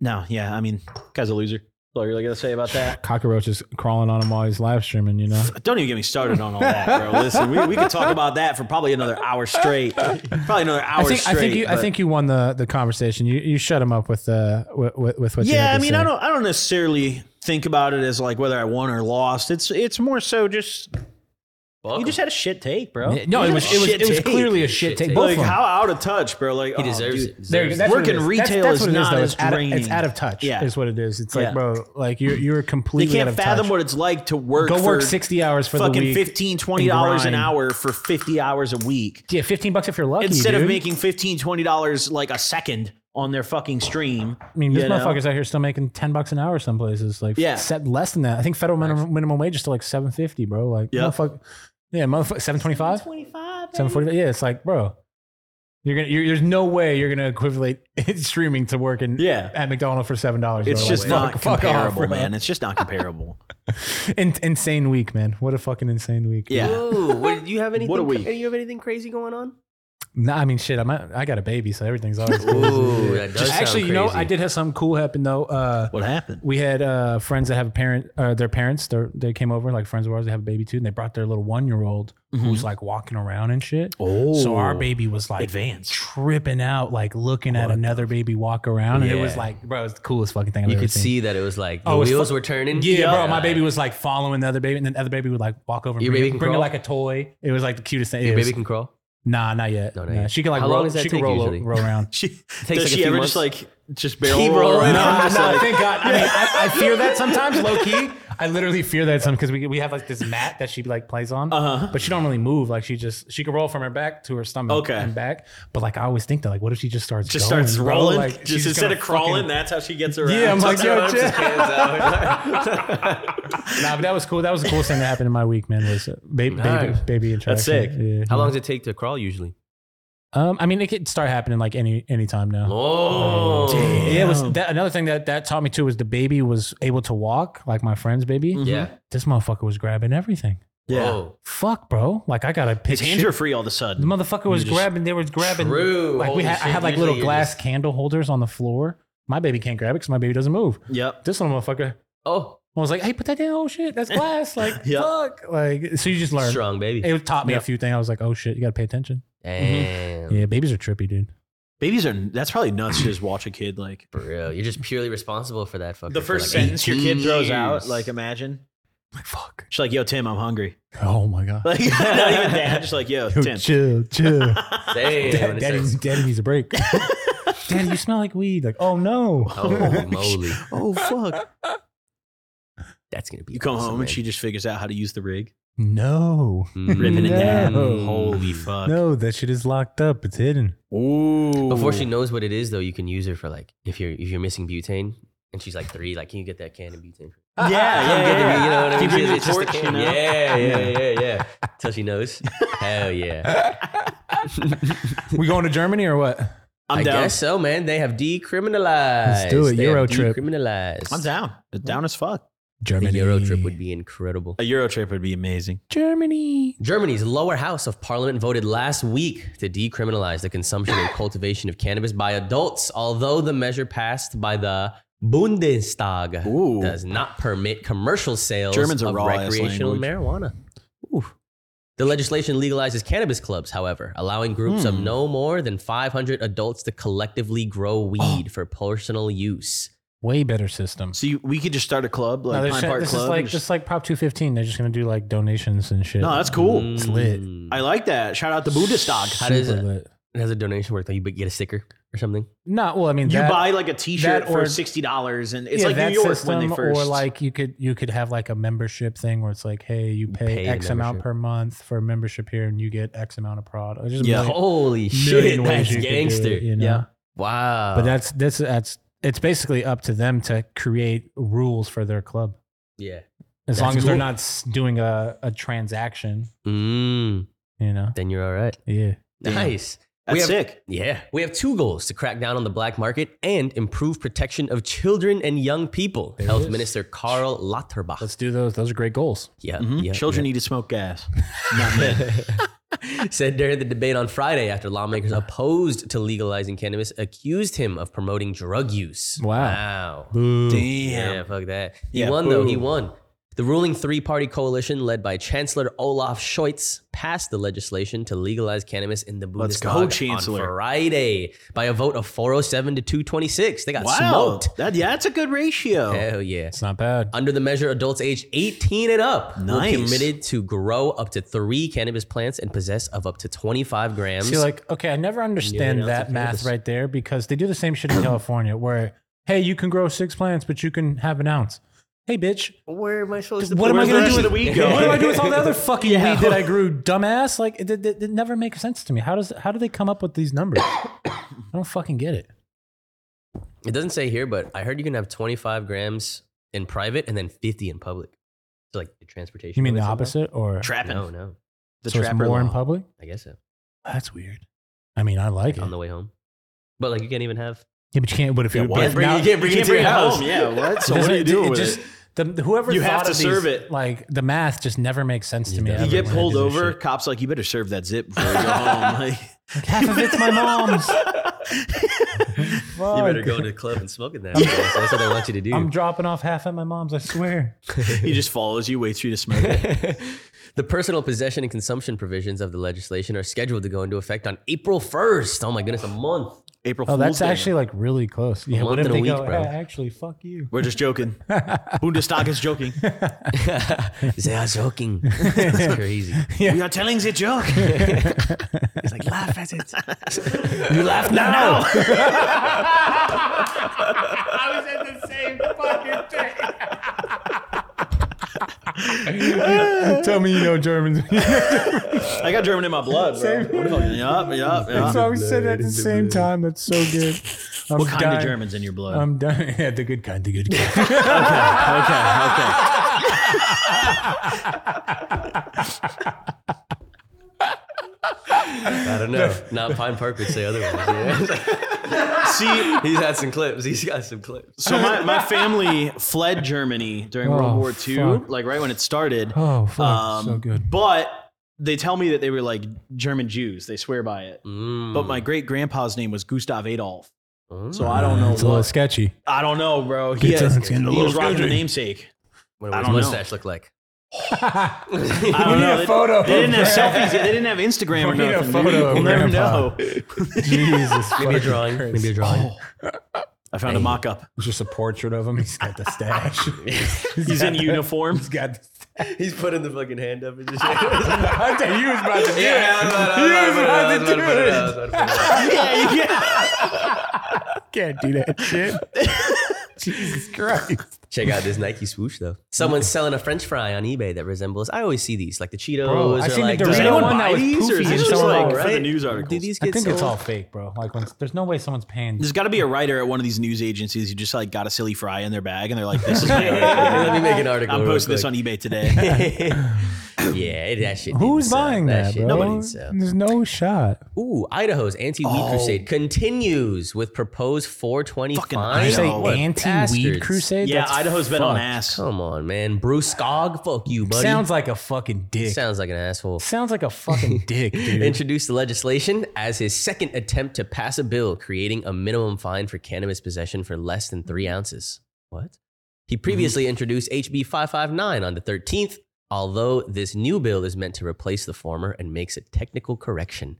[SPEAKER 5] no, yeah. I mean, guy's a loser. That's all you're going to say about that.
[SPEAKER 3] cockroaches crawling on him while he's live streaming. You know,
[SPEAKER 5] Don't even get me started on all that, bro. Listen, we, we could talk about that for probably another hour straight. Probably another hour
[SPEAKER 3] I think
[SPEAKER 5] straight.
[SPEAKER 3] I think you I
[SPEAKER 5] but-
[SPEAKER 3] think you won the the conversation. You you shut him up with the with, with, with what. you had
[SPEAKER 5] Yeah, I
[SPEAKER 3] to
[SPEAKER 5] mean,
[SPEAKER 3] say.
[SPEAKER 5] I don't I don't necessarily think about it as like whether I won or lost. It's it's more so just you
[SPEAKER 1] Welcome.
[SPEAKER 5] just had a shit take, bro.
[SPEAKER 3] Yeah, No, it
[SPEAKER 5] You had
[SPEAKER 3] was
[SPEAKER 5] a
[SPEAKER 3] it was
[SPEAKER 5] shit
[SPEAKER 3] it was
[SPEAKER 5] take.
[SPEAKER 3] clearly a shit
[SPEAKER 1] Shit
[SPEAKER 3] take.
[SPEAKER 1] take.
[SPEAKER 3] Both
[SPEAKER 5] like
[SPEAKER 3] of 'em.
[SPEAKER 5] how out of touch, bro. Like oh,
[SPEAKER 1] He deserves it.
[SPEAKER 3] There you go.
[SPEAKER 1] Deserves
[SPEAKER 3] That's
[SPEAKER 1] it.
[SPEAKER 3] what it
[SPEAKER 5] Working
[SPEAKER 3] is. That's-
[SPEAKER 5] retail
[SPEAKER 3] that's
[SPEAKER 5] is
[SPEAKER 3] what it
[SPEAKER 5] not
[SPEAKER 3] though.
[SPEAKER 5] as
[SPEAKER 3] it's out, of, it's
[SPEAKER 5] draining.
[SPEAKER 3] out of touch.
[SPEAKER 5] Yeah.
[SPEAKER 3] is what it is. It's
[SPEAKER 5] Yeah.
[SPEAKER 3] like, bro, like you're you're
[SPEAKER 5] They
[SPEAKER 3] completely.
[SPEAKER 5] can't
[SPEAKER 3] out of
[SPEAKER 5] fathom
[SPEAKER 3] touch.
[SPEAKER 5] what it's like to work
[SPEAKER 3] Go
[SPEAKER 5] for
[SPEAKER 3] work sixty hours for the
[SPEAKER 5] fucking
[SPEAKER 3] week.
[SPEAKER 5] fifteen, twenty
[SPEAKER 3] and
[SPEAKER 5] dollars an
[SPEAKER 3] grind.
[SPEAKER 5] hour for fifty hours a week.
[SPEAKER 3] Yeah, fifteen bucks if you're lucky.
[SPEAKER 5] Instead of
[SPEAKER 3] dude.
[SPEAKER 5] making 15 dollars like a second on their fucking stream.
[SPEAKER 3] I mean, these
[SPEAKER 5] you know?
[SPEAKER 3] motherfuckers out here still making ten bucks an hour some places. Like,
[SPEAKER 5] Yeah.
[SPEAKER 3] set less than that. I think federal minimum, minimum wage is still like seven fifty, bro. Like,
[SPEAKER 5] Yeah.
[SPEAKER 3] motherfuck- yeah, motherfucker, seven twenty five, seven forty five. Yeah, it's like, bro, you're gonna. You're, there's no way you're gonna equivalent <laughs> streaming to working.
[SPEAKER 5] Yeah.
[SPEAKER 3] at McDonald's for seven dollars.
[SPEAKER 5] It's just not comparable,
[SPEAKER 3] off, bro.
[SPEAKER 5] man. It's just not comparable.
[SPEAKER 3] In- insane week, man. What a fucking insane week. <laughs>
[SPEAKER 5] yeah.
[SPEAKER 1] Ooh, what, do you have anything?
[SPEAKER 5] <laughs> What a
[SPEAKER 1] co-
[SPEAKER 5] week.
[SPEAKER 1] Do you have anything crazy going on?
[SPEAKER 3] Nah, I mean, shit. I'm not, I got a baby, so everything's always.
[SPEAKER 1] Ooh, that does
[SPEAKER 3] Just-
[SPEAKER 1] sound
[SPEAKER 3] actually, you know,
[SPEAKER 1] crazy.
[SPEAKER 3] I did have something cool happen though. Uh,
[SPEAKER 5] What happened?
[SPEAKER 3] we had uh, friends that have a parent, uh, their parents, they're- they came over, like friends of ours, they have a baby too, and they brought their little one year old
[SPEAKER 1] Mm-hmm.
[SPEAKER 3] who's like walking around and shit.
[SPEAKER 5] Oh.
[SPEAKER 3] So our baby was like
[SPEAKER 5] Advanced.
[SPEAKER 3] tripping out, like looking at another baby walk around, and it was
[SPEAKER 1] Yeah.
[SPEAKER 3] like, bro, it was the coolest fucking thing I've
[SPEAKER 1] You
[SPEAKER 3] ever
[SPEAKER 1] could
[SPEAKER 3] seen.
[SPEAKER 1] see that it was like the
[SPEAKER 3] Oh, it's
[SPEAKER 1] wheels
[SPEAKER 3] fu-
[SPEAKER 1] were turning.
[SPEAKER 3] Yeah, bro, my baby was like following the other baby, and then the other baby would like walk over and
[SPEAKER 1] Your
[SPEAKER 3] bring,
[SPEAKER 1] baby
[SPEAKER 3] it-
[SPEAKER 1] can
[SPEAKER 3] bring it
[SPEAKER 1] crawl?
[SPEAKER 3] like a toy. It was like the cutest thing.
[SPEAKER 1] Your
[SPEAKER 3] It was-
[SPEAKER 1] baby can crawl.
[SPEAKER 3] nah, not yet.
[SPEAKER 1] No, not
[SPEAKER 3] Nah,
[SPEAKER 1] yet.
[SPEAKER 3] She can like
[SPEAKER 1] How
[SPEAKER 3] roll,
[SPEAKER 1] long does that
[SPEAKER 3] she can
[SPEAKER 1] take
[SPEAKER 3] roll,
[SPEAKER 1] usually?
[SPEAKER 3] roll around.
[SPEAKER 5] She,
[SPEAKER 1] like,
[SPEAKER 5] does
[SPEAKER 1] a
[SPEAKER 5] she
[SPEAKER 1] few
[SPEAKER 5] ever
[SPEAKER 1] months.
[SPEAKER 5] just
[SPEAKER 1] <laughs>
[SPEAKER 5] like just barrel roll around?
[SPEAKER 3] Nah,
[SPEAKER 5] Just
[SPEAKER 3] nah,
[SPEAKER 5] like-
[SPEAKER 3] thank God. I mean, I, I fear that sometimes, low key. I literally fear that sometimes because we, we have like this mat that she like plays on,
[SPEAKER 5] Uh-huh.
[SPEAKER 3] but she don't really move. Like she just she can roll from her back to her stomach,
[SPEAKER 5] Okay.
[SPEAKER 3] and back. But like I always think that like, what if she just starts
[SPEAKER 5] just
[SPEAKER 3] going,
[SPEAKER 5] starts
[SPEAKER 3] bro?
[SPEAKER 5] rolling.
[SPEAKER 3] Like, she's
[SPEAKER 5] just instead
[SPEAKER 3] gonna
[SPEAKER 5] of crawling,
[SPEAKER 3] fucking-
[SPEAKER 5] that's how she gets around.
[SPEAKER 3] yeah, I'm
[SPEAKER 5] <laughs>
[SPEAKER 3] like, yo,
[SPEAKER 1] His
[SPEAKER 3] Jeff.
[SPEAKER 1] hands out.
[SPEAKER 3] Nah, but that was cool. That was the coolest thing that happened in my week, man. Was uh, baby, baby,
[SPEAKER 1] Nice.
[SPEAKER 3] baby
[SPEAKER 5] That's
[SPEAKER 3] interaction.
[SPEAKER 5] sick.
[SPEAKER 3] Yeah.
[SPEAKER 1] How long does it take to crawl usually?
[SPEAKER 3] Um, I mean, it could start happening like any any time now.
[SPEAKER 1] Oh,
[SPEAKER 3] Yeah, it was that, another thing that that taught me too was the baby was able to walk like my friend's
[SPEAKER 5] Mm-hmm.
[SPEAKER 3] baby.
[SPEAKER 1] yeah. Oh,
[SPEAKER 3] This motherfucker was grabbing everything.
[SPEAKER 5] yeah.
[SPEAKER 1] Whoa.
[SPEAKER 3] Fuck, bro. Like I gotta pick.
[SPEAKER 5] His hands
[SPEAKER 3] shit.
[SPEAKER 5] are free all of a
[SPEAKER 3] the
[SPEAKER 5] sudden.
[SPEAKER 3] motherfucker was
[SPEAKER 5] just-
[SPEAKER 3] grabbing. They were grabbing.
[SPEAKER 1] True.
[SPEAKER 3] Like we
[SPEAKER 1] Holy
[SPEAKER 3] had, I
[SPEAKER 1] shit.
[SPEAKER 3] had like
[SPEAKER 1] Usually
[SPEAKER 3] little
[SPEAKER 1] you're
[SPEAKER 3] glass candle holders on the floor. My baby can't grab it because my baby doesn't move.
[SPEAKER 5] Yep.
[SPEAKER 3] This little motherfucker.
[SPEAKER 1] Oh,
[SPEAKER 3] I was like, hey, put that down. Oh shit,
[SPEAKER 5] <laughs>
[SPEAKER 3] that's glass. Like
[SPEAKER 5] Yeah.
[SPEAKER 3] fuck. Like so you just learn.
[SPEAKER 1] strong baby.
[SPEAKER 3] It taught me
[SPEAKER 5] Yeah.
[SPEAKER 3] a few things. I was like, oh shit, you gotta pay attention.
[SPEAKER 1] Damn.
[SPEAKER 3] Yeah, babies are trippy, dude.
[SPEAKER 5] Babies are. That's probably nuts. to Just watch a kid like
[SPEAKER 1] For real. You're just purely responsible for that fucker.
[SPEAKER 5] the
[SPEAKER 1] for,
[SPEAKER 5] first
[SPEAKER 1] like,
[SPEAKER 5] sentence your kid
[SPEAKER 1] 18
[SPEAKER 5] throws out.
[SPEAKER 1] years.
[SPEAKER 5] Like imagine.
[SPEAKER 3] Like fuck.
[SPEAKER 5] She's like, "Yo, Tim, I'm hungry." <laughs>
[SPEAKER 3] Oh my god.
[SPEAKER 5] Like <laughs> not even <laughs> dad. Just like, "Yo,
[SPEAKER 3] Yo,
[SPEAKER 5] Tim."
[SPEAKER 3] chill,
[SPEAKER 5] <laughs>
[SPEAKER 3] <laughs> chill.
[SPEAKER 1] Damn.
[SPEAKER 3] Dad,
[SPEAKER 1] and
[SPEAKER 3] daddy,
[SPEAKER 1] it starts-
[SPEAKER 3] daddy needs a break. daddy, you smell like weed. Like, oh no.
[SPEAKER 5] <laughs>
[SPEAKER 1] Holy moly.
[SPEAKER 5] Oh fuck!
[SPEAKER 1] That's going to be
[SPEAKER 5] You come
[SPEAKER 1] awesome,
[SPEAKER 5] home
[SPEAKER 1] man.
[SPEAKER 5] and she just figures out how to use the rig,
[SPEAKER 3] <laughs> No.
[SPEAKER 1] Mm.
[SPEAKER 5] ripping it down.
[SPEAKER 3] No.
[SPEAKER 5] Holy fuck!
[SPEAKER 3] No, that shit is locked up. It's hidden.
[SPEAKER 5] Ooh.
[SPEAKER 1] Before she knows what it is, though, you can use her for like if you're if you're missing butane, and she's like three, like can you get that can of butane?
[SPEAKER 5] <laughs> Yeah, yeah,
[SPEAKER 1] Come get the
[SPEAKER 5] yeah.
[SPEAKER 1] bu- You know what I mean?
[SPEAKER 5] Keep it in
[SPEAKER 1] It's-
[SPEAKER 5] the
[SPEAKER 1] it's just a
[SPEAKER 5] torch,
[SPEAKER 1] can.
[SPEAKER 5] you know?
[SPEAKER 1] Yeah, yeah, yeah, yeah. Till she knows. Hell yeah.
[SPEAKER 3] We going to Germany or what?
[SPEAKER 5] I'm
[SPEAKER 1] I
[SPEAKER 5] down.
[SPEAKER 1] guess so, man. They have decriminalized.
[SPEAKER 3] Let's do it.
[SPEAKER 1] They have
[SPEAKER 3] Euro trip.
[SPEAKER 1] Decriminalized.
[SPEAKER 5] I'm down. Down as fuck.
[SPEAKER 1] The
[SPEAKER 3] Germany.
[SPEAKER 1] Euro trip would be incredible.
[SPEAKER 5] A Euro trip would be amazing.
[SPEAKER 3] Germany.
[SPEAKER 1] Germany's lower house of parliament voted last week to decriminalize the consumption and cultivation of cannabis by adults, although the measure passed by the Bundestag
[SPEAKER 5] Ooh.
[SPEAKER 1] does not permit commercial sales
[SPEAKER 5] Germans are
[SPEAKER 1] of
[SPEAKER 5] raw ass
[SPEAKER 1] recreational
[SPEAKER 5] language.
[SPEAKER 1] marijuana. The legislation legalizes cannabis clubs, however, allowing groups
[SPEAKER 5] Hmm.
[SPEAKER 1] of no more than 500 adults to collectively grow
[SPEAKER 5] Oh.
[SPEAKER 1] weed for personal use.
[SPEAKER 3] Way better system.
[SPEAKER 5] So you, we could just start a club,
[SPEAKER 3] No,
[SPEAKER 5] like
[SPEAKER 3] they're
[SPEAKER 5] Pine
[SPEAKER 3] shit-
[SPEAKER 5] Park
[SPEAKER 3] this
[SPEAKER 5] Club.
[SPEAKER 3] is like
[SPEAKER 5] and just-
[SPEAKER 3] just like Prop 215. They're just gonna do like donations and shit.
[SPEAKER 5] no, that's cool.
[SPEAKER 3] It's lit.
[SPEAKER 1] Mm.
[SPEAKER 5] I like that. Shout out to Bundestag.
[SPEAKER 1] How does
[SPEAKER 3] Super
[SPEAKER 1] it-
[SPEAKER 3] lit.
[SPEAKER 1] How's a donation work? Like you get a sticker or something?
[SPEAKER 3] Not well. I mean,
[SPEAKER 5] You
[SPEAKER 3] that,
[SPEAKER 5] buy like a T-shirt
[SPEAKER 3] that or-
[SPEAKER 5] for sixty dollars, and it's
[SPEAKER 3] yeah,
[SPEAKER 5] like New
[SPEAKER 3] that
[SPEAKER 5] York
[SPEAKER 3] system,
[SPEAKER 5] when they first.
[SPEAKER 3] or like you could you could have like a membership thing where it's like, hey, you pay,
[SPEAKER 1] pay the
[SPEAKER 3] X amount
[SPEAKER 1] membership.
[SPEAKER 3] per month for a membership here, and you get X amount of product. There's a
[SPEAKER 5] Yeah.
[SPEAKER 1] <laughs>
[SPEAKER 3] million-
[SPEAKER 1] Holy
[SPEAKER 3] million
[SPEAKER 1] shit,
[SPEAKER 3] ways
[SPEAKER 1] that's
[SPEAKER 3] you could do it,
[SPEAKER 1] gangster.
[SPEAKER 3] you know?
[SPEAKER 5] Yeah.
[SPEAKER 1] Wow.
[SPEAKER 3] But that's that's that's it's basically up to them to create rules for their club.
[SPEAKER 1] yeah.
[SPEAKER 3] As
[SPEAKER 1] That's
[SPEAKER 3] long as they're
[SPEAKER 1] cool.
[SPEAKER 3] not s- doing a, a transaction,
[SPEAKER 1] Mm.
[SPEAKER 3] you You know?
[SPEAKER 1] then you're all right.
[SPEAKER 3] Yeah.
[SPEAKER 1] Nice.
[SPEAKER 5] That's
[SPEAKER 1] we have,
[SPEAKER 5] sick.
[SPEAKER 1] Yeah. We have two goals to crack down on the black market and improve protection of children and young people.
[SPEAKER 3] There it
[SPEAKER 1] Health
[SPEAKER 3] is.
[SPEAKER 1] Minister Karl Lauterbach.
[SPEAKER 3] Let's do those. Those are great goals.
[SPEAKER 1] yeah,
[SPEAKER 5] Mhm.
[SPEAKER 1] yeah,
[SPEAKER 5] Children need to smoke gas. Not men.
[SPEAKER 1] <laughs>
[SPEAKER 5] <laughs>
[SPEAKER 1] said during the debate on Friday after lawmakers opposed to legalizing cannabis accused him of promoting drug use.
[SPEAKER 3] Wow.
[SPEAKER 1] Wow. Yeah, fuck that. He
[SPEAKER 5] Yeah,
[SPEAKER 1] won, though. He
[SPEAKER 5] boo.
[SPEAKER 1] won. The ruling three party coalition led by Chancellor Olaf Scholz passed the legislation to legalize cannabis in the
[SPEAKER 5] Let's
[SPEAKER 1] Bundestag
[SPEAKER 5] go, Chancellor.
[SPEAKER 1] on Friday by a vote of 407 to 226. They got
[SPEAKER 5] Wow.
[SPEAKER 1] smoked.
[SPEAKER 5] That, yeah, that's a good ratio.
[SPEAKER 1] Hell yeah.
[SPEAKER 3] It's not bad.
[SPEAKER 1] Under the measure, adults aged 18 and up
[SPEAKER 5] Nice.
[SPEAKER 1] were committed to grow up to three cannabis plants and possess of up to 25 grams.
[SPEAKER 3] See, like, okay, I never understand
[SPEAKER 1] ounce
[SPEAKER 3] that
[SPEAKER 1] of
[SPEAKER 3] math
[SPEAKER 1] cannabis.
[SPEAKER 3] right there because they do the same shit in California where, hey, you can grow six plants, but you can have an ounce. Hey, bitch,
[SPEAKER 1] Where am I supposed
[SPEAKER 3] what am I
[SPEAKER 5] Where's the
[SPEAKER 3] gonna
[SPEAKER 5] rest
[SPEAKER 3] do with
[SPEAKER 5] of the
[SPEAKER 3] <laughs> What
[SPEAKER 5] week going?
[SPEAKER 3] do I do with all the other fucking
[SPEAKER 5] Yeah.
[SPEAKER 3] weed that I grew, dumbass? Like, it, it, it never makes sense to me. How does how do they come up with these numbers? I don't fucking get it.
[SPEAKER 1] It doesn't say here, but I heard you can have 25 grams in private and then 50 in public. So like the transportation.
[SPEAKER 3] You mean the
[SPEAKER 1] public somehow?
[SPEAKER 3] opposite, or
[SPEAKER 5] Trapping.
[SPEAKER 1] No, no.
[SPEAKER 5] The
[SPEAKER 3] so it's
[SPEAKER 5] trapper
[SPEAKER 3] more in
[SPEAKER 5] law.
[SPEAKER 3] public?
[SPEAKER 1] I guess so.
[SPEAKER 3] That's weird. I mean, I like it.
[SPEAKER 1] On the way home. But like you can't even have.
[SPEAKER 3] yeah, but you can't. But if
[SPEAKER 5] Yeah,
[SPEAKER 3] you
[SPEAKER 5] what?
[SPEAKER 3] but
[SPEAKER 1] Bring-
[SPEAKER 3] now-
[SPEAKER 1] you can't bring
[SPEAKER 5] You
[SPEAKER 1] it
[SPEAKER 5] can't
[SPEAKER 1] to your
[SPEAKER 5] bring it
[SPEAKER 1] house.
[SPEAKER 5] home. Yeah. <laughs> What? So
[SPEAKER 3] Doesn't
[SPEAKER 5] what are you
[SPEAKER 3] it- it
[SPEAKER 5] doing with
[SPEAKER 3] just,
[SPEAKER 5] it?
[SPEAKER 3] The, whoever
[SPEAKER 5] You have
[SPEAKER 3] thought
[SPEAKER 5] to
[SPEAKER 3] of
[SPEAKER 5] serve
[SPEAKER 3] these,
[SPEAKER 5] it.
[SPEAKER 3] Like the math just never makes sense to
[SPEAKER 1] It
[SPEAKER 3] me.
[SPEAKER 1] doesn't.
[SPEAKER 3] ever
[SPEAKER 5] You get
[SPEAKER 3] when I
[SPEAKER 5] pulled
[SPEAKER 3] do this
[SPEAKER 5] over,
[SPEAKER 3] shit.
[SPEAKER 5] cops like, you better serve that zip before <laughs> you go home. Like, <laughs>
[SPEAKER 3] Half of it's my mom's.
[SPEAKER 1] You
[SPEAKER 3] Fuck.
[SPEAKER 1] better go to the club and smoke in there. so that's what they want you to
[SPEAKER 3] <laughs>
[SPEAKER 1] do.
[SPEAKER 3] I'm dropping off half at my mom's. I
[SPEAKER 5] <laughs>
[SPEAKER 3] swear.
[SPEAKER 5] he just follows you, waits for you to
[SPEAKER 3] <laughs>
[SPEAKER 5] smoke it.
[SPEAKER 1] the personal possession and consumption provisions of the legislation are scheduled to go into effect on April 1st. Oh my goodness, a month.
[SPEAKER 5] April
[SPEAKER 3] Oh,
[SPEAKER 5] Fool's
[SPEAKER 3] that's
[SPEAKER 5] Day.
[SPEAKER 3] actually like really close. Yeah,
[SPEAKER 1] month
[SPEAKER 3] what if
[SPEAKER 1] and a
[SPEAKER 3] they
[SPEAKER 1] week,
[SPEAKER 3] go,
[SPEAKER 1] bro.
[SPEAKER 3] "Hey, actually, fuck
[SPEAKER 5] <laughs>
[SPEAKER 3] you.
[SPEAKER 5] We're
[SPEAKER 3] <laughs>
[SPEAKER 5] just joking. Bundestag is joking.
[SPEAKER 1] they are "Oh, joking. It's crazy.
[SPEAKER 5] We are telling the
[SPEAKER 3] <laughs>
[SPEAKER 5] joke.
[SPEAKER 1] It's like, laugh at it. you laugh now.
[SPEAKER 3] Tell me you know <laughs> German.
[SPEAKER 5] I got German in my blood, bro. What the fuck? Yup, yup, yup.
[SPEAKER 3] so we said at the same time. That's so good. I'm
[SPEAKER 5] What kind
[SPEAKER 3] dying.
[SPEAKER 5] of German's in your blood?
[SPEAKER 3] I'm done. <laughs> Yeah, the good kind. The good
[SPEAKER 5] <laughs>
[SPEAKER 3] kind.
[SPEAKER 1] I don't know. Not Pine Park would say otherwise. Yeah. <laughs>
[SPEAKER 5] See,
[SPEAKER 1] He's had some clips. He's got some clips.
[SPEAKER 5] so my, my family fled Germany during World
[SPEAKER 3] Oh,
[SPEAKER 5] War II,
[SPEAKER 3] fuck.
[SPEAKER 5] like right when it started.
[SPEAKER 3] Oh, fuck.
[SPEAKER 5] Um,
[SPEAKER 3] so good.
[SPEAKER 5] But they tell me that they were like German Jews. They swear by it.
[SPEAKER 1] Mm. Hmm.
[SPEAKER 5] But my great grandpa's name was Gustav Adolf. So I don't know
[SPEAKER 3] It's a little
[SPEAKER 5] what.
[SPEAKER 3] sketchy.
[SPEAKER 5] I don't know, bro. He, had,
[SPEAKER 3] sounds getting a
[SPEAKER 5] he
[SPEAKER 3] little
[SPEAKER 5] was rocking the
[SPEAKER 3] sketchy.
[SPEAKER 5] namesake.
[SPEAKER 1] What
[SPEAKER 5] I
[SPEAKER 1] does
[SPEAKER 5] don't know.
[SPEAKER 1] mustache look like?
[SPEAKER 5] I don't
[SPEAKER 3] need
[SPEAKER 5] know.
[SPEAKER 3] a
[SPEAKER 5] They-
[SPEAKER 3] photo.
[SPEAKER 5] <laughs> They didn't have selfies. yet. They didn't have Instagram or
[SPEAKER 3] <laughs> We need a
[SPEAKER 5] nothing. dude.
[SPEAKER 3] photo of
[SPEAKER 5] We'll never
[SPEAKER 3] Grandpa. <laughs>
[SPEAKER 5] know.
[SPEAKER 3] Jesus.
[SPEAKER 1] Maybe a drawing. Maybe a drawing.
[SPEAKER 5] I found a mock-up.
[SPEAKER 3] It's just a portrait of him. He's got the
[SPEAKER 5] <laughs>
[SPEAKER 3] stash.
[SPEAKER 5] He's in
[SPEAKER 3] got
[SPEAKER 5] uniform.
[SPEAKER 3] He's got. The
[SPEAKER 1] He's putting the fucking hand up and just. <laughs>
[SPEAKER 3] I thought you was about to do it.
[SPEAKER 1] yeah,
[SPEAKER 3] You was about to do it.
[SPEAKER 5] yeah, yeah.
[SPEAKER 3] Can't do that shit. Jesus Christ.
[SPEAKER 1] <laughs> Check out this Nike swoosh though. Someone's selling a French fry on eBay that resembles. I always see these, like the Cheetos.
[SPEAKER 3] Bro, I
[SPEAKER 1] or
[SPEAKER 3] seen the
[SPEAKER 1] like
[SPEAKER 3] Dorito
[SPEAKER 5] Does anyone
[SPEAKER 3] one that
[SPEAKER 5] buy
[SPEAKER 3] was
[SPEAKER 5] these, or is
[SPEAKER 3] poofy
[SPEAKER 5] it
[SPEAKER 3] and
[SPEAKER 5] just
[SPEAKER 3] so
[SPEAKER 5] like
[SPEAKER 3] long,
[SPEAKER 5] for the
[SPEAKER 1] right?
[SPEAKER 5] news
[SPEAKER 1] Do
[SPEAKER 5] articles?
[SPEAKER 1] these
[SPEAKER 3] I
[SPEAKER 1] get
[SPEAKER 3] think it's all
[SPEAKER 1] sold?
[SPEAKER 3] fake, bro. Like, when, there's no way someone's paying.
[SPEAKER 5] There's got to be a writer at one of these news agencies who just like got a silly fry in their bag, and they're like, <laughs> "This is my.
[SPEAKER 1] Let me make an article.
[SPEAKER 5] <laughs> I'm
[SPEAKER 1] real
[SPEAKER 5] posting this
[SPEAKER 1] quick.
[SPEAKER 3] <laughs>
[SPEAKER 5] on eBay today."
[SPEAKER 1] yeah, that shit.
[SPEAKER 3] Who's
[SPEAKER 1] didn't sell.
[SPEAKER 3] buying that,
[SPEAKER 1] shit
[SPEAKER 3] bro?
[SPEAKER 1] didn't sell.
[SPEAKER 3] There's no shot.
[SPEAKER 1] Ooh, Idaho's anti-weed crusade continues with proposed 420
[SPEAKER 5] Oh. Fucking
[SPEAKER 1] fine.
[SPEAKER 5] I
[SPEAKER 3] You say
[SPEAKER 5] know, what
[SPEAKER 3] anti-weed
[SPEAKER 1] bastards.
[SPEAKER 3] crusade?
[SPEAKER 5] <laughs> yeah,
[SPEAKER 3] That's
[SPEAKER 5] Idaho's been on
[SPEAKER 3] fucked.
[SPEAKER 5] ass.
[SPEAKER 1] Come on, man. Bruce Gog, fuck you, buddy.
[SPEAKER 3] Sounds like a fucking dick.
[SPEAKER 1] Sounds like an asshole.
[SPEAKER 3] Sounds like a
[SPEAKER 5] <laughs>
[SPEAKER 3] fucking dick, dude.
[SPEAKER 1] Introduced the legislation as his second attempt to pass a bill creating a minimum fine for cannabis possession for less than three
[SPEAKER 3] Mm-hmm.
[SPEAKER 1] ounces. What? He previously introduced HB 559 on the 13th, although this new bill is meant to replace the former and makes a technical correction.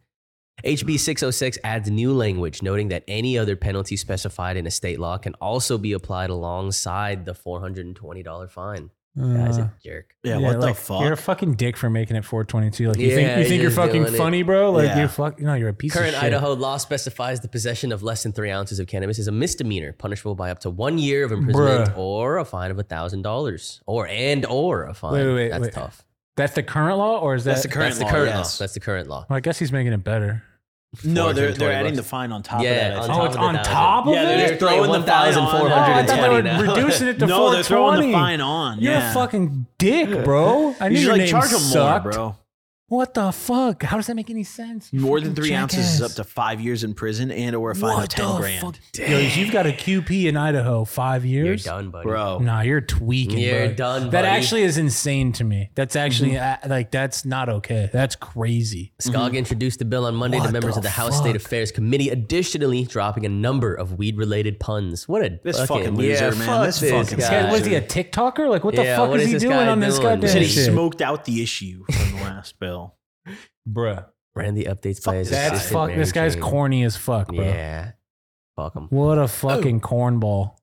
[SPEAKER 1] HB 606 adds new language noting that any other penalty specified in a state law can also be applied alongside the $420 fine. That is
[SPEAKER 3] Uh,
[SPEAKER 1] a jerk.
[SPEAKER 5] Yeah,
[SPEAKER 3] yeah,
[SPEAKER 5] what the
[SPEAKER 3] like, You're a
[SPEAKER 5] fuck?
[SPEAKER 3] fucking dick for making it 422. Like you
[SPEAKER 1] Yeah,
[SPEAKER 3] think you
[SPEAKER 1] you're
[SPEAKER 3] think you're
[SPEAKER 1] just
[SPEAKER 3] fucking
[SPEAKER 1] doing it.
[SPEAKER 3] funny, bro? Like
[SPEAKER 5] Yeah.
[SPEAKER 3] you're fuck. No, you're a piece
[SPEAKER 1] Current
[SPEAKER 3] of shit.
[SPEAKER 1] Idaho law specifies the possession of less than three ounces of cannabis is a misdemeanor, punishable by up to one year of imprisonment
[SPEAKER 3] Bruh.
[SPEAKER 1] or a fine of a thousand dollars, or and or a fine.
[SPEAKER 3] Wait, wait, wait,
[SPEAKER 1] That's
[SPEAKER 3] wait.
[SPEAKER 1] tough.
[SPEAKER 3] That's the current law, or is that?
[SPEAKER 5] That's the current
[SPEAKER 1] That's the
[SPEAKER 5] law,
[SPEAKER 1] current
[SPEAKER 5] yes.
[SPEAKER 1] law. That's the current law.
[SPEAKER 3] well, I guess he's making it better.
[SPEAKER 5] No, they're
[SPEAKER 1] 420
[SPEAKER 5] they're adding the
[SPEAKER 1] bucks.
[SPEAKER 5] fine on top
[SPEAKER 1] Yeah,
[SPEAKER 5] of that. I
[SPEAKER 1] on top
[SPEAKER 3] Oh,
[SPEAKER 5] think.
[SPEAKER 3] it's
[SPEAKER 1] of
[SPEAKER 3] on
[SPEAKER 1] the thousand.
[SPEAKER 3] top of
[SPEAKER 5] Yeah,
[SPEAKER 3] it.
[SPEAKER 5] they're
[SPEAKER 1] They're
[SPEAKER 5] just throwing
[SPEAKER 1] throwing
[SPEAKER 5] the fine on.
[SPEAKER 3] oh, I thought they
[SPEAKER 1] 120
[SPEAKER 3] were
[SPEAKER 1] now.
[SPEAKER 3] reducing it to
[SPEAKER 5] <laughs> no, they're throwing
[SPEAKER 3] 420.
[SPEAKER 5] the fine on.
[SPEAKER 3] You're
[SPEAKER 5] yeah.
[SPEAKER 3] a fucking dick, bro. I
[SPEAKER 5] You
[SPEAKER 3] knew
[SPEAKER 5] should
[SPEAKER 3] your
[SPEAKER 5] like
[SPEAKER 3] name
[SPEAKER 5] charge them more,
[SPEAKER 3] sucked.
[SPEAKER 5] bro.
[SPEAKER 3] What the fuck? How does that make any sense?
[SPEAKER 5] More than three ounces is up to five years in prison and or a fine of ten grand.
[SPEAKER 3] Yo, you've got a QP in Idaho, five
[SPEAKER 1] You're
[SPEAKER 3] years.
[SPEAKER 1] done, buddy.
[SPEAKER 5] Bro.
[SPEAKER 3] Nah, you're tweaking.
[SPEAKER 1] You're
[SPEAKER 3] bro.
[SPEAKER 1] done,
[SPEAKER 3] That
[SPEAKER 1] buddy.
[SPEAKER 3] actually is insane to me. That's actually uh, like that's not okay. That's crazy.
[SPEAKER 1] Skog introduced the bill on Monday to
[SPEAKER 3] What
[SPEAKER 1] members
[SPEAKER 3] the
[SPEAKER 1] of the House State
[SPEAKER 3] fuck?
[SPEAKER 1] Affairs Committee, additionally dropping a number of weed related puns. What a
[SPEAKER 5] This fucking loser, man.
[SPEAKER 1] fuck
[SPEAKER 5] This fucking
[SPEAKER 3] This
[SPEAKER 1] guy.
[SPEAKER 3] guy,
[SPEAKER 5] Yeah,
[SPEAKER 3] what is he,
[SPEAKER 5] dude.
[SPEAKER 3] a TikToker? Like, what
[SPEAKER 1] Yeah,
[SPEAKER 3] the fuck
[SPEAKER 1] what
[SPEAKER 3] is
[SPEAKER 1] is
[SPEAKER 3] he
[SPEAKER 1] this
[SPEAKER 3] doing
[SPEAKER 1] guy
[SPEAKER 3] on this
[SPEAKER 1] doing?
[SPEAKER 3] goddamn
[SPEAKER 5] He said he
[SPEAKER 3] shit?
[SPEAKER 5] smoked out the issue from the
[SPEAKER 3] <laughs>
[SPEAKER 5] last bill.
[SPEAKER 3] Bruh.
[SPEAKER 1] Ran the updates by his
[SPEAKER 3] That's
[SPEAKER 1] assistant,
[SPEAKER 3] fuck.
[SPEAKER 1] Mary
[SPEAKER 3] This guy's
[SPEAKER 1] Jane.
[SPEAKER 3] corny as fuck, bro.
[SPEAKER 1] Yeah. Fuck him.
[SPEAKER 3] What a fucking cornball.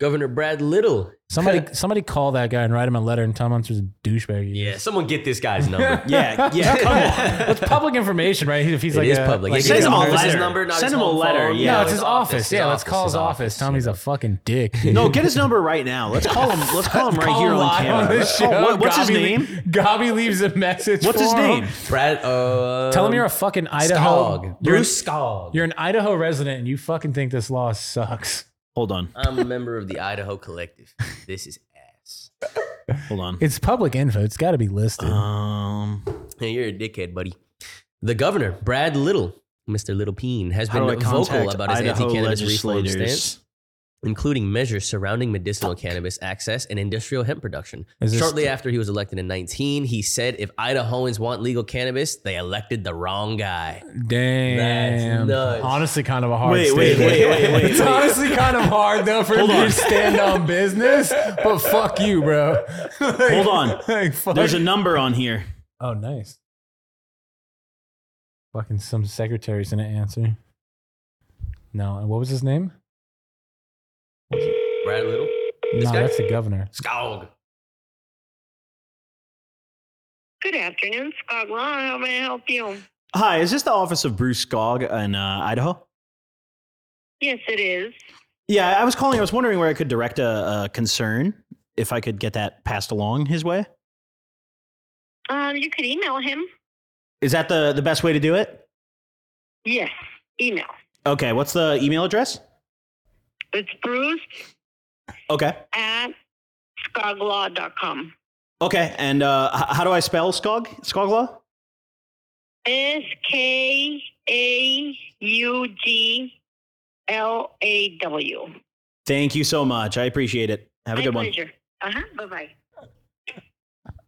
[SPEAKER 1] Governor Brad Little.
[SPEAKER 3] Somebody, somebody call that guy and write him a letter and tell him I'm just a douchebag. he <laughs> is.
[SPEAKER 1] Yeah, someone get this guy's number.
[SPEAKER 5] Yeah, yeah. Come on.
[SPEAKER 3] That's public information, right? If he's
[SPEAKER 1] It
[SPEAKER 3] like,
[SPEAKER 1] is
[SPEAKER 3] a-
[SPEAKER 1] public.
[SPEAKER 3] like
[SPEAKER 1] It
[SPEAKER 5] send
[SPEAKER 1] is
[SPEAKER 5] him a
[SPEAKER 1] on his
[SPEAKER 5] letter.
[SPEAKER 1] number, not
[SPEAKER 5] Send
[SPEAKER 1] his
[SPEAKER 5] him a
[SPEAKER 1] home
[SPEAKER 5] letter,
[SPEAKER 1] phone.
[SPEAKER 5] yeah.
[SPEAKER 3] no,
[SPEAKER 5] No,
[SPEAKER 3] it's his office. Yeah, let's call his office. Tell him he's a fucking dick. dude.
[SPEAKER 5] No, get his number right now. Let's call him. Let's call him right
[SPEAKER 3] Call
[SPEAKER 5] here
[SPEAKER 3] him
[SPEAKER 5] on
[SPEAKER 3] live
[SPEAKER 5] camera.
[SPEAKER 3] on this
[SPEAKER 5] Let's call-
[SPEAKER 3] show.
[SPEAKER 5] what- what's his
[SPEAKER 3] Gobby
[SPEAKER 5] name?
[SPEAKER 3] le- Gobby leaves a message.
[SPEAKER 5] What's his
[SPEAKER 3] for him.
[SPEAKER 5] name?
[SPEAKER 1] Brad. Uh,
[SPEAKER 3] Tell him you're a fucking Idaho.
[SPEAKER 1] Skog.
[SPEAKER 3] You're,
[SPEAKER 1] Bruce Skog.
[SPEAKER 3] you're an Idaho resident and you fucking think this law sucks.
[SPEAKER 5] Hold on.
[SPEAKER 1] I'm a member of the Idaho Collective. This is ass.
[SPEAKER 5] Hold on.
[SPEAKER 3] It's public info. It's got to be listed.
[SPEAKER 5] Um,
[SPEAKER 1] Hey, you're a dickhead, buddy. The governor, Brad Little, Mr. Little Peen, has
[SPEAKER 5] how do I
[SPEAKER 1] been vocal
[SPEAKER 5] contact
[SPEAKER 1] about his
[SPEAKER 5] Idaho
[SPEAKER 1] anti-cannabis reform stance.
[SPEAKER 5] legislators?
[SPEAKER 1] including measures surrounding medicinal cannabis access and industrial hemp production.
[SPEAKER 3] Is this-
[SPEAKER 1] Shortly after he was elected in 19, he said if Idahoans want legal cannabis, they elected the wrong guy.
[SPEAKER 3] Damn.
[SPEAKER 1] nuts.
[SPEAKER 3] Honestly, kind of a hard.
[SPEAKER 5] Wait, wait,
[SPEAKER 3] statement.
[SPEAKER 5] wait, wait, wait,
[SPEAKER 3] It's
[SPEAKER 5] wait.
[SPEAKER 3] honestly kind of hard though for him
[SPEAKER 5] Hold
[SPEAKER 3] to
[SPEAKER 5] on.
[SPEAKER 3] stand on business. But fuck you, bro. <laughs>
[SPEAKER 5] Hold on.
[SPEAKER 3] Like, fuck. <laughs>
[SPEAKER 5] There's a number on here.
[SPEAKER 3] oh, nice. Fucking some secretary's gonna answer. No, and what was his name?
[SPEAKER 1] Brad Little? This
[SPEAKER 3] no,
[SPEAKER 1] guy?
[SPEAKER 3] that's the governor.
[SPEAKER 1] Skog.
[SPEAKER 7] Good afternoon, Scott Law. How may I help you?
[SPEAKER 5] Hi, is this the office of Bruce Skog in uh, Idaho?
[SPEAKER 7] Yes, it is.
[SPEAKER 5] Yeah, I was calling. I was wondering where I could direct a, a concern if I could get that passed along his way.
[SPEAKER 7] Um, you could email him.
[SPEAKER 5] Is that the the best way to do it?
[SPEAKER 7] Yes, email.
[SPEAKER 5] Okay, what's the email address?
[SPEAKER 7] It's bruce
[SPEAKER 5] Okay,
[SPEAKER 7] at scoglaw.com.
[SPEAKER 5] okay, and uh, h- how do I spell Skog Skoglaw?
[SPEAKER 7] S K A U G L A W.
[SPEAKER 5] Thank you so much. I appreciate it. Have a good
[SPEAKER 7] My
[SPEAKER 5] one.
[SPEAKER 7] pleasure. Uh huh. Bye bye.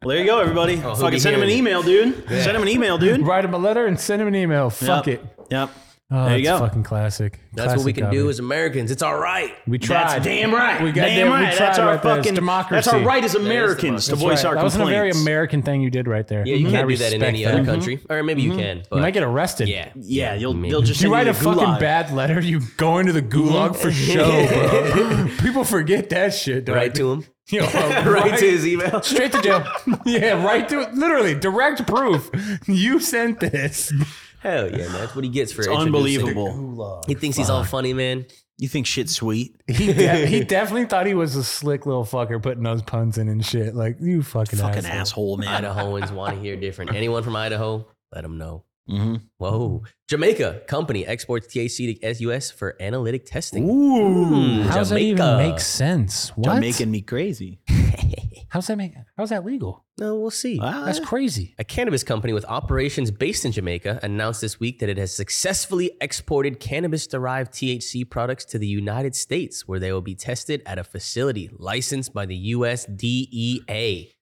[SPEAKER 5] Well, there you go, everybody.
[SPEAKER 3] Oh,
[SPEAKER 1] he'll
[SPEAKER 5] Fucking
[SPEAKER 1] be
[SPEAKER 5] send him an
[SPEAKER 1] hearing.
[SPEAKER 5] email, dude. Send him an email, dude.
[SPEAKER 3] Write him a letter and send him an email. Fuck
[SPEAKER 5] Yep.
[SPEAKER 3] it.
[SPEAKER 5] Yep.
[SPEAKER 3] Oh,
[SPEAKER 5] There you
[SPEAKER 3] that's
[SPEAKER 5] go.
[SPEAKER 3] Fucking classic.
[SPEAKER 1] That's what
[SPEAKER 3] Classic
[SPEAKER 1] we can
[SPEAKER 3] governor.
[SPEAKER 1] do as Americans. It's all right.
[SPEAKER 3] we tried.
[SPEAKER 5] That's damn right.
[SPEAKER 3] We got
[SPEAKER 5] damn
[SPEAKER 3] damn- we
[SPEAKER 5] right. that's
[SPEAKER 3] tried
[SPEAKER 5] our
[SPEAKER 3] right there. It's
[SPEAKER 5] fucking
[SPEAKER 3] democracy.
[SPEAKER 5] That's our right as
[SPEAKER 1] is
[SPEAKER 5] Americans to
[SPEAKER 3] That's
[SPEAKER 5] voice
[SPEAKER 3] right.
[SPEAKER 5] our
[SPEAKER 3] that
[SPEAKER 5] complaints.
[SPEAKER 3] wasn't a very American thing you did right there.
[SPEAKER 1] Yeah, you
[SPEAKER 3] Mhm.
[SPEAKER 1] can't
[SPEAKER 3] I
[SPEAKER 1] do that in
[SPEAKER 3] respect
[SPEAKER 1] any other country. Or maybe you can, but
[SPEAKER 3] You might get arrested.
[SPEAKER 1] yeah.
[SPEAKER 5] Yeah, you'll
[SPEAKER 1] Maybe.
[SPEAKER 5] <laughs> they'll just
[SPEAKER 3] You
[SPEAKER 5] send
[SPEAKER 3] write
[SPEAKER 5] to
[SPEAKER 3] a fucking
[SPEAKER 5] gulag.
[SPEAKER 3] bad letter, you go into the gulag for show, bro.
[SPEAKER 1] <laughs>
[SPEAKER 3] People forget that shit, dog.
[SPEAKER 1] Mm-hmm. Right to him.
[SPEAKER 3] <laughs>
[SPEAKER 1] <laughs>
[SPEAKER 3] Yo, right,
[SPEAKER 1] Right to his email.
[SPEAKER 3] <laughs> straight
[SPEAKER 1] <laughs>
[SPEAKER 3] to jail. yeah, right to literally direct proof. You sent this.
[SPEAKER 1] Hell yeah, man. That's what he gets for introducing-
[SPEAKER 5] Unbelievable.
[SPEAKER 1] He thinks he's all funny, man.
[SPEAKER 5] You think shit's sweet?
[SPEAKER 3] He de-
[SPEAKER 1] <laughs>
[SPEAKER 3] he <laughs> definitely thought he was a slick little fucker putting those puns in and shit. Like you fucking,
[SPEAKER 5] Fucking
[SPEAKER 3] asshole.
[SPEAKER 5] asshole, man.
[SPEAKER 1] Idahoans want to hear different. Anyone from Idaho, let them know.
[SPEAKER 5] Mhm.
[SPEAKER 1] Whoa. Jamaica company exports THC to SUS for analytic testing. Hmm,
[SPEAKER 5] Ooh.
[SPEAKER 3] How does that even
[SPEAKER 1] Jamaica.
[SPEAKER 3] make sense? What?
[SPEAKER 5] You're making me crazy.
[SPEAKER 3] how's that make? How's that legal?
[SPEAKER 1] No, we'll see.
[SPEAKER 5] Ah,
[SPEAKER 3] That's crazy.
[SPEAKER 1] A cannabis company with operations based in Jamaica announced this week that it has successfully exported cannabis derived THC products to the United States, where they will be tested at a facility licensed by the US DEA. E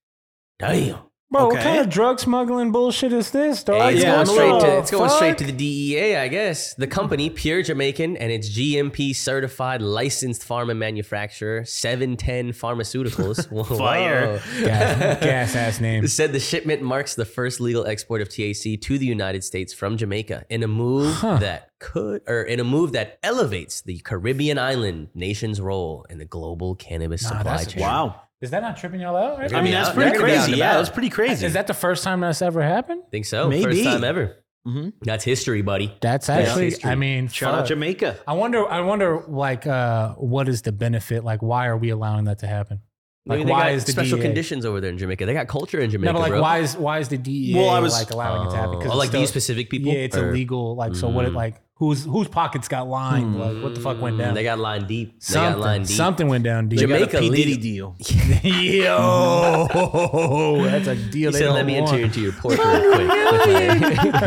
[SPEAKER 1] Damn.
[SPEAKER 3] Bro, what
[SPEAKER 5] Okay.
[SPEAKER 3] kind of drug smuggling bullshit is this, dog?
[SPEAKER 1] Hey, it's
[SPEAKER 5] yeah,
[SPEAKER 1] going,
[SPEAKER 5] I'm a
[SPEAKER 1] straight, to,
[SPEAKER 5] little-
[SPEAKER 1] it's going straight to
[SPEAKER 3] Fuck.
[SPEAKER 1] the DEA, I guess. The company, Pure Jamaican, and its GMP certified licensed pharma manufacturer, 710
[SPEAKER 5] <laughs>
[SPEAKER 1] Pharmaceuticals. Whoa. <laughs>
[SPEAKER 5] Fire.
[SPEAKER 3] <laughs> gas, gas ass name.
[SPEAKER 1] said the shipment marks the first legal export of THC to the United States from Jamaica in a move
[SPEAKER 3] Huh.
[SPEAKER 1] that could or in a move that elevates the Caribbean island nation's role in the global cannabis
[SPEAKER 3] Nah,
[SPEAKER 1] supply
[SPEAKER 3] that's
[SPEAKER 1] chain.
[SPEAKER 5] wow.
[SPEAKER 3] Is that not tripping y'all out?
[SPEAKER 1] I
[SPEAKER 5] I mean,
[SPEAKER 1] Yeah,
[SPEAKER 5] that's
[SPEAKER 1] that
[SPEAKER 5] pretty
[SPEAKER 1] could be out
[SPEAKER 5] crazy.
[SPEAKER 1] and
[SPEAKER 5] Yeah,
[SPEAKER 1] about.
[SPEAKER 5] that's pretty crazy.
[SPEAKER 3] is that the first time that's ever happened?
[SPEAKER 1] Think so.
[SPEAKER 5] Maybe.
[SPEAKER 1] First time ever.
[SPEAKER 5] Mhm.
[SPEAKER 1] That's history, buddy.
[SPEAKER 3] That's
[SPEAKER 1] actually-
[SPEAKER 3] actually.
[SPEAKER 1] history.
[SPEAKER 3] I mean,
[SPEAKER 5] Shout out
[SPEAKER 3] fuck.
[SPEAKER 5] Jamaica.
[SPEAKER 3] I wonder. I wonder, like, uh, what is the benefit? Like, why are we allowing that to happen? Like,
[SPEAKER 1] Maybe they
[SPEAKER 3] why
[SPEAKER 1] got
[SPEAKER 3] is the
[SPEAKER 1] special
[SPEAKER 3] DEA?
[SPEAKER 1] conditions over there in Jamaica? They got culture in Jamaica,
[SPEAKER 3] no, but like,
[SPEAKER 1] bro.
[SPEAKER 3] why is why is the DEA
[SPEAKER 5] Well, I was-
[SPEAKER 3] like allowing it to happen?
[SPEAKER 1] Oh,
[SPEAKER 3] it's
[SPEAKER 1] like
[SPEAKER 3] still-
[SPEAKER 1] these specific people?
[SPEAKER 3] Yeah, it's
[SPEAKER 1] Or-
[SPEAKER 3] illegal. Like, so what? It
[SPEAKER 1] Mm.
[SPEAKER 3] like whose whose pockets got lined. Like what the fuck went down?
[SPEAKER 1] They got line deep. They got line
[SPEAKER 3] something,
[SPEAKER 1] deep.
[SPEAKER 3] something went down deep.
[SPEAKER 1] They
[SPEAKER 3] <laughs>
[SPEAKER 1] got a
[SPEAKER 5] P
[SPEAKER 1] lead-
[SPEAKER 5] Diddy deal.
[SPEAKER 3] Yo, Oh, that's a deal.
[SPEAKER 1] He
[SPEAKER 3] they
[SPEAKER 1] said,
[SPEAKER 3] don't
[SPEAKER 1] "Let me
[SPEAKER 3] want.
[SPEAKER 1] enter into your
[SPEAKER 3] <laughs>
[SPEAKER 1] porch real quick."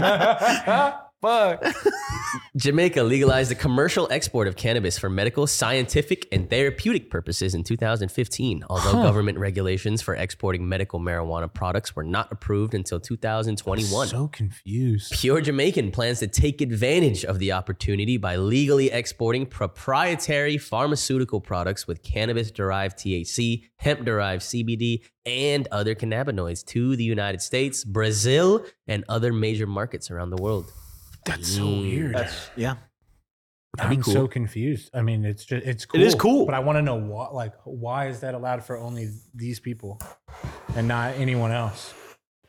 [SPEAKER 3] Fuck.
[SPEAKER 1] <laughs> Jamaica legalized the commercial export of cannabis for medical, scientific, and therapeutic purposes in 2015, although government regulations for exporting medical marijuana products were not approved until 2021.
[SPEAKER 3] So confused.
[SPEAKER 1] Pure Jamaican plans to take advantage of the opportunity by legally exporting proprietary pharmaceutical products with cannabis derived THC, hemp derived CBD, and other cannabinoids to the United States, Brazil, and other major markets around the world.
[SPEAKER 3] That's so weird.
[SPEAKER 5] Yeah.
[SPEAKER 3] I'm so confused. I mean, it's just it's cool.
[SPEAKER 5] It is cool.
[SPEAKER 3] but I want to know why. Like, why is that allowed for only these people and not anyone else?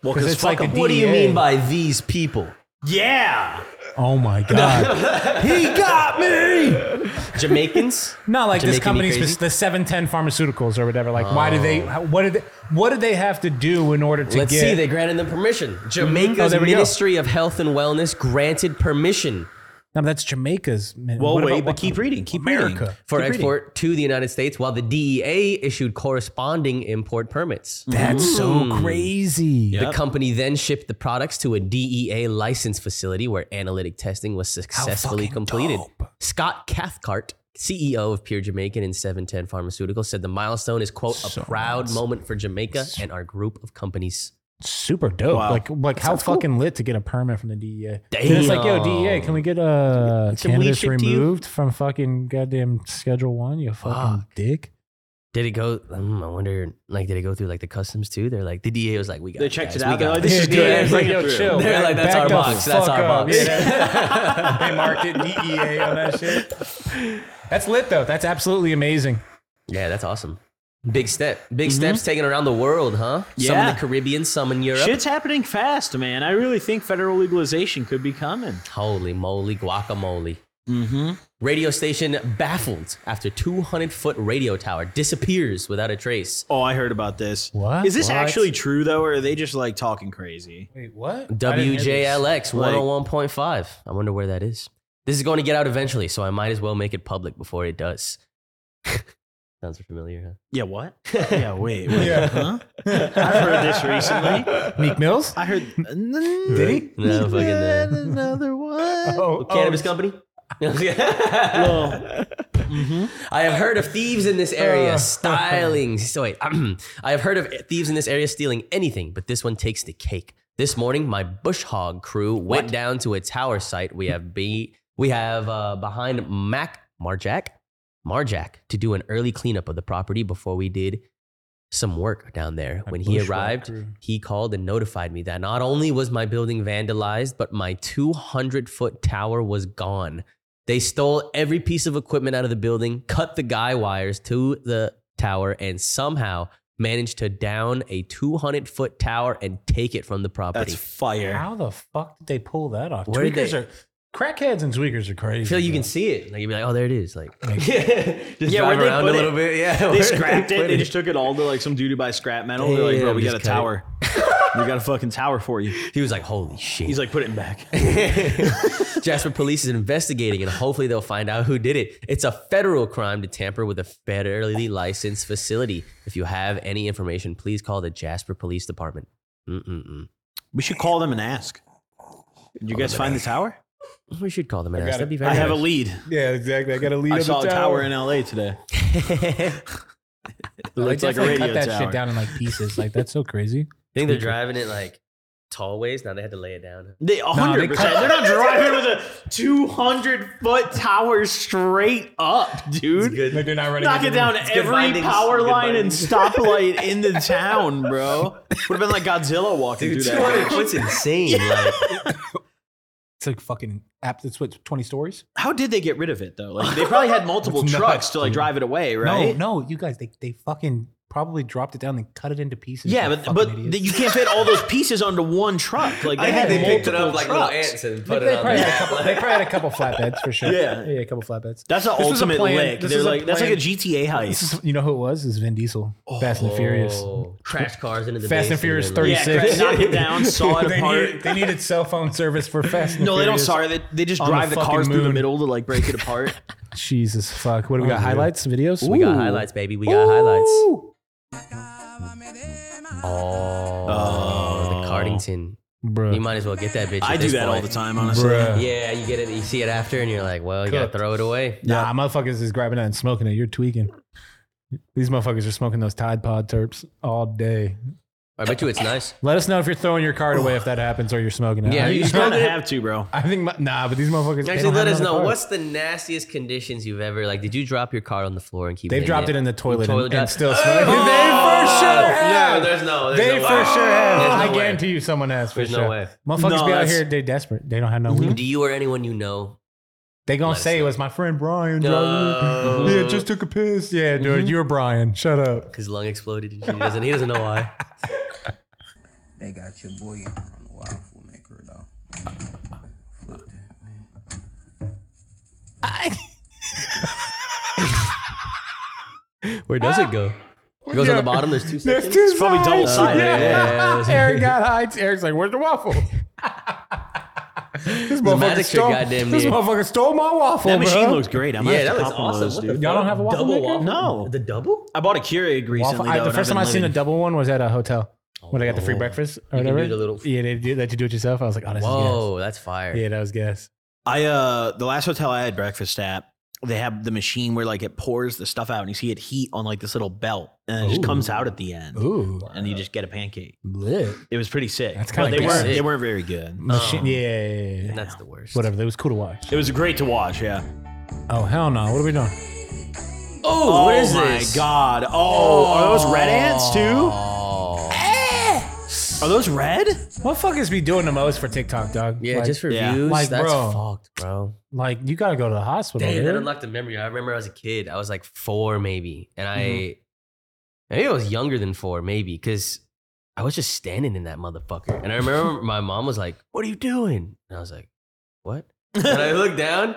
[SPEAKER 5] Well,
[SPEAKER 3] 'Cause
[SPEAKER 5] because
[SPEAKER 3] it's like a
[SPEAKER 1] What do you
[SPEAKER 3] DEA.
[SPEAKER 1] mean by these people?
[SPEAKER 5] yeah,
[SPEAKER 3] Oh
[SPEAKER 1] <laughs>
[SPEAKER 3] my god!
[SPEAKER 5] he got me.
[SPEAKER 1] Jamaicans?
[SPEAKER 3] Not like this
[SPEAKER 1] Jamaican
[SPEAKER 3] company,
[SPEAKER 1] me crazy? Oh.
[SPEAKER 3] spec- the Seven Ten Pharmaceuticals or whatever. Like, why do they? how- What did they? What did they have to do in order <laughs> to
[SPEAKER 1] Let's
[SPEAKER 3] get?
[SPEAKER 1] see, they granted them permission.
[SPEAKER 3] Oh,
[SPEAKER 1] Jamaica's
[SPEAKER 3] there we go.
[SPEAKER 1] Ministry of Health and Wellness granted permission
[SPEAKER 3] no, that's Jamaica's. man.
[SPEAKER 5] Well,
[SPEAKER 3] What
[SPEAKER 5] wait,
[SPEAKER 3] about-
[SPEAKER 5] but keep reading. Keep
[SPEAKER 3] America.
[SPEAKER 5] reading.
[SPEAKER 1] for
[SPEAKER 5] Keep reading.
[SPEAKER 1] export to the United States, while the DEA issued corresponding import permits.
[SPEAKER 3] That's
[SPEAKER 5] Hmm.
[SPEAKER 3] so crazy.
[SPEAKER 1] The company then shipped the products to a DEA licensed facility where analytic testing was successfully
[SPEAKER 3] fucking
[SPEAKER 1] completed.
[SPEAKER 3] dope.
[SPEAKER 1] Scott Cathcart, CEO of Pure Jamaican and 710 Pharmaceuticals, said the milestone is, quote, a proud moment for Jamaica and our group of companies.
[SPEAKER 3] Super dope.
[SPEAKER 5] Wow.
[SPEAKER 3] Like, like how fucking lit to get a permit from the DEA.
[SPEAKER 1] Damn.
[SPEAKER 3] And It's like, yo, DEA, can we get uh,
[SPEAKER 1] Some weed
[SPEAKER 3] cannabis
[SPEAKER 1] shipped to you?
[SPEAKER 3] removed from fucking goddamn Schedule One? You fucking dick.
[SPEAKER 1] Did it go? mm, I wonder, like, did it go through, like, the customs too? They're like, the DEA was like, we got
[SPEAKER 5] They
[SPEAKER 1] it,
[SPEAKER 5] checked
[SPEAKER 1] guys.
[SPEAKER 5] it
[SPEAKER 1] We
[SPEAKER 5] out. They're
[SPEAKER 1] got
[SPEAKER 5] like,
[SPEAKER 1] <laughs>
[SPEAKER 5] this is
[SPEAKER 1] it.
[SPEAKER 5] good. It's <laughs> like, yo,
[SPEAKER 1] They're
[SPEAKER 5] chill.
[SPEAKER 1] like, that's our
[SPEAKER 3] the
[SPEAKER 1] box. That's
[SPEAKER 3] fuck
[SPEAKER 1] our
[SPEAKER 3] up.
[SPEAKER 1] box.
[SPEAKER 5] <laughs>
[SPEAKER 3] Yeah. they marked it DEA on that shit. That's lit though. That's absolutely amazing.
[SPEAKER 1] Yeah, that's awesome. Big step. Big
[SPEAKER 3] Mm-hmm.
[SPEAKER 1] steps taken around the world, huh? Some in
[SPEAKER 5] Yeah.
[SPEAKER 1] the Caribbean, some in Europe.
[SPEAKER 5] Shit's happening fast, man. I really think federal legalization could be coming.
[SPEAKER 1] Holy moly, guacamole. Mm-hmm. Radio station baffled after 200 foot radio tower disappears without a trace.
[SPEAKER 5] Oh, I heard about this.
[SPEAKER 3] What?
[SPEAKER 5] is this
[SPEAKER 1] What?
[SPEAKER 5] actually true though, or are they just like talking crazy?
[SPEAKER 3] Wait, what?
[SPEAKER 1] WJLX
[SPEAKER 5] Like-
[SPEAKER 1] 101.5. I wonder where that is. This is going to get out eventually, so I might as well make it public before it does. <laughs> Sounds familiar,
[SPEAKER 5] Yeah,
[SPEAKER 1] <laughs>
[SPEAKER 5] what? yeah, wait, wait.
[SPEAKER 3] Yeah.
[SPEAKER 5] Huh? <laughs> I've heard this recently.
[SPEAKER 1] <laughs>
[SPEAKER 3] Meek Mills?
[SPEAKER 5] I <laughs> heard.
[SPEAKER 3] Did he?
[SPEAKER 1] huh? No, fucking no.
[SPEAKER 5] <laughs> Another one.
[SPEAKER 3] <laughs> Oh,
[SPEAKER 1] Cannabis
[SPEAKER 3] oh, <laughs>
[SPEAKER 1] company? <laughs> Mm-hmm.
[SPEAKER 5] Well,
[SPEAKER 1] I have heard of thieves in this
[SPEAKER 3] Uh.
[SPEAKER 1] area styling. So wait, <clears throat> I have heard of thieves in this area stealing anything, but this one takes the cake. This morning, my bush hog crew went down to a tower site. We have be we have uh, behind Mac Marjack Marjack to do an early cleanup of the property before we did some work down there. when he
[SPEAKER 3] bush hog
[SPEAKER 1] arrived,
[SPEAKER 3] crew.
[SPEAKER 1] he called and notified me that not only was my building vandalized, but my 200 foot tower was gone. They stole every piece of equipment out of the building, cut the guy wires to the tower, and somehow managed to down a 200 foot tower and take it from the property.
[SPEAKER 5] that's <laughs> fire.
[SPEAKER 3] How the fuck did they pull that off?
[SPEAKER 1] Where did
[SPEAKER 3] tweakers
[SPEAKER 1] they-
[SPEAKER 3] are crackheads and tweakers are crazy.
[SPEAKER 1] I feel you
[SPEAKER 3] bro.
[SPEAKER 1] can see it. Like you'd be like, oh, there it is. Like, <laughs> just
[SPEAKER 5] Yeah,
[SPEAKER 1] drive
[SPEAKER 5] where'd they
[SPEAKER 1] around a
[SPEAKER 5] put it?
[SPEAKER 1] little bit. Yeah,
[SPEAKER 5] They
[SPEAKER 1] where'd
[SPEAKER 5] scrapped it. <laughs>
[SPEAKER 1] put
[SPEAKER 5] They just took it all to like some dude by scrap metal. They're like, bro,
[SPEAKER 1] Damn,
[SPEAKER 5] we got a
[SPEAKER 1] just cut it.
[SPEAKER 5] <laughs> tower. we got a fucking tower for you.
[SPEAKER 1] He was like, holy shit.
[SPEAKER 5] He's like, put it <laughs> back.
[SPEAKER 1] <laughs> Jasper Police is investigating, and hopefully they'll find out who did it. It's a federal crime to tamper with a federally licensed facility. If you have any information, please call the Jasper Police Department. Mm-mm-mm.
[SPEAKER 5] We should call them and ask. Did you guys find the tower?
[SPEAKER 1] We should call them and
[SPEAKER 3] I
[SPEAKER 1] ask.
[SPEAKER 3] got
[SPEAKER 1] That'd be
[SPEAKER 3] it.
[SPEAKER 1] very
[SPEAKER 5] I have a
[SPEAKER 1] nice.
[SPEAKER 5] lead.
[SPEAKER 3] Yeah, exactly. I got a lead
[SPEAKER 5] I
[SPEAKER 3] on
[SPEAKER 5] saw
[SPEAKER 3] the
[SPEAKER 5] a tower in LA today. It looks like a
[SPEAKER 3] definitely
[SPEAKER 5] radio
[SPEAKER 3] cut that
[SPEAKER 5] tower.
[SPEAKER 3] shit down in like pieces. Like that's so
[SPEAKER 5] <laughs>
[SPEAKER 3] crazy.
[SPEAKER 1] <laughs> think they're driving it like tall ways. Now they had to lay it down.
[SPEAKER 5] They
[SPEAKER 3] Nah, they
[SPEAKER 5] 100.
[SPEAKER 3] cut-
[SPEAKER 5] percent They're not driving with a 200 foot tower straight up, dude.
[SPEAKER 3] Like they're not running.
[SPEAKER 5] Knocking down
[SPEAKER 1] good
[SPEAKER 5] every
[SPEAKER 1] bindings.
[SPEAKER 5] power
[SPEAKER 1] Good
[SPEAKER 5] line and
[SPEAKER 1] bindings.
[SPEAKER 5] stoplight in the town, bro. Would have been like Godzilla walking
[SPEAKER 1] <laughs>
[SPEAKER 5] through that.
[SPEAKER 1] What's insane? Like,
[SPEAKER 3] It's like fucking. app- It's what twenty stories.
[SPEAKER 5] How did they get rid of it though? Like they probably had multiple
[SPEAKER 3] It's <laughs> nuts,
[SPEAKER 5] trucks to like
[SPEAKER 3] dude.
[SPEAKER 5] drive it away, right?
[SPEAKER 3] No, no, you guys. They they fucking probably dropped it down and cut it into pieces.
[SPEAKER 5] Yeah,
[SPEAKER 3] you
[SPEAKER 5] but
[SPEAKER 3] fucking
[SPEAKER 5] but
[SPEAKER 3] idiots.
[SPEAKER 5] th- you can't fit all those pieces onto one truck. Like they
[SPEAKER 4] I
[SPEAKER 5] had
[SPEAKER 4] think they picked it up
[SPEAKER 5] multiple
[SPEAKER 4] like little
[SPEAKER 5] trucks.
[SPEAKER 4] ants and put
[SPEAKER 3] they
[SPEAKER 4] it on
[SPEAKER 3] probably,
[SPEAKER 4] there.
[SPEAKER 3] had
[SPEAKER 1] <laughs>
[SPEAKER 3] a couple, they probably had a
[SPEAKER 5] <laughs>
[SPEAKER 3] couple flatbeds for sure.
[SPEAKER 5] Yeah.
[SPEAKER 3] yeah, a couple flatbeds.
[SPEAKER 5] That's the
[SPEAKER 3] This was a
[SPEAKER 5] ultimate
[SPEAKER 3] plan-
[SPEAKER 5] lick.
[SPEAKER 3] this
[SPEAKER 5] They're
[SPEAKER 3] was a
[SPEAKER 5] like that's like a
[SPEAKER 3] plan-
[SPEAKER 5] GTA heist.
[SPEAKER 3] You know who it was? Is Vin Diesel, Fast and the Furious.
[SPEAKER 1] Oh, Crash cars into the
[SPEAKER 3] Fast and
[SPEAKER 1] base
[SPEAKER 3] Furious
[SPEAKER 1] then,
[SPEAKER 3] 30.
[SPEAKER 1] like,
[SPEAKER 5] Yeah,
[SPEAKER 3] 36.
[SPEAKER 5] Chris knocked it down, saw it
[SPEAKER 3] they,
[SPEAKER 5] apart.
[SPEAKER 3] needed, they needed cell phone service for Fast. And
[SPEAKER 5] no, they don't.
[SPEAKER 3] Furious.
[SPEAKER 5] Sorry, they, they just
[SPEAKER 3] On the
[SPEAKER 5] drive the, cars
[SPEAKER 3] fucking
[SPEAKER 5] through the
[SPEAKER 3] moon.
[SPEAKER 5] middle to like break it apart.
[SPEAKER 3] Jesus fuck. What do we got? Highlights, videos.
[SPEAKER 1] We got highlights, baby. We got highlights. Oh, the Cardington.
[SPEAKER 3] bro.
[SPEAKER 1] You might as well get that bitch. at
[SPEAKER 5] Oh. I do
[SPEAKER 1] this
[SPEAKER 5] that all
[SPEAKER 1] point.
[SPEAKER 5] the time, honestly.
[SPEAKER 1] Yeah, you get it. You see it after, and you're like, well, you gotta
[SPEAKER 3] Cooked.
[SPEAKER 1] throw it away.
[SPEAKER 3] Nah, motherfuckers is grabbing it and smoking it. You're tweaking. These motherfuckers are smoking those Tide Pod terps all day.
[SPEAKER 1] I bet you it's
[SPEAKER 5] <laughs>
[SPEAKER 1] nice.
[SPEAKER 3] Let us know if you're throwing your card away if that happens or you're smoking it.
[SPEAKER 1] Yeah,
[SPEAKER 3] I,
[SPEAKER 5] You
[SPEAKER 1] you
[SPEAKER 5] just
[SPEAKER 1] smoke
[SPEAKER 5] <laughs> kind of
[SPEAKER 1] it.
[SPEAKER 5] have to, bro.
[SPEAKER 3] I think my, nah, but these motherfuckers. they
[SPEAKER 1] Actually,
[SPEAKER 3] don't
[SPEAKER 1] let
[SPEAKER 3] have
[SPEAKER 1] us
[SPEAKER 3] another
[SPEAKER 1] know
[SPEAKER 3] card.
[SPEAKER 1] what's the nastiest conditions you've ever like. Did you drop your card on the floor and keep?
[SPEAKER 3] They've
[SPEAKER 1] it
[SPEAKER 3] dropped it in the toilet, and- and,
[SPEAKER 1] drop- <laughs>
[SPEAKER 3] still smoking.
[SPEAKER 1] Oh,
[SPEAKER 3] they for sure have.
[SPEAKER 1] No, there's no. There's
[SPEAKER 3] they
[SPEAKER 1] no
[SPEAKER 3] for
[SPEAKER 1] way.
[SPEAKER 3] sure have.
[SPEAKER 1] There's no
[SPEAKER 3] I
[SPEAKER 1] way.
[SPEAKER 3] guarantee you, someone has for
[SPEAKER 1] There's no
[SPEAKER 3] sure.
[SPEAKER 1] way.
[SPEAKER 3] Motherfuckers
[SPEAKER 5] No,
[SPEAKER 3] be out
[SPEAKER 5] that's-
[SPEAKER 3] here. They desperate. They don't have no weed.
[SPEAKER 1] Do you or anyone you know?
[SPEAKER 3] They gonna
[SPEAKER 1] Let us
[SPEAKER 3] say it
[SPEAKER 1] know.
[SPEAKER 3] was my friend Brian.
[SPEAKER 1] No. Mm-hmm.
[SPEAKER 3] Yeah, just took a piss. Yeah, dude, you're Brian. Shut up.
[SPEAKER 1] His lung exploded. And he doesn't. He doesn't know why.
[SPEAKER 8] They got your boy in on the wild fool maker though. Flip that, man.
[SPEAKER 1] Where does it go?
[SPEAKER 3] Ah.
[SPEAKER 1] It goes on the bottom. There's two sections.
[SPEAKER 3] It's
[SPEAKER 5] probably double-sided.
[SPEAKER 3] Yeah.
[SPEAKER 1] Yeah.
[SPEAKER 3] <laughs> Eric got high. Eric's like, "Where's
[SPEAKER 1] <laughs>
[SPEAKER 3] the waffle?" this
[SPEAKER 1] magic
[SPEAKER 3] motherfucker
[SPEAKER 1] trick
[SPEAKER 3] stole.
[SPEAKER 1] goddamn
[SPEAKER 3] This
[SPEAKER 1] near.
[SPEAKER 3] motherfucker stole my waffle.
[SPEAKER 5] That machine
[SPEAKER 3] bro.
[SPEAKER 5] looks great. I might
[SPEAKER 1] Yeah,
[SPEAKER 5] have
[SPEAKER 1] that
[SPEAKER 5] to
[SPEAKER 1] looks
[SPEAKER 5] cop one of
[SPEAKER 1] awesome.
[SPEAKER 5] those,
[SPEAKER 1] What the
[SPEAKER 5] dude.
[SPEAKER 3] Y'all don't have a waffle
[SPEAKER 1] double
[SPEAKER 3] maker?
[SPEAKER 1] waffle.
[SPEAKER 5] No.
[SPEAKER 1] the double.
[SPEAKER 5] I bought a Keurig recently.
[SPEAKER 3] Waffle- I-
[SPEAKER 5] though,
[SPEAKER 3] the
[SPEAKER 5] and
[SPEAKER 3] first
[SPEAKER 5] I've
[SPEAKER 3] time I
[SPEAKER 5] been
[SPEAKER 3] seen a
[SPEAKER 5] living-
[SPEAKER 3] double one was at a hotel when I got the free
[SPEAKER 1] Oh.
[SPEAKER 3] breakfast or
[SPEAKER 1] You can do
[SPEAKER 3] whatever.
[SPEAKER 1] the little-
[SPEAKER 3] yeah, they do, let you do it yourself. I was like, "Oh, this
[SPEAKER 1] Whoa, that's fire.
[SPEAKER 3] is gas." Yeah, that was gas.
[SPEAKER 5] I uh the last hotel I had breakfast at, they have the machine where like it pours the stuff out and you see it heat on like this little belt and it just comes out at the end
[SPEAKER 3] Ooh,
[SPEAKER 5] and you just get a pancake.
[SPEAKER 3] lit.
[SPEAKER 5] It was pretty sick.
[SPEAKER 3] That's
[SPEAKER 5] But
[SPEAKER 3] kinda
[SPEAKER 5] they weren't
[SPEAKER 1] sick.
[SPEAKER 5] they weren't very good.
[SPEAKER 3] Machine.
[SPEAKER 1] Um,
[SPEAKER 3] yeah, yeah, yeah, yeah.
[SPEAKER 1] That's the worst.
[SPEAKER 3] Whatever. That was cool to watch.
[SPEAKER 5] It was great to watch, yeah.
[SPEAKER 3] Oh hell no! What are we doing?
[SPEAKER 1] Oh, what is
[SPEAKER 5] my
[SPEAKER 1] this?
[SPEAKER 5] god. Oh, are those red ants too?
[SPEAKER 1] Oh.
[SPEAKER 5] Are those red?
[SPEAKER 3] Motherfuckers be doing the most for TikTok, dog.
[SPEAKER 1] Yeah,
[SPEAKER 3] like,
[SPEAKER 1] just for
[SPEAKER 5] yeah.
[SPEAKER 1] views.
[SPEAKER 3] Like,
[SPEAKER 1] that's
[SPEAKER 3] bro.
[SPEAKER 1] fucked, bro.
[SPEAKER 3] like you gotta go to the hospital.
[SPEAKER 1] Damn, that
[SPEAKER 3] dude.
[SPEAKER 1] unlocked a memory. I remember as a kid, I was like four maybe, and I
[SPEAKER 3] Mm-hmm.
[SPEAKER 1] maybe I was younger than four maybe because I was just standing in that motherfucker, and I remember
[SPEAKER 3] <laughs>
[SPEAKER 1] my mom was like, "What are you doing?" And I was like, "What?" and I looked down,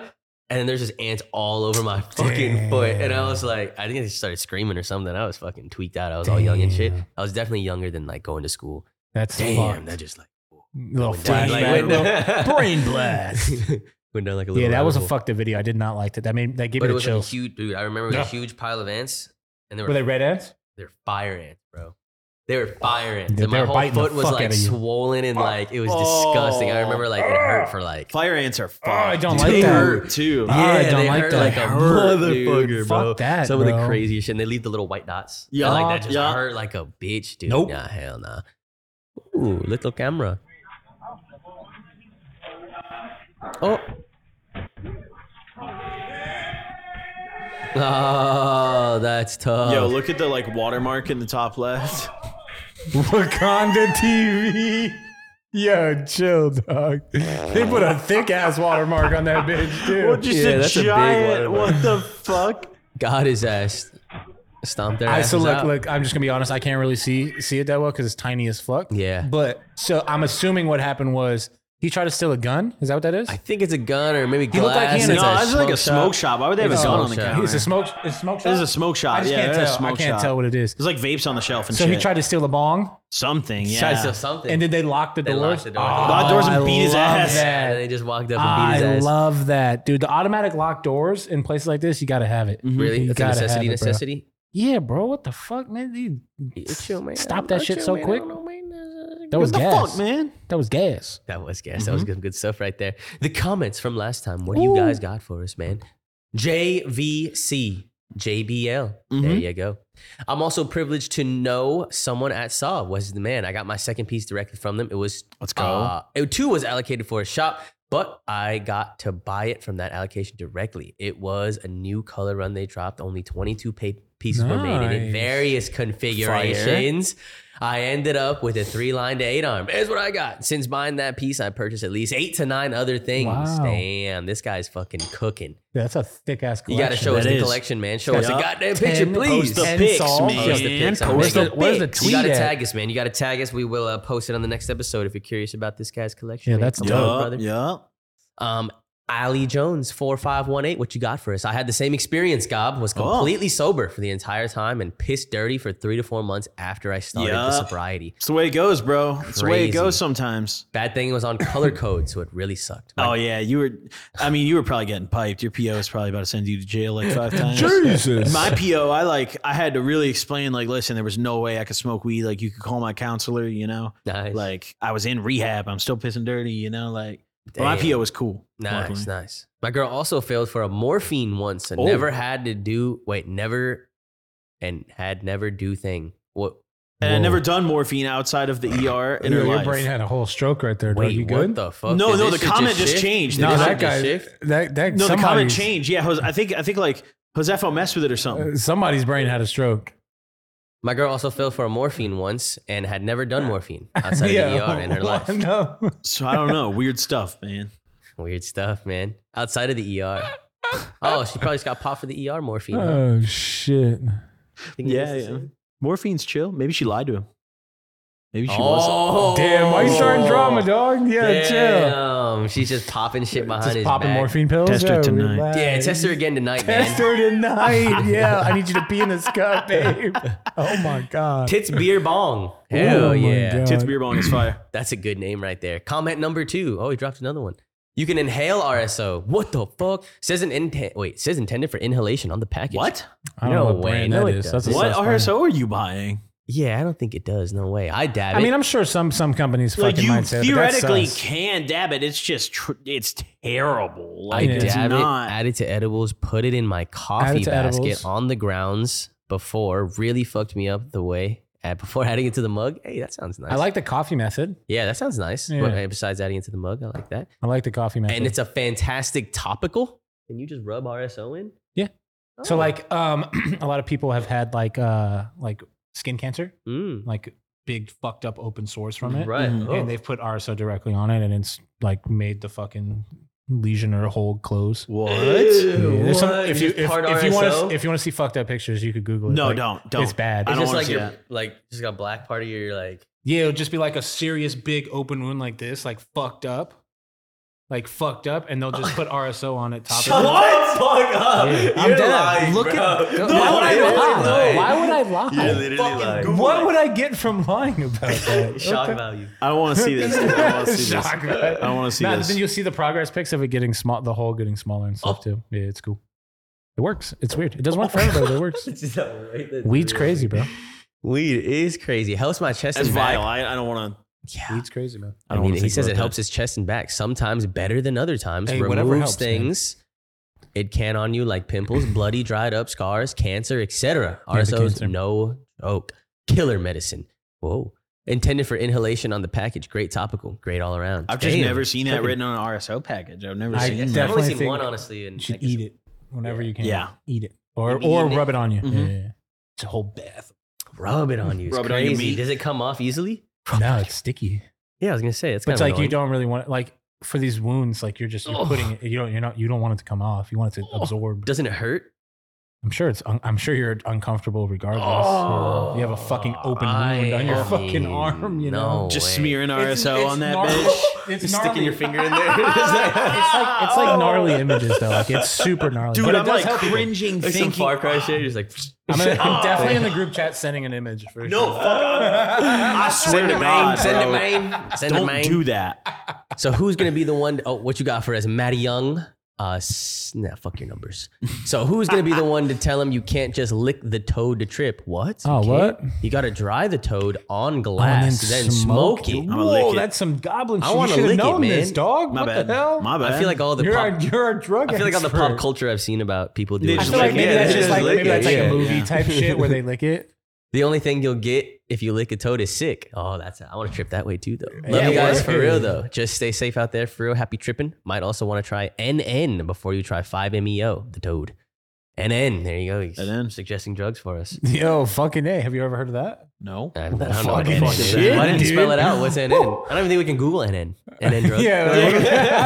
[SPEAKER 1] and there's just ants all over
[SPEAKER 3] <laughs>
[SPEAKER 1] my fucking foot, and I was like, I think I just started screaming or something. I was fucking tweaked out. I was all young and shit.
[SPEAKER 3] Damn.
[SPEAKER 1] I was definitely younger than like going to school.
[SPEAKER 3] That's
[SPEAKER 1] Damn,
[SPEAKER 3] fucked.
[SPEAKER 1] that just like
[SPEAKER 3] little
[SPEAKER 1] went down, like,
[SPEAKER 3] flashback.
[SPEAKER 1] went <laughs>
[SPEAKER 3] little-
[SPEAKER 1] down-
[SPEAKER 3] brain blast.
[SPEAKER 1] went down like a little.
[SPEAKER 3] <laughs> yeah, that
[SPEAKER 1] rabbit
[SPEAKER 3] was a
[SPEAKER 1] hole.
[SPEAKER 3] fucked up video. I did not like that. That made that gave
[SPEAKER 1] But it
[SPEAKER 3] me the
[SPEAKER 1] was like a
[SPEAKER 3] chills.
[SPEAKER 1] huge dude. I remember it was
[SPEAKER 3] Yeah.
[SPEAKER 1] a huge pile of ants, and they were,
[SPEAKER 3] Were they red ants?
[SPEAKER 1] they're fire ants, bro. They were fire ants.
[SPEAKER 3] Dude,
[SPEAKER 1] and
[SPEAKER 3] they
[SPEAKER 1] my
[SPEAKER 3] were
[SPEAKER 1] whole
[SPEAKER 3] biting the
[SPEAKER 1] foot was
[SPEAKER 3] fuck
[SPEAKER 1] like
[SPEAKER 3] outta you.
[SPEAKER 1] swollen and like it was
[SPEAKER 5] Oh.
[SPEAKER 1] disgusting. I remember like it hurt for like
[SPEAKER 5] Fire ants are fire.
[SPEAKER 3] I don't like
[SPEAKER 5] they
[SPEAKER 3] that.
[SPEAKER 5] hurt too.
[SPEAKER 3] Yeah, I don't
[SPEAKER 1] they
[SPEAKER 3] like
[SPEAKER 1] hurt
[SPEAKER 3] that.
[SPEAKER 1] like a
[SPEAKER 5] Hurt,
[SPEAKER 1] motherfucker,
[SPEAKER 5] dude.
[SPEAKER 1] bro.
[SPEAKER 3] Fuck that,
[SPEAKER 1] Some of
[SPEAKER 3] bro.
[SPEAKER 1] the craziest shit. And they leave the little white dots.
[SPEAKER 5] Yeah,
[SPEAKER 1] Yeah, like that just
[SPEAKER 5] yeah.
[SPEAKER 1] hurt like a bitch, dude.
[SPEAKER 3] Nope.
[SPEAKER 1] Nah, hell nah. Ooh, little camera. Oh. Oh, that's tough.
[SPEAKER 3] Uh,
[SPEAKER 5] Yo, look at the like watermark in the top left.
[SPEAKER 3] Wakanda TV. Yo, chill, dog. They put a thick ass watermark on that bitch, dude.
[SPEAKER 5] just
[SPEAKER 1] Yeah, that's a big watermark.
[SPEAKER 5] what the <laughs> fuck?
[SPEAKER 1] God his ass. Stomped their
[SPEAKER 3] I
[SPEAKER 1] asses
[SPEAKER 3] so look,
[SPEAKER 1] out.
[SPEAKER 3] look. I'm just gonna be honest. I can't really see see it that well because it's tiny as fuck.
[SPEAKER 1] Yeah.
[SPEAKER 3] But so I'm assuming what happened was he tried to steal a gun. Is that what that is?
[SPEAKER 1] I think it's a gun or maybe glass.
[SPEAKER 3] looked like he had
[SPEAKER 5] No,
[SPEAKER 1] It's
[SPEAKER 3] a-
[SPEAKER 5] that's like a
[SPEAKER 1] shop.
[SPEAKER 5] smoke shop. Why would they have a
[SPEAKER 1] It's a
[SPEAKER 5] gun
[SPEAKER 1] smoke
[SPEAKER 5] on the
[SPEAKER 1] shop.
[SPEAKER 5] counter?
[SPEAKER 3] it's a smoke. It's a smoke. Shot?
[SPEAKER 5] This is a smoke shop.
[SPEAKER 3] I just
[SPEAKER 5] yeah,
[SPEAKER 3] can't
[SPEAKER 5] it is
[SPEAKER 3] tell.
[SPEAKER 5] A smoke
[SPEAKER 3] I can't
[SPEAKER 5] shop.
[SPEAKER 3] tell what it is.
[SPEAKER 5] There's like vapes on the shelf and
[SPEAKER 3] So
[SPEAKER 5] shit.
[SPEAKER 3] he tried to steal the bong,
[SPEAKER 5] something.
[SPEAKER 1] Tried
[SPEAKER 5] Yeah.
[SPEAKER 1] to sell something.
[SPEAKER 3] and then they locked the
[SPEAKER 1] They
[SPEAKER 3] doors.
[SPEAKER 1] locked the door.
[SPEAKER 3] Oh,
[SPEAKER 1] Locked
[SPEAKER 5] doors and
[SPEAKER 3] I
[SPEAKER 5] beat his
[SPEAKER 3] love
[SPEAKER 5] ass.
[SPEAKER 3] that.
[SPEAKER 1] and they just walked up and beat his
[SPEAKER 3] I
[SPEAKER 1] ass.
[SPEAKER 3] love that, dude. The automatic lock doors in places like this, you gotta have it.
[SPEAKER 5] Mm-hmm.
[SPEAKER 1] really?
[SPEAKER 3] Mm-hmm. You
[SPEAKER 1] That's a
[SPEAKER 3] gotta
[SPEAKER 1] necessity.
[SPEAKER 3] have it, bro.
[SPEAKER 1] necessity.
[SPEAKER 3] Yeah, bro. What the fuck, man? Dude, Stop that shit so quick. That was
[SPEAKER 5] What the
[SPEAKER 3] gas.
[SPEAKER 5] fuck, man?
[SPEAKER 3] That was gas.
[SPEAKER 1] That was gas. That was
[SPEAKER 3] Mm-hmm.
[SPEAKER 1] good, good stuff right there. The comments from last time. What do you guys got for us, man? JVC. JBL. There
[SPEAKER 3] Mm-hmm.
[SPEAKER 1] you go. I'm also privileged to know someone at Saw was the man. I got my second piece directly from them. It was
[SPEAKER 5] Let's go.
[SPEAKER 1] Uh, it too was allocated for a shop, but I got to buy it from that allocation directly. It was a new color run they dropped, only 22 pa- pieces were made and in
[SPEAKER 3] Nice.
[SPEAKER 1] various configurations. I ended up with a three line to eight arm. Is what I got. Since buying that piece, I purchased at least eight to nine other things.
[SPEAKER 3] Wow.
[SPEAKER 1] Damn, this guy's fucking cooking.
[SPEAKER 3] Yeah, that's a thick ass.
[SPEAKER 1] You got to show us
[SPEAKER 5] That
[SPEAKER 1] the
[SPEAKER 5] is.
[SPEAKER 1] collection, man. Show us a
[SPEAKER 5] Yup.
[SPEAKER 1] goddamn picture,
[SPEAKER 3] Ten
[SPEAKER 1] please.
[SPEAKER 5] Post the
[SPEAKER 3] Ten
[SPEAKER 5] pics,
[SPEAKER 3] songs.
[SPEAKER 5] man.
[SPEAKER 1] Post the pics. I'm
[SPEAKER 5] Post
[SPEAKER 1] making
[SPEAKER 5] the
[SPEAKER 1] it.
[SPEAKER 3] Where's the
[SPEAKER 5] pics.
[SPEAKER 1] You
[SPEAKER 3] tweet
[SPEAKER 1] gotta
[SPEAKER 3] at?
[SPEAKER 1] tag us, man. You gotta tag us. We will uh, post it on the next episode if you're curious about this guy's collection.
[SPEAKER 3] Yeah,
[SPEAKER 1] man.
[SPEAKER 3] that's
[SPEAKER 1] Come on,
[SPEAKER 5] Yup,
[SPEAKER 1] brother.
[SPEAKER 5] yup.
[SPEAKER 1] Um, Ali Jones, 4518, what you got for us? I had the same experience, Gob. Was
[SPEAKER 5] Oh.
[SPEAKER 1] completely sober for the entire time and pissed dirty for three to four months after I started the
[SPEAKER 5] Yup.
[SPEAKER 1] sobriety.
[SPEAKER 5] It's the way it goes, bro. It's the way
[SPEAKER 1] Crazy.
[SPEAKER 5] it goes sometimes.
[SPEAKER 1] Bad thing it was on color code, so it really sucked. My
[SPEAKER 5] Oh yeah, you were. I mean, you were probably getting piped. Your PO is probably about to send you to jail like
[SPEAKER 3] <laughs>
[SPEAKER 5] five times.
[SPEAKER 3] Jesus. <laughs>
[SPEAKER 5] My PO, I like. I had to really explain. Like, listen, there was no way I could smoke weed. Like, you could call my counselor. You know,
[SPEAKER 1] Nice.
[SPEAKER 5] like I was in rehab. I'm still pissing dirty. You know, like but my
[SPEAKER 1] Damn.
[SPEAKER 5] PO was cool.
[SPEAKER 1] Nice,
[SPEAKER 5] luckily.
[SPEAKER 1] nice. My girl also failed for a morphine once and
[SPEAKER 5] Oh.
[SPEAKER 1] never had to do wait, never and had never do thing. What
[SPEAKER 5] And
[SPEAKER 3] Whoa.
[SPEAKER 5] I never done morphine outside of the ER in
[SPEAKER 3] Yo,
[SPEAKER 5] her
[SPEAKER 3] your
[SPEAKER 5] life.
[SPEAKER 3] brain had a whole stroke right there. Wait,
[SPEAKER 1] wait,
[SPEAKER 3] you
[SPEAKER 1] what
[SPEAKER 3] good?
[SPEAKER 1] the fuck?
[SPEAKER 5] no,
[SPEAKER 1] Did
[SPEAKER 5] no,
[SPEAKER 1] this
[SPEAKER 5] the
[SPEAKER 1] shit just
[SPEAKER 5] comment just
[SPEAKER 1] shift?
[SPEAKER 5] changed.
[SPEAKER 1] Did
[SPEAKER 3] No,
[SPEAKER 5] It
[SPEAKER 1] this
[SPEAKER 5] didn't
[SPEAKER 1] shit
[SPEAKER 3] that
[SPEAKER 1] just
[SPEAKER 3] guy.
[SPEAKER 1] shift?
[SPEAKER 3] That that
[SPEAKER 5] No, the comment
[SPEAKER 3] somebody's-
[SPEAKER 5] changed. Yeah, Jose, I think I think like Josefo messed with it or something.
[SPEAKER 3] <laughs> uh, Somebody's brain had a stroke.
[SPEAKER 1] My girl also failed for a morphine once and had never
[SPEAKER 5] <laughs>
[SPEAKER 1] done morphine
[SPEAKER 3] <laughs>
[SPEAKER 1] outside of the ER in her life.
[SPEAKER 3] No.
[SPEAKER 5] So I don't know. Weird stuff, man.
[SPEAKER 1] Weird stuff, man. Outside of the
[SPEAKER 3] <laughs>
[SPEAKER 1] ER. Oh, she probably just got popped for the ER morphine. huh?
[SPEAKER 3] Oh shit.
[SPEAKER 1] Think it
[SPEAKER 5] yeah,
[SPEAKER 1] is the
[SPEAKER 5] yeah.
[SPEAKER 1] same.
[SPEAKER 5] Morphine's chill. Maybe she lied to him. Maybe she was.
[SPEAKER 1] Oh,
[SPEAKER 3] Damn, why you starting drama, dog? Yeah, chill.
[SPEAKER 1] Damn, she's just popping shit behind
[SPEAKER 3] Just
[SPEAKER 1] his
[SPEAKER 3] popping
[SPEAKER 1] back.
[SPEAKER 3] morphine pills.
[SPEAKER 5] Test her
[SPEAKER 3] Yeah,
[SPEAKER 5] tonight.
[SPEAKER 3] relax.
[SPEAKER 1] Yeah, test her again tonight, man.
[SPEAKER 3] Test her
[SPEAKER 1] <laughs>
[SPEAKER 3] tonight. Yeah, I need you to be in this <laughs> cup, babe. Oh my god.
[SPEAKER 1] Tits beer
[SPEAKER 3] <laughs>
[SPEAKER 1] bong. Hell
[SPEAKER 3] Oh my
[SPEAKER 1] yeah.
[SPEAKER 3] God.
[SPEAKER 5] Tits beer bong is <clears throat> fire.
[SPEAKER 1] That's a good name right there. Comment number two. Oh, he dropped another one. You can inhale RSO. What the fuck? Says an intent. Wait, says intended for inhalation on the package.
[SPEAKER 5] What?
[SPEAKER 3] I don't know
[SPEAKER 1] No
[SPEAKER 3] what
[SPEAKER 1] way.
[SPEAKER 3] brand
[SPEAKER 1] No,
[SPEAKER 3] that
[SPEAKER 1] it
[SPEAKER 3] is. That's a
[SPEAKER 5] What
[SPEAKER 3] sus brand.
[SPEAKER 5] RSO are you buying?
[SPEAKER 1] Yeah, I don't think it does. No way. I dab
[SPEAKER 3] I
[SPEAKER 1] it.
[SPEAKER 3] mean, I'm sure some some companies
[SPEAKER 5] Like
[SPEAKER 3] fucking
[SPEAKER 5] you
[SPEAKER 3] might say that, but that's
[SPEAKER 5] theoretically
[SPEAKER 3] sus.
[SPEAKER 5] can dab it. It's just tr- it's terrible.
[SPEAKER 1] I
[SPEAKER 5] Like it's
[SPEAKER 1] dab it,
[SPEAKER 5] not.
[SPEAKER 1] add it to edibles, put it in my coffee
[SPEAKER 3] to
[SPEAKER 1] basket
[SPEAKER 3] edibles.
[SPEAKER 1] on the grounds before. Really fucked me up the way uh, before <laughs> adding it to the mug. Hey, that sounds nice.
[SPEAKER 3] I like the coffee method.
[SPEAKER 1] Yeah, that sounds nice.
[SPEAKER 3] Yeah.
[SPEAKER 1] But, uh, besides adding it to the mug, I like that.
[SPEAKER 3] I like the coffee method.
[SPEAKER 1] And it's a fantastic topical. Can you just rub RSO in?
[SPEAKER 3] Yeah.
[SPEAKER 1] Oh.
[SPEAKER 3] <laughs> so like um <clears throat> a lot of people have had like uh like skin cancer,
[SPEAKER 1] Mm,
[SPEAKER 3] like big fucked up open sores from it. Mm-hmm.
[SPEAKER 1] right.
[SPEAKER 5] Mhm.
[SPEAKER 1] Oh.
[SPEAKER 3] And they've put RSO directly on it and it's like made the fucking lesion or hole close.
[SPEAKER 5] what?
[SPEAKER 1] Ew,
[SPEAKER 3] Yeah, there's some-
[SPEAKER 1] what?
[SPEAKER 3] if you
[SPEAKER 1] Just
[SPEAKER 3] if,
[SPEAKER 1] hard
[SPEAKER 3] if you want
[SPEAKER 1] RSO?
[SPEAKER 3] to if you want to see fucked up pictures, you could Google it.
[SPEAKER 5] No,
[SPEAKER 3] Like,
[SPEAKER 5] don't don't.
[SPEAKER 3] It's bad.
[SPEAKER 5] I
[SPEAKER 1] it's
[SPEAKER 5] don't
[SPEAKER 1] just
[SPEAKER 5] wanna
[SPEAKER 1] like
[SPEAKER 5] see
[SPEAKER 1] your
[SPEAKER 5] that.
[SPEAKER 1] like just got black part of your like.
[SPEAKER 3] Yeah, it would just be like a serious big open wound like this, like fucked up. Like fucked up, and they'll just put RSO on it top of it.
[SPEAKER 4] the fuck up.
[SPEAKER 3] Yeah, I'm
[SPEAKER 4] You're
[SPEAKER 3] dead.
[SPEAKER 4] lying,
[SPEAKER 3] Look
[SPEAKER 4] bro.
[SPEAKER 3] at
[SPEAKER 4] No,
[SPEAKER 3] why would I
[SPEAKER 4] you're
[SPEAKER 3] lie?
[SPEAKER 4] lying.
[SPEAKER 3] Why would I lie?
[SPEAKER 4] You're literally lying.
[SPEAKER 3] What would I get from lying about
[SPEAKER 4] <laughs>
[SPEAKER 3] that?
[SPEAKER 1] Shock value. <laughs>
[SPEAKER 5] I don't want to see this. <laughs> I
[SPEAKER 3] <laughs>
[SPEAKER 5] don't want to see this.
[SPEAKER 3] Shock,
[SPEAKER 5] I
[SPEAKER 3] right?
[SPEAKER 5] don't want to see
[SPEAKER 3] Nah,
[SPEAKER 5] this.
[SPEAKER 3] then you'll see the progress pics of it getting small, the hole getting smaller and
[SPEAKER 1] Oh.
[SPEAKER 3] stuff too. Yeah, it's cool. It works. It's weird. It doesn't work for everybody, but it
[SPEAKER 5] <laughs>
[SPEAKER 3] works. Weed's crazy, bro.
[SPEAKER 1] Weed is crazy. Helps my chest
[SPEAKER 5] That's
[SPEAKER 1] and back.
[SPEAKER 5] vile. I, I don't want to.
[SPEAKER 1] Yeah.
[SPEAKER 3] Weed's crazy, man.
[SPEAKER 1] I,
[SPEAKER 5] don't
[SPEAKER 1] mean,
[SPEAKER 5] wanna
[SPEAKER 1] he
[SPEAKER 5] think
[SPEAKER 1] says
[SPEAKER 5] about
[SPEAKER 1] it
[SPEAKER 5] that.
[SPEAKER 1] helps his chest and back. Sometimes better than other times.
[SPEAKER 3] Hey,
[SPEAKER 1] Removes
[SPEAKER 3] whatever helps, man.
[SPEAKER 1] things. It can on you like
[SPEAKER 3] <clears throat>
[SPEAKER 1] pimples, bloody, dried up scars, cancer, etc.
[SPEAKER 3] Yeah, the
[SPEAKER 1] RSO's
[SPEAKER 3] cancer.
[SPEAKER 1] no joke. Killer medicine. Whoa. Intended for inhalation on the package. Great topical. Great all around.
[SPEAKER 5] I've just
[SPEAKER 1] Damn.
[SPEAKER 5] never seen that
[SPEAKER 1] Fucking-
[SPEAKER 5] written on an RSO package. I've never
[SPEAKER 3] I
[SPEAKER 5] seen it.
[SPEAKER 1] I've only
[SPEAKER 3] Definitely
[SPEAKER 1] seen
[SPEAKER 3] think
[SPEAKER 1] one honestly, and
[SPEAKER 3] You should eat it whenever you can.
[SPEAKER 5] Yeah.
[SPEAKER 3] eat it or
[SPEAKER 1] Maybe
[SPEAKER 3] or
[SPEAKER 1] eat it. Mm-hmm.
[SPEAKER 3] rub it on you. Yeah,
[SPEAKER 5] Mhm.
[SPEAKER 3] yeah, yeah. It's a whole bath.
[SPEAKER 1] Rub it on you. It's
[SPEAKER 5] Rub it on your
[SPEAKER 1] crazy.
[SPEAKER 5] meat.
[SPEAKER 1] Does it come off easily?
[SPEAKER 3] No, it's sticky.
[SPEAKER 1] Yeah, I was gonna say it's
[SPEAKER 3] But
[SPEAKER 1] kind
[SPEAKER 3] it's
[SPEAKER 1] of
[SPEAKER 3] like you don't really want it, like for these wounds, like you're just you're
[SPEAKER 1] Ugh.
[SPEAKER 3] putting it. You don't. You're not. You don't want it to come off. You want it to
[SPEAKER 1] Ugh.
[SPEAKER 3] absorb.
[SPEAKER 1] Doesn't it hurt?
[SPEAKER 3] I'm sure it's. Un- I'm sure you're uncomfortable regardless.
[SPEAKER 1] Oh.
[SPEAKER 3] you have a fucking open
[SPEAKER 1] I
[SPEAKER 3] wound on your fucking
[SPEAKER 1] mean,
[SPEAKER 3] arm. You
[SPEAKER 1] no.
[SPEAKER 3] know.
[SPEAKER 5] Just
[SPEAKER 1] way.
[SPEAKER 5] smearing RSO on that
[SPEAKER 3] gnarly.
[SPEAKER 5] bitch.
[SPEAKER 3] It's
[SPEAKER 1] Just
[SPEAKER 3] gnarly.
[SPEAKER 1] sticking your finger in
[SPEAKER 5] <laughs>
[SPEAKER 1] there.
[SPEAKER 3] it's <laughs> like it's like it's like gnarly images though. Like it's super gnarly.
[SPEAKER 5] Oh. Dude,
[SPEAKER 3] but it
[SPEAKER 5] I'm
[SPEAKER 3] does
[SPEAKER 5] like
[SPEAKER 3] help people.
[SPEAKER 5] cringing
[SPEAKER 1] Like some
[SPEAKER 5] thinking.
[SPEAKER 1] Far Cry shit. You're <laughs> just like.
[SPEAKER 3] I'm, gonna-
[SPEAKER 5] <laughs> Oh,
[SPEAKER 3] I'm definitely in the group chat sending an image for
[SPEAKER 5] No,
[SPEAKER 3] sure.
[SPEAKER 5] fuck <laughs> off. I swear to God,
[SPEAKER 1] Send it,
[SPEAKER 5] bro.
[SPEAKER 1] man. Send it,
[SPEAKER 5] Don't
[SPEAKER 1] man.
[SPEAKER 5] do that.
[SPEAKER 1] So who's gonna be the one oh what you got for us, Matty Young? Uh, s- nah, fuck your
[SPEAKER 5] <laughs>
[SPEAKER 1] numbers. So who's gonna be the one to tell him you can't just lick the toad to trip? What? You
[SPEAKER 3] Oh,
[SPEAKER 1] can't?
[SPEAKER 3] what? Oh,
[SPEAKER 1] You gotta dry the toad on glass, then, smoke, it.
[SPEAKER 5] I'ma
[SPEAKER 3] Whoa,
[SPEAKER 5] lick it.
[SPEAKER 3] that's some goblin
[SPEAKER 1] I
[SPEAKER 3] shit. You
[SPEAKER 1] wanna
[SPEAKER 3] should have
[SPEAKER 1] lick it,
[SPEAKER 3] known this,
[SPEAKER 1] man.
[SPEAKER 3] dog.
[SPEAKER 5] My
[SPEAKER 3] what
[SPEAKER 5] bad.
[SPEAKER 3] the hell?
[SPEAKER 5] My bad.
[SPEAKER 1] I feel like all the
[SPEAKER 3] you're,
[SPEAKER 1] pop,
[SPEAKER 3] a, you're a drug.
[SPEAKER 1] I feel like all the pop
[SPEAKER 3] expert.
[SPEAKER 1] culture I've seen about people doing.
[SPEAKER 5] They
[SPEAKER 3] I
[SPEAKER 1] is
[SPEAKER 3] feel like
[SPEAKER 1] lick
[SPEAKER 3] maybe
[SPEAKER 1] it.
[SPEAKER 5] Yeah,
[SPEAKER 3] that's
[SPEAKER 5] they
[SPEAKER 3] just
[SPEAKER 5] just
[SPEAKER 3] like
[SPEAKER 5] lick
[SPEAKER 3] maybe
[SPEAKER 5] it.
[SPEAKER 3] that's like
[SPEAKER 5] Yeah,
[SPEAKER 3] a movie
[SPEAKER 5] yeah.
[SPEAKER 3] type shit where they lick it.
[SPEAKER 1] The only thing you'll get if you lick a toad is sick. Oh, that's I want to trip that way too, though. Love
[SPEAKER 3] Yeah,
[SPEAKER 1] you guys for
[SPEAKER 3] word.
[SPEAKER 1] real though. Just stay safe out there for real. Happy tripping. Might also want to try NN before you try 5MEO, E the toad. And then there you go. He's
[SPEAKER 5] And then.
[SPEAKER 1] suggesting drugs for us.
[SPEAKER 3] Yo, fucking A. Have you ever heard of that?
[SPEAKER 5] No.
[SPEAKER 1] I, I don't know what
[SPEAKER 3] Oh, Fucking
[SPEAKER 1] NN is.
[SPEAKER 3] shit,
[SPEAKER 1] Why didn't you spell
[SPEAKER 3] dude.
[SPEAKER 1] it out? What's NN? I don't even think we can Google NN.
[SPEAKER 3] <laughs>
[SPEAKER 1] NN drugs.
[SPEAKER 5] <laughs>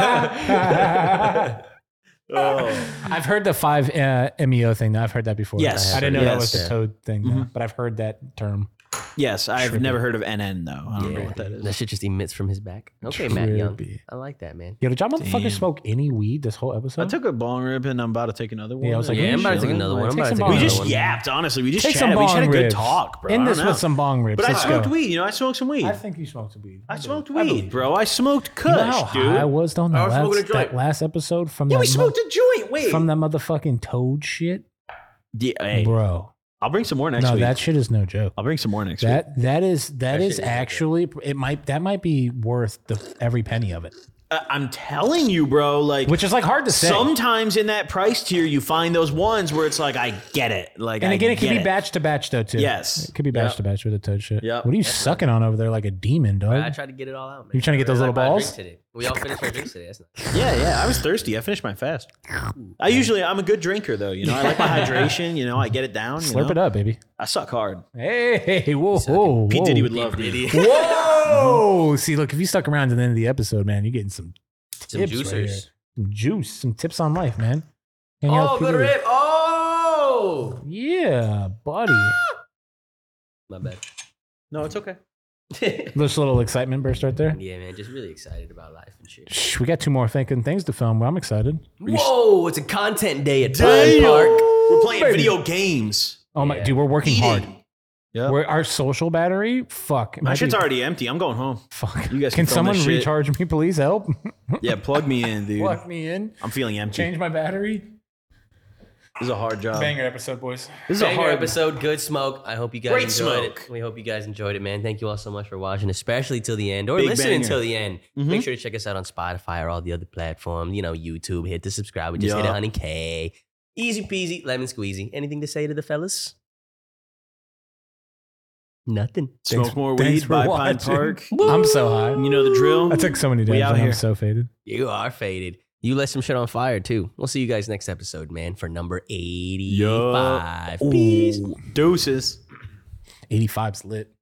[SPEAKER 3] Yeah.
[SPEAKER 5] Oh.
[SPEAKER 3] I've heard the five uh, MEO thing. I've heard that before.
[SPEAKER 5] Yes.
[SPEAKER 3] I didn't know that was
[SPEAKER 5] Yes. Mm-hmm.
[SPEAKER 3] the toad thing, though, but I've heard that term.
[SPEAKER 5] Yes, I've
[SPEAKER 3] Trippy.
[SPEAKER 5] never heard of NN though. I don't know
[SPEAKER 1] Yeah.
[SPEAKER 5] what that is.
[SPEAKER 1] That shit just emits from his back. Okay, Matt Young.
[SPEAKER 3] Trippy.
[SPEAKER 1] I like that, man.
[SPEAKER 3] Yo, did y'all
[SPEAKER 5] Damn.
[SPEAKER 3] motherfuckers smoke any weed this whole episode?
[SPEAKER 5] I took a bong rib and I'm about to take another one.
[SPEAKER 3] Yeah, I was like,
[SPEAKER 1] Yeah, I'm about to take
[SPEAKER 5] Chilling.
[SPEAKER 1] another one. I'm
[SPEAKER 3] Take
[SPEAKER 1] about to
[SPEAKER 3] some
[SPEAKER 1] take
[SPEAKER 3] bong.
[SPEAKER 5] We
[SPEAKER 1] another
[SPEAKER 5] just
[SPEAKER 1] one.
[SPEAKER 5] yapped, honestly. We just
[SPEAKER 3] Take some
[SPEAKER 5] chatted. We just had a
[SPEAKER 3] bong
[SPEAKER 5] good
[SPEAKER 3] ribs.
[SPEAKER 5] talk, bro. I
[SPEAKER 3] End
[SPEAKER 5] don't
[SPEAKER 3] this with
[SPEAKER 5] know.
[SPEAKER 3] some bong ribs.
[SPEAKER 5] But I
[SPEAKER 3] Let's
[SPEAKER 5] smoked
[SPEAKER 3] go.
[SPEAKER 5] weed. You know, I smoked some weed.
[SPEAKER 3] I
[SPEAKER 5] I,
[SPEAKER 3] think you smoked some weed.
[SPEAKER 5] smoked
[SPEAKER 3] believe- I
[SPEAKER 5] weed,
[SPEAKER 3] believe-
[SPEAKER 5] bro. I smoked
[SPEAKER 3] You know how
[SPEAKER 5] kush, dude.
[SPEAKER 3] high I was on the
[SPEAKER 5] I was smoking a
[SPEAKER 3] last,
[SPEAKER 5] joint.
[SPEAKER 3] that last episode from
[SPEAKER 5] yeah,
[SPEAKER 3] that
[SPEAKER 5] we
[SPEAKER 3] mo-
[SPEAKER 5] smoked a joint. Wait.
[SPEAKER 3] from that motherfucking toad shit,
[SPEAKER 5] yeah, hey,
[SPEAKER 3] bro.
[SPEAKER 5] I'll bring some more next
[SPEAKER 3] No,
[SPEAKER 5] week.
[SPEAKER 3] that shit is no joke.
[SPEAKER 5] I'll bring some more next week.
[SPEAKER 3] That that is that
[SPEAKER 1] That
[SPEAKER 3] is
[SPEAKER 1] shit is no joke.
[SPEAKER 3] actually it might that might be worth the every penny of it,
[SPEAKER 5] Uh, I'm telling you, bro. Like,
[SPEAKER 3] which is like hard to say.
[SPEAKER 5] sometimes in that price tier, you find those ones where it's like, I get it. Like,
[SPEAKER 3] and
[SPEAKER 5] I
[SPEAKER 3] again, it could
[SPEAKER 5] get
[SPEAKER 3] be batch to batch though too.
[SPEAKER 5] Yes.
[SPEAKER 3] it could be batch to batch with the toad shit.
[SPEAKER 5] Yep.
[SPEAKER 3] What are you sucking on over there like a demon,
[SPEAKER 1] I
[SPEAKER 3] dog?
[SPEAKER 1] tried to get it all out, man.
[SPEAKER 3] You trying to get those
[SPEAKER 1] I
[SPEAKER 3] little
[SPEAKER 1] bought a drink
[SPEAKER 3] balls?
[SPEAKER 1] Today. We all finished our drinks today. That's nice.
[SPEAKER 5] Yeah, yeah. I was thirsty. I finished my fast.
[SPEAKER 1] <laughs>
[SPEAKER 5] I usually, I'm a good drinker though. You know, I
[SPEAKER 3] <laughs>
[SPEAKER 5] like my hydration. You know, I get it down. You
[SPEAKER 3] Slurp it up, baby.
[SPEAKER 5] I suck hard.
[SPEAKER 3] Hey, whoa, whoa,
[SPEAKER 5] Pete
[SPEAKER 3] whoa.
[SPEAKER 5] Diddy would love me.
[SPEAKER 3] Whoa! See, look, if you stuck around to the end of the episode, man, you're getting some
[SPEAKER 1] Some
[SPEAKER 3] tips right
[SPEAKER 1] juicers.
[SPEAKER 3] here. some juice, some tips on life, man. And
[SPEAKER 1] Oh, good rip. Oh,
[SPEAKER 3] Yeah, buddy.
[SPEAKER 1] my
[SPEAKER 5] <laughs>
[SPEAKER 1] bad.
[SPEAKER 5] No, it's okay.
[SPEAKER 3] This little excitement burst right there.
[SPEAKER 1] Yeah, man. Just really excited about life and shit.
[SPEAKER 3] Shh, we got two more thinking things to film. Well, I'm excited.
[SPEAKER 1] Whoa, it's a content day at Pine Park.
[SPEAKER 5] We're playing
[SPEAKER 3] Baby.
[SPEAKER 5] video games.
[SPEAKER 3] Oh my,
[SPEAKER 1] Yeah.
[SPEAKER 3] dude, we're working hard.
[SPEAKER 5] Eating. Yeah.
[SPEAKER 3] We're, our social battery, fuck. it
[SPEAKER 5] My
[SPEAKER 3] might
[SPEAKER 5] shit's
[SPEAKER 3] be-
[SPEAKER 5] already empty. I'm going home.
[SPEAKER 3] Fuck.
[SPEAKER 5] You guys
[SPEAKER 3] can
[SPEAKER 5] can film
[SPEAKER 3] someone
[SPEAKER 5] this shit.
[SPEAKER 3] recharge me, please? Help.
[SPEAKER 5] Yeah, plug me in, <laughs> dude.
[SPEAKER 3] Plug me in.
[SPEAKER 5] I'm feeling empty.
[SPEAKER 3] Change my battery.
[SPEAKER 5] This is a hard job.
[SPEAKER 3] Banger episode, boys.
[SPEAKER 5] Um, This is a
[SPEAKER 1] Banger
[SPEAKER 5] hard
[SPEAKER 1] episode. Good smoke. I hope you guys
[SPEAKER 5] Great
[SPEAKER 1] enjoyed
[SPEAKER 5] smoke.
[SPEAKER 1] it. We hope you guys enjoyed it, man. Thank you all so much for watching, especially till the end or
[SPEAKER 5] Big
[SPEAKER 1] listening
[SPEAKER 5] banger.
[SPEAKER 1] till the end.
[SPEAKER 5] Mhm.
[SPEAKER 1] Make sure to check us out on Spotify or all the other platforms. You know, YouTube. Hit the subscribe. We just
[SPEAKER 5] Yeah.
[SPEAKER 1] hit 100k. Easy peasy, lemon squeezy. Anything to say to the fellas? Nothing.
[SPEAKER 5] Smoke
[SPEAKER 3] Thanks-
[SPEAKER 5] more
[SPEAKER 3] thanks
[SPEAKER 5] weed
[SPEAKER 3] for
[SPEAKER 5] by Pine
[SPEAKER 3] watching.
[SPEAKER 5] Park.
[SPEAKER 3] I'm so high.
[SPEAKER 5] You know the drill.
[SPEAKER 3] I took so many
[SPEAKER 5] We
[SPEAKER 3] days.
[SPEAKER 5] out
[SPEAKER 3] I'm
[SPEAKER 5] here.
[SPEAKER 3] so faded.
[SPEAKER 1] You are faded. You let some shit on fire too. We'll see you guys next episode, man, for number 85.
[SPEAKER 5] Ooh.
[SPEAKER 1] Peace.
[SPEAKER 5] Deuces.
[SPEAKER 3] 85's lit.